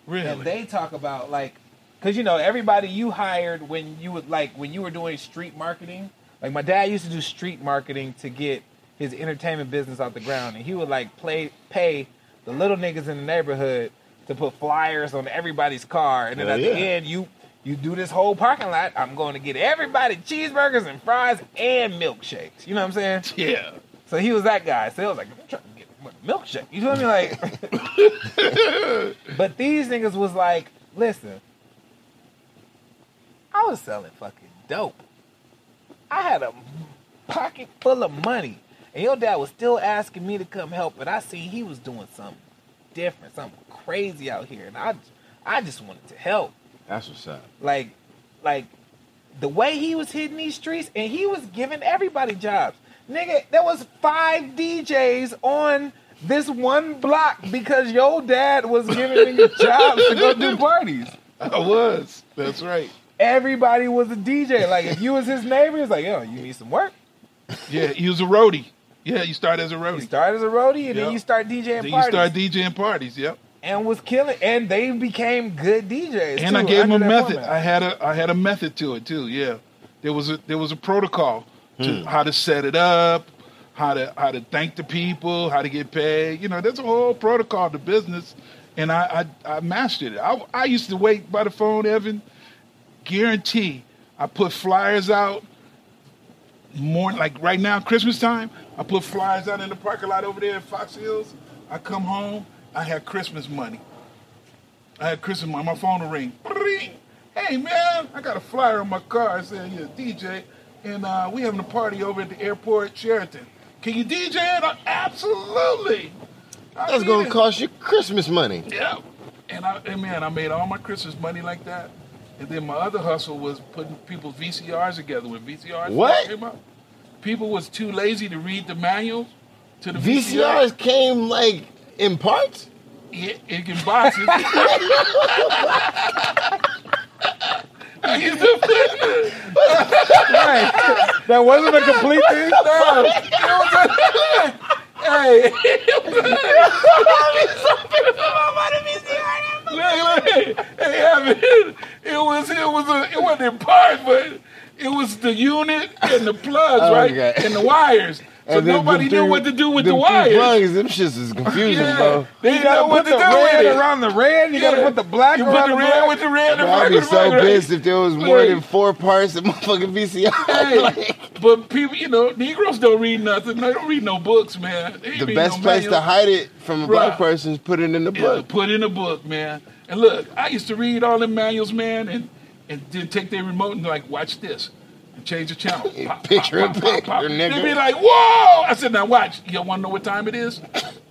Speaker 2: really.
Speaker 1: and they talk about like because you know everybody you hired when you would like when you were doing street marketing like my dad used to do street marketing to get his entertainment business off the ground and he would like play pay the little niggas in the neighborhood to put flyers on everybody's car and then
Speaker 3: Hell
Speaker 1: at the
Speaker 3: yeah.
Speaker 1: end you you do this whole parking lot i'm going to get everybody cheeseburgers and fries and milkshakes you know what i'm saying
Speaker 2: yeah.
Speaker 1: so he was that guy. So he was like, I'm trying to get a milkshake. You feel me? Like, but these niggas was like, listen, I was selling fucking dope. I had a pocket full of money, and your dad was still asking me to come help. But I seen he was doing something different, something crazy out here, and I, I just wanted to help
Speaker 3: That's what's up.
Speaker 1: like like the way he was hitting these streets and he was giving everybody jobs nigga there was five djs on this one block because your dad was giving niggas jobs to go do parties
Speaker 2: I was. That's right.
Speaker 1: everybody was a dj like if you was his neighbor he's like yo you need some work
Speaker 2: Yeah, he was a roadie. Yeah, you start as a
Speaker 1: you
Speaker 2: roadie.
Speaker 1: start as a roadie and
Speaker 2: Yeah.
Speaker 1: then you start djing
Speaker 2: Then you
Speaker 1: parties
Speaker 2: start DJing parties. Yep.
Speaker 1: and was killing and they became good djs
Speaker 2: And I
Speaker 1: too,
Speaker 2: gave him a
Speaker 1: under that
Speaker 2: method.
Speaker 1: format.
Speaker 2: I had a I had a method to it too. Yeah, there was a there was a protocol to how to set it up, how to how to thank the people, how to get paid. You know, there's a whole protocol to business, and I I, I mastered it. I I used to wait by the phone, Evan. Guarantee, I put flyers out. More like right now, Christmas time, I put flyers out in the parking lot over there in Fox Hills. I come home, I had Christmas money. I had Chris in my, my phone to ring. Ring. Hey man, I got a flyer on my car saying you're a DJ, and uh, we having a party over at the airport, Sheraton. Can you DJ it? I- Absolutely. I
Speaker 3: That's
Speaker 2: did
Speaker 3: gonna
Speaker 2: it.
Speaker 3: cost you Christmas money.
Speaker 2: Yeah. And I, and man, I made all my Christmas money like that. And then my other hustle was putting people's VCRs together when VCRs
Speaker 3: What?
Speaker 2: came up. People was too lazy to read the manual to the VCRs.
Speaker 3: VCRs came like in parts.
Speaker 2: it, it can box it. I used to put-
Speaker 1: That wasn't a complete thing.
Speaker 2: Hey, look, look, it happened. It was, it was, a, it wasn't a part, but it was the unit and the plugs, right,
Speaker 3: Oh, Okay.
Speaker 2: and the wires. So
Speaker 3: And then
Speaker 2: nobody
Speaker 3: them
Speaker 2: knew
Speaker 3: three-
Speaker 2: what to do with
Speaker 3: them
Speaker 2: the
Speaker 3: three
Speaker 2: wires.
Speaker 3: Plugs, them shits is confusing,
Speaker 2: yeah,
Speaker 3: bro.
Speaker 2: they didn't know what to do
Speaker 1: the red
Speaker 2: with it.
Speaker 1: around the red. You gotta
Speaker 2: Yeah.
Speaker 1: put the black
Speaker 2: You put
Speaker 1: around
Speaker 2: the
Speaker 1: the
Speaker 2: red
Speaker 1: black.
Speaker 2: with the red.
Speaker 3: bro
Speaker 2: and
Speaker 3: I'd
Speaker 2: black
Speaker 3: be
Speaker 2: with the
Speaker 3: so
Speaker 2: black, right?
Speaker 3: pissed if there was more than four parts of motherfucking VCR.
Speaker 2: Hey,
Speaker 3: Like,
Speaker 2: but people, you know, Negroes don't read nothing. They don't read no books, man. They ain't
Speaker 3: the
Speaker 2: read
Speaker 3: best
Speaker 2: no
Speaker 3: place to
Speaker 2: manual.
Speaker 3: hide it from a
Speaker 2: Bruh.
Speaker 3: black person is put it in the
Speaker 2: Yeah,
Speaker 3: book.
Speaker 2: put in a book, man. And look, I used to read all the manuals, man, and and then take their remote and like, watch this, and change the channel.
Speaker 3: Picture in picture,
Speaker 2: They'd
Speaker 3: nigga.
Speaker 2: be like, whoa! I said, now watch. You want to know what time it is?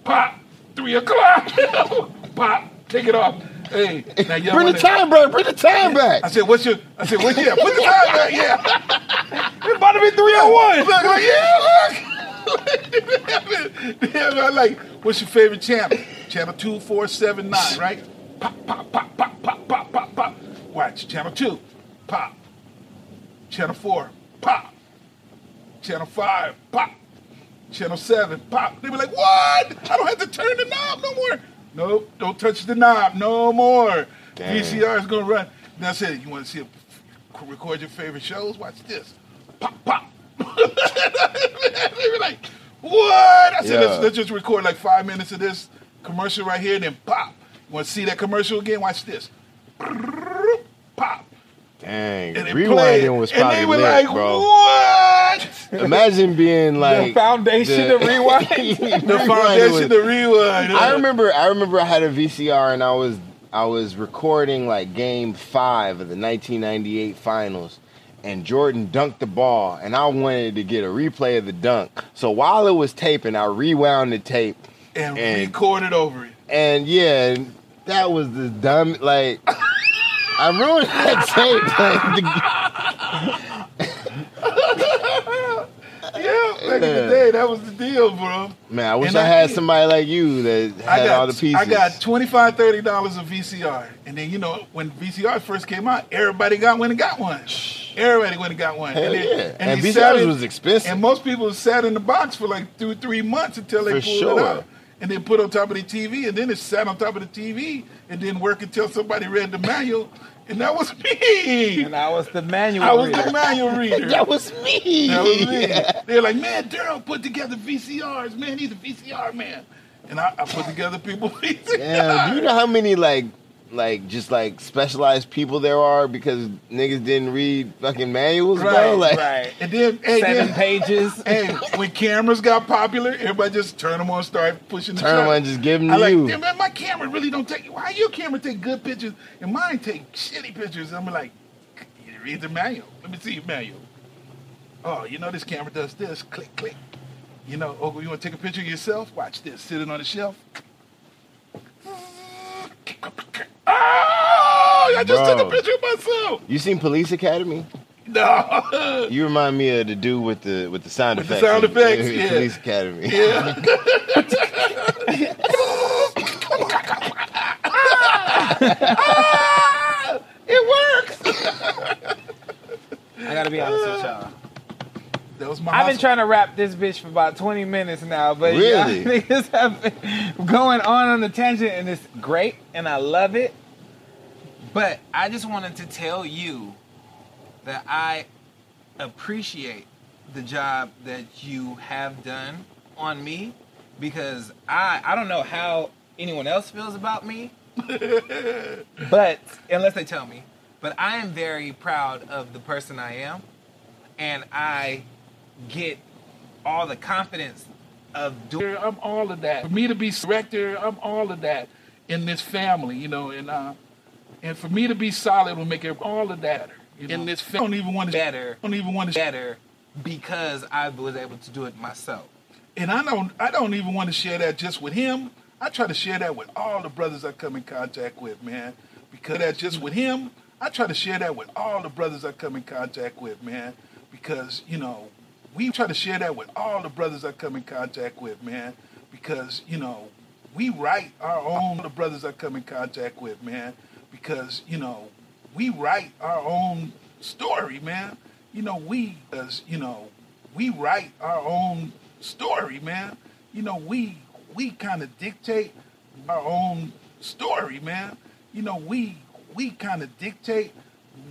Speaker 2: Pop, three o'clock. Pop, take it off. Hey, now y'all
Speaker 3: Bring the
Speaker 2: wanna-
Speaker 3: time back. Bring the time
Speaker 2: I
Speaker 3: back.
Speaker 2: said, what's your? I said, what? Yeah, put the time back. Yeah.
Speaker 1: It's about to be three on one.
Speaker 2: Look, like, yeah, look. yeah, man, like, what's your favorite channel? Channel 2479, right? Pop, pop, pop, pop, pop, pop, pop, pop. Watch. Channel 2, pop. Channel 4, pop. Channel 5, pop. Channel 7, pop. They be like, what? I don't have to turn the knob no more. Nope, don't touch the knob no more.
Speaker 3: Damn.
Speaker 2: VCR is going to run. That's it. You want to see a, record your favorite shows? Watch this. Pop, pop. they be like, what? I said,
Speaker 3: Yeah.
Speaker 2: let's, let's just record like five minutes of this commercial right here, and then pop. You want to see that commercial again? Watch this. Pop.
Speaker 3: Dang,
Speaker 2: And it played.
Speaker 3: rewinding was
Speaker 2: And they
Speaker 3: probably
Speaker 2: were like,
Speaker 3: lit, bro.
Speaker 2: what?
Speaker 3: Imagine being
Speaker 1: the
Speaker 3: like
Speaker 1: foundation
Speaker 3: the-
Speaker 1: of rewind.
Speaker 2: The
Speaker 3: Rewind
Speaker 2: foundation,
Speaker 3: was-
Speaker 2: the rewind.
Speaker 3: I remember I remember I had a VCR and I was I was recording like game 5 of the 1998 finals and Jordan dunked the ball and I wanted to get a replay of the dunk. So while it was taping, I rewound the tape
Speaker 2: And,
Speaker 3: and-
Speaker 2: recorded over it.
Speaker 3: and yeah, and that was the dumb like I ruined that tape. Like,
Speaker 2: Yeah, back in the
Speaker 3: Yeah.
Speaker 2: day, that was the deal, bro.
Speaker 3: the- man, I wish
Speaker 2: And
Speaker 3: I,
Speaker 2: I
Speaker 3: had
Speaker 2: did.
Speaker 3: somebody like you that had
Speaker 2: I got,
Speaker 3: all the pieces.
Speaker 2: I got $25, $30 of VCR. And then, you know, when VCR first came out, everybody got one and got one. Everybody went and got one.
Speaker 3: Hell
Speaker 2: and they-
Speaker 3: yeah. And
Speaker 2: they
Speaker 3: VCRs
Speaker 2: sat in-
Speaker 3: was expensive.
Speaker 2: And most people sat in the box for like two, three months until they
Speaker 3: For
Speaker 2: pulled it
Speaker 3: sure.
Speaker 2: out. And then put on top of the TV, and then it sat on top of the TV, and didn't work until somebody read the manual. And that was me.
Speaker 1: And I was the manual.
Speaker 2: I was
Speaker 1: reader.
Speaker 2: the manual reader.
Speaker 3: that was me.
Speaker 2: That was me. They're like, man, Daryl put together VCRs, man. He's a VCR man. And I, I put together people VCRs.
Speaker 3: Yeah, do you know how many like like just like specialized people there are because niggas didn't read fucking manuals, bro?
Speaker 2: Right,
Speaker 3: Like
Speaker 1: right.
Speaker 2: And then, hey,
Speaker 1: Seven
Speaker 2: then,
Speaker 1: pages.
Speaker 2: hey, when cameras got popular, everybody just turned them on, and started pushing the
Speaker 3: turn
Speaker 2: button.
Speaker 3: around and just give them to
Speaker 2: I like,
Speaker 3: you.
Speaker 2: "Damn, man, my camera really don't take. Why your camera take good pictures and mine take shitty pictures? I'm like, you read the manual. Let me see your manual. Oh, you know this camera does this. Click, click. You know, oh, you want to take a picture of yourself? Watch this. Sitting on the shelf. Oh, I just took a
Speaker 3: Bro.
Speaker 2: picture of myself.
Speaker 3: You seen Police Academy?
Speaker 2: No.
Speaker 3: You remind me of the dude with the with the sound
Speaker 2: With the
Speaker 3: effects.
Speaker 2: sound
Speaker 3: in-
Speaker 2: effects,
Speaker 3: in
Speaker 2: yeah.
Speaker 3: Police Academy.
Speaker 2: Yeah. it works.
Speaker 1: I gotta be honest with y'all.
Speaker 2: That was my.
Speaker 1: I've been
Speaker 2: hustle.
Speaker 1: trying to wrap this bitch for about 20 minutes now, but
Speaker 3: Really?
Speaker 1: y'all niggas have been going on on the tangent, and it's great, and I love it.
Speaker 4: But I just wanted to tell you that I appreciate the job that you have done on me because I I don't know how anyone else feels about me
Speaker 1: But
Speaker 4: unless they tell me, but I am very proud of the person I am and I get all the confidence of doing
Speaker 2: I'm all of that. For me to be director, I'm all of that in this family, you know, and uh, and for me to be solid will make it all of that. You know? In this, family, I don't even want to
Speaker 4: Better.
Speaker 2: I don't even want to
Speaker 4: better because I was able to do it myself.
Speaker 2: and I don't I don't even want to share that just with him. I try to share that with all the brothers I come in contact with, man. Because that's just with him. I try to share that with all the brothers I come in contact with, man. Because, you know, we try to share that with all the brothers I come in contact with, man. Because, you know, we write our own the brothers I come in contact with, man. Because, you know, we write our own story, man. you know, we, uh, you know, we write our own story, man. You know, we we kind of dictate our own story, man. You know, we we kind of dictate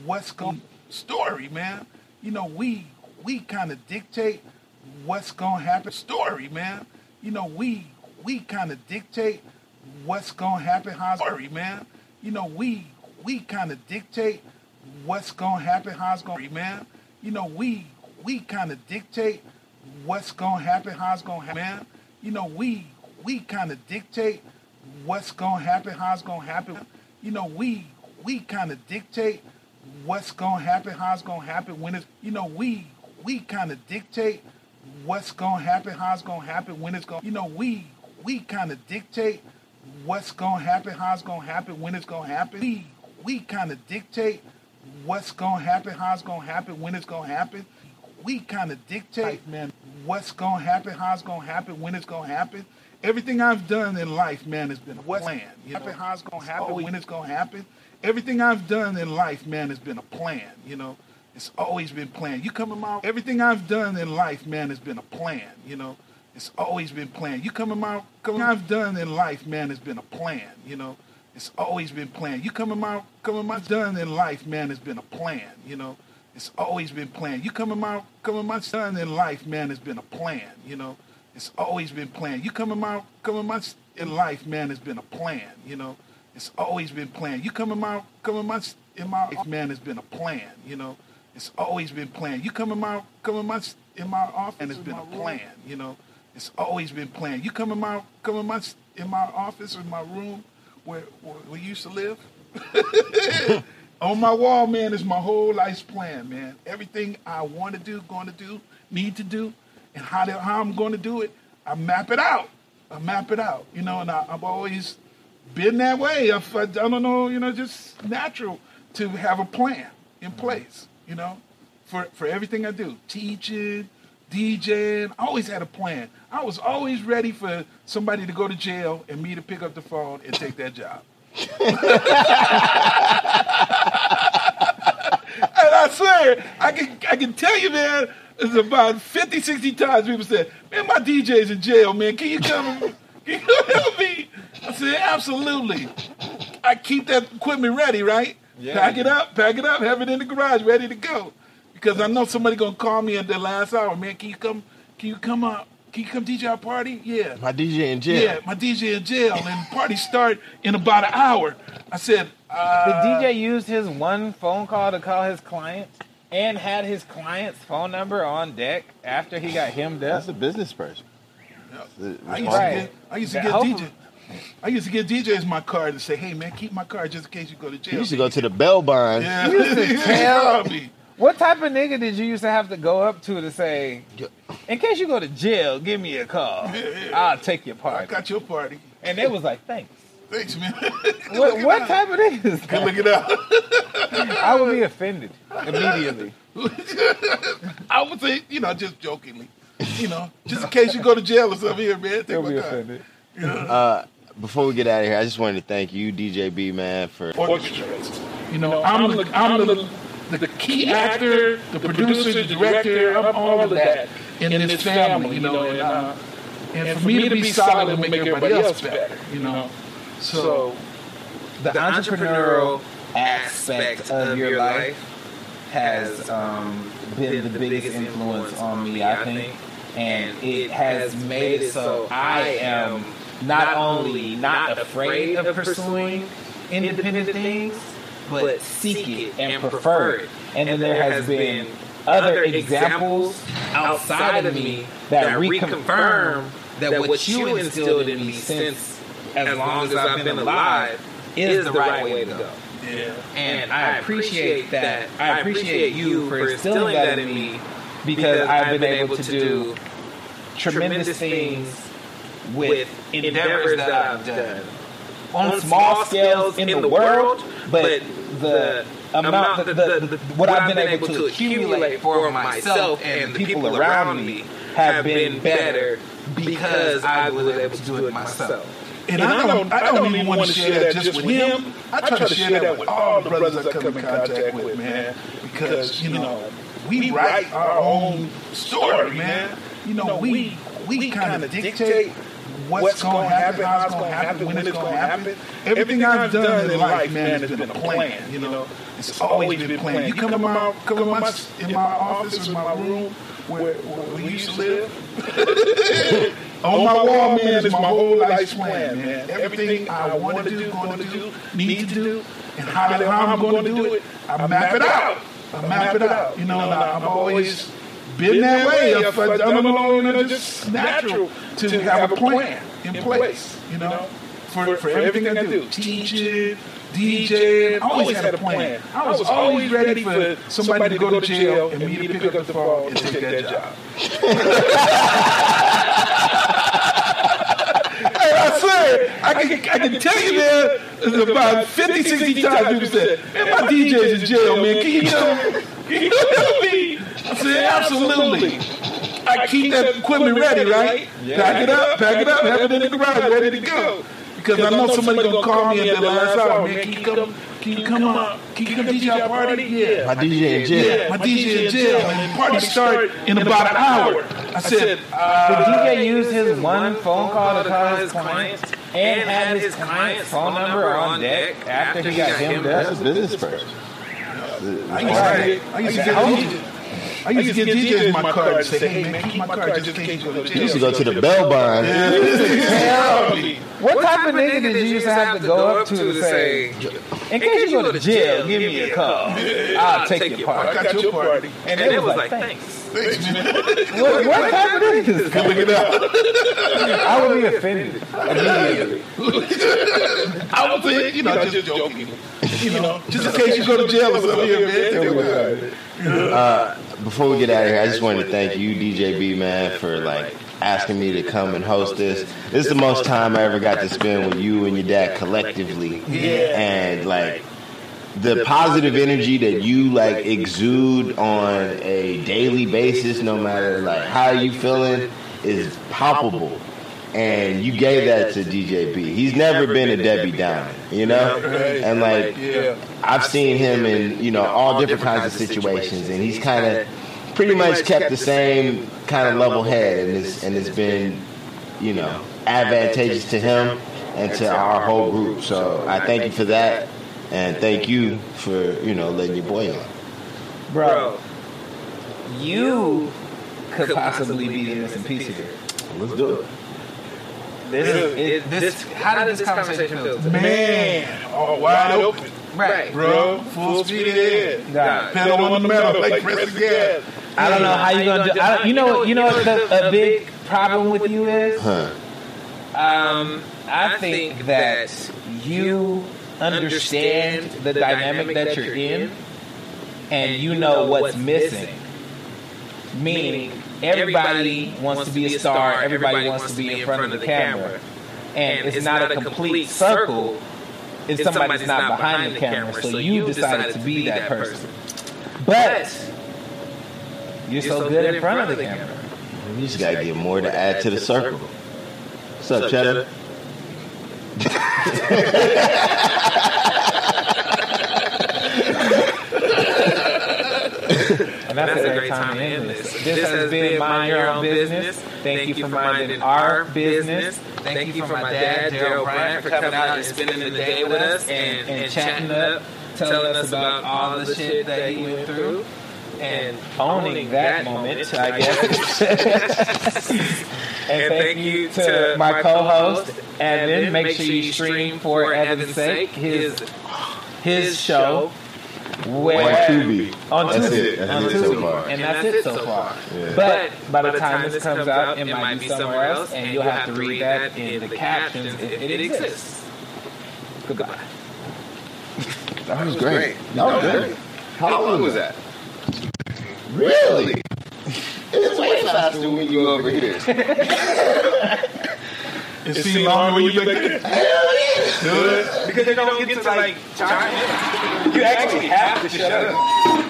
Speaker 2: what's going story, man. You know, we we kind of dictate what's gonna happen story, man. You know, we we kind of dictate what's gonna happen how's story, man. You know, we we kind of dictate what's gonna happen how's gonna man. You know, we we kind of dictate what's gonna happen how's gonna happen, man. You know, we we kind of dictate what's gonna happen how's gonna happen. You know, we we kind of dictate what's gonna happen how's gonna happen when it's you know we we kind of dictate what's gonna happen how's gonna happen when it's gonna you know we we kind of dictate what's gonna happen how's gonna happen when it's gonna happen we we kind of dictate what's gonna happen how's gonna happen when it's gonna happen we kind of dictate man what's gonna happen how's gonna happen when it's gonna happen everything i've done in life man has been a plan you know? happen, how's gonna happen when it's gonna happen everything i've done in life man has been a plan you know it's always been planned you come in my everything i've done in life man has been a plan you know it's always been planned you come in my come i've done in life man has been a plan you know it's always been planned. You come in my come in my done in life, man, has been a plan, you know. It's always been planned. You come in my come in my son in life, man, has been a plan, you know. It's always been planned. You come in my come in my s- in life, man, has been a plan, you know. It's always been planned. You come in my come in my s- in my life, man, has been a plan, you know. It's always been planned. You come in my come in my s- in my office, and it's been a plan, you know. It's always been planned. You come in my come in my s- in my office in my room where, where we used to live. On my wall, man, is my whole life's plan, man. Everything I want to do, going to do, need to do, and how to, how I'm going to do it, I map it out. I map it out, you know. And I, I've always been that way. I, I don't know, you know, just natural to have a plan in place, you know, for for everything I do, teaching, DJing. I always had a plan. I was always ready for somebody to go to jail and me to pick up the phone and take that job. And I swear, I can I can tell you, man, it's about 50, 60 times people said, man, my DJ's in jail, man. Can you come can you come help me? I said, absolutely. I keep that equipment ready, right? Pack it up, pack it up, have it in the garage, ready to go. Because I know somebody gonna call me at the last hour, man. Can you come can you come out? Can you come DJ our party? Yeah.
Speaker 3: My DJ in jail.
Speaker 2: Yeah, my DJ in jail and party start in about an hour. I said, uh,
Speaker 1: The DJ used his one phone call to call his client and had his client's phone number on deck after he got hemmed up.
Speaker 3: That's a business person.
Speaker 2: I used
Speaker 1: Right.
Speaker 2: to get, I used to
Speaker 1: Yeah,
Speaker 2: get
Speaker 1: hopefully-
Speaker 2: DJ. I used to get DJs my card and say, "Hey man, keep my card just in case you go to jail."
Speaker 3: He used to go to the Bell Bond.
Speaker 2: yeah,
Speaker 1: You used to
Speaker 2: He
Speaker 1: tell-
Speaker 2: called me.
Speaker 1: What type of nigga did you used to have to go up to to say, in case you go to jail, give me a call. I'll take your
Speaker 2: I
Speaker 1: part.
Speaker 2: got your party.
Speaker 1: And they was like, thanks.
Speaker 2: Thanks, man.
Speaker 1: What,
Speaker 2: Look it
Speaker 1: what
Speaker 2: up.
Speaker 1: type of nigga is that?
Speaker 2: Look it up.
Speaker 1: I would be offended immediately.
Speaker 2: I would say, you know, just jokingly, you know, just in case you go to jail or something. Here, man,
Speaker 1: They'll
Speaker 2: take
Speaker 1: be
Speaker 2: my card.
Speaker 1: offended.
Speaker 3: Uh, before we get out of here, I just wanted to thank you, DJ B man, for
Speaker 2: You know, I'm, the, I'm, the, the, key actor, the producer, the director, I'm all of that in, this family, you know. And, uh, and, for me to be solid and make everybody else better, you know. So,
Speaker 1: The
Speaker 4: entrepreneurial
Speaker 1: entrepreneurial aspect of your life has
Speaker 4: has,
Speaker 1: um, been the biggest influence on me, I think. And it has made it so I am not only not afraid of pursuing independent things, but seek it and prefer it. And then there has been other examples outside of me that reconfirm that what you instilled in me since as long as I've been alive is the right way to go.
Speaker 2: yeah.
Speaker 1: And I appreciate that. I appreciate you for instilling that in me because I've been able to do tremendous things with endeavors that I've done on small scales in the world, but the amount, the, the, the, what I've been able to accumulate for myself and the people around me have been better because I was able to do it myself.
Speaker 2: And, I, don't, I don't, even, want to share that just with him. I try to share that with all the brothers I come in contact with, man. Because, you know, we write our own story, man. You know, we we kind of dictate what's going to happen, how it's going to happen, when it's going to happen. Everything I've done in life, man, has been a plan. You know, it's always been planned. You come to my come to my in my office or my room where, where we used to live. On Oh, my wall, man, is my whole life's plan, man. Everything I want to do, going to do, need to do, and how, how I'm going to do it, I map it out. I map it out. You know, and I, I've always been that way. If I done alone, and it's just natural to have a plan in place, you know, for, for everything I do. Teaching, DJing, I always had a plan. I was always ready for somebody to go to jail and me to pick up the phone and take that job. Hey, I swear, I can, I can tell you, man, there's about 50, 60 times people said, man, my DJ's in jail, man. Can you tell me? Can you tell me? I said, absolutely. I keep that equipment ready, right? Pack it up, pack it up, have it in the garage, ready to go. Because I know somebody gonna call me at the last hour, man. Can you come? Can you come up? Can you come DJ our party? Yeah.
Speaker 3: My DJ in jail.
Speaker 2: Yeah, my DJ in jail. And party start in about an hour. I said,
Speaker 1: The DJ used his one phone call to call his clients and had his client's phone number on deck after he got him
Speaker 3: That's
Speaker 1: up.
Speaker 3: a business person.
Speaker 2: I used to get- I used to get DJs. I used to get DJs my card and say, hey, man, keep my card just in case you go to
Speaker 3: You
Speaker 2: jail.
Speaker 3: used to go to the bell barn.
Speaker 1: What type of nigga did you used to have to go up to to say, in case you go to jail, give me a call. I'll take your
Speaker 2: I
Speaker 1: part.
Speaker 2: got your party.
Speaker 1: And they was like, thanks. What what type of niggas?
Speaker 2: Look it up.
Speaker 1: I would be offended.
Speaker 2: I was saying, you know, just joking. You know, just in case you go to jail or something, man.
Speaker 3: Before we get out of here, I just wanted to thank you, DJB man, for like asking me to come and host this. This is the most time I ever got to spend with you and your dad collectively, and like the positive energy that you like exude on a daily basis, no matter like how you feeling, is palpable. And you gave that to DJB. He's never been a Debbie Downer, you know. And like
Speaker 2: Yeah.
Speaker 3: I've seen him in you know all different kinds of situations, and he's kind of pretty much kept the same kind of level head, and it's and it's been you know advantageous to him and to our whole group. So I thank you for that, and thank you for you know letting your boy on.
Speaker 1: Bro, you could possibly be the missing piece of it.
Speaker 3: Let's do it.
Speaker 1: This is, it, this, how did this conversation feel? today?
Speaker 2: Man, all wide open,
Speaker 1: Right.
Speaker 2: bro. Full speed ahead.
Speaker 1: Nah.
Speaker 2: Pedal on the metal, like press the gas.
Speaker 1: I don't know how you gonna do. I don't, you know what? You know what? The, a big problem with you is.
Speaker 3: Huh.
Speaker 1: Um, I think that you understand the dynamic that you're in, and you know what's missing. Meaning, everybody wants to be a star. Everybody wants to be in front of the camera, and it's not a complete circle if somebody's not behind the camera. So you decided to be that person, but you're so good in front of the camera.
Speaker 3: We just gotta get more to add to the circle. What's up, Cheddar?
Speaker 1: And that's, a great time to end this. This, has been Mind Your Own Business. Thank you for minding our business. Thank you for my dad, Daryl Bryant, for coming out and spending the day with us and, and chatting up, telling us about all the shit that he went through. And owning that moment, I guess. and thank you to my co-host, Evan. Make sure you stream for Evan's sake his his show.
Speaker 3: On
Speaker 1: Where
Speaker 3: Tubi.
Speaker 1: on
Speaker 3: That's
Speaker 1: Tubi.
Speaker 3: it.
Speaker 1: On
Speaker 3: That's it so
Speaker 1: Tubi.
Speaker 3: far.
Speaker 1: And that's it so far.
Speaker 3: Yeah.
Speaker 1: But by the time this comes out, it might be somewhere else, and you'll have to read that in the captions if it exists. Goodbye.
Speaker 3: That was great. That was great.
Speaker 4: How long was that?
Speaker 3: Really? It's way faster when you over here.
Speaker 2: It seemed longer when you back there.
Speaker 4: Because they don't get to like chime in. You actually have to shut up.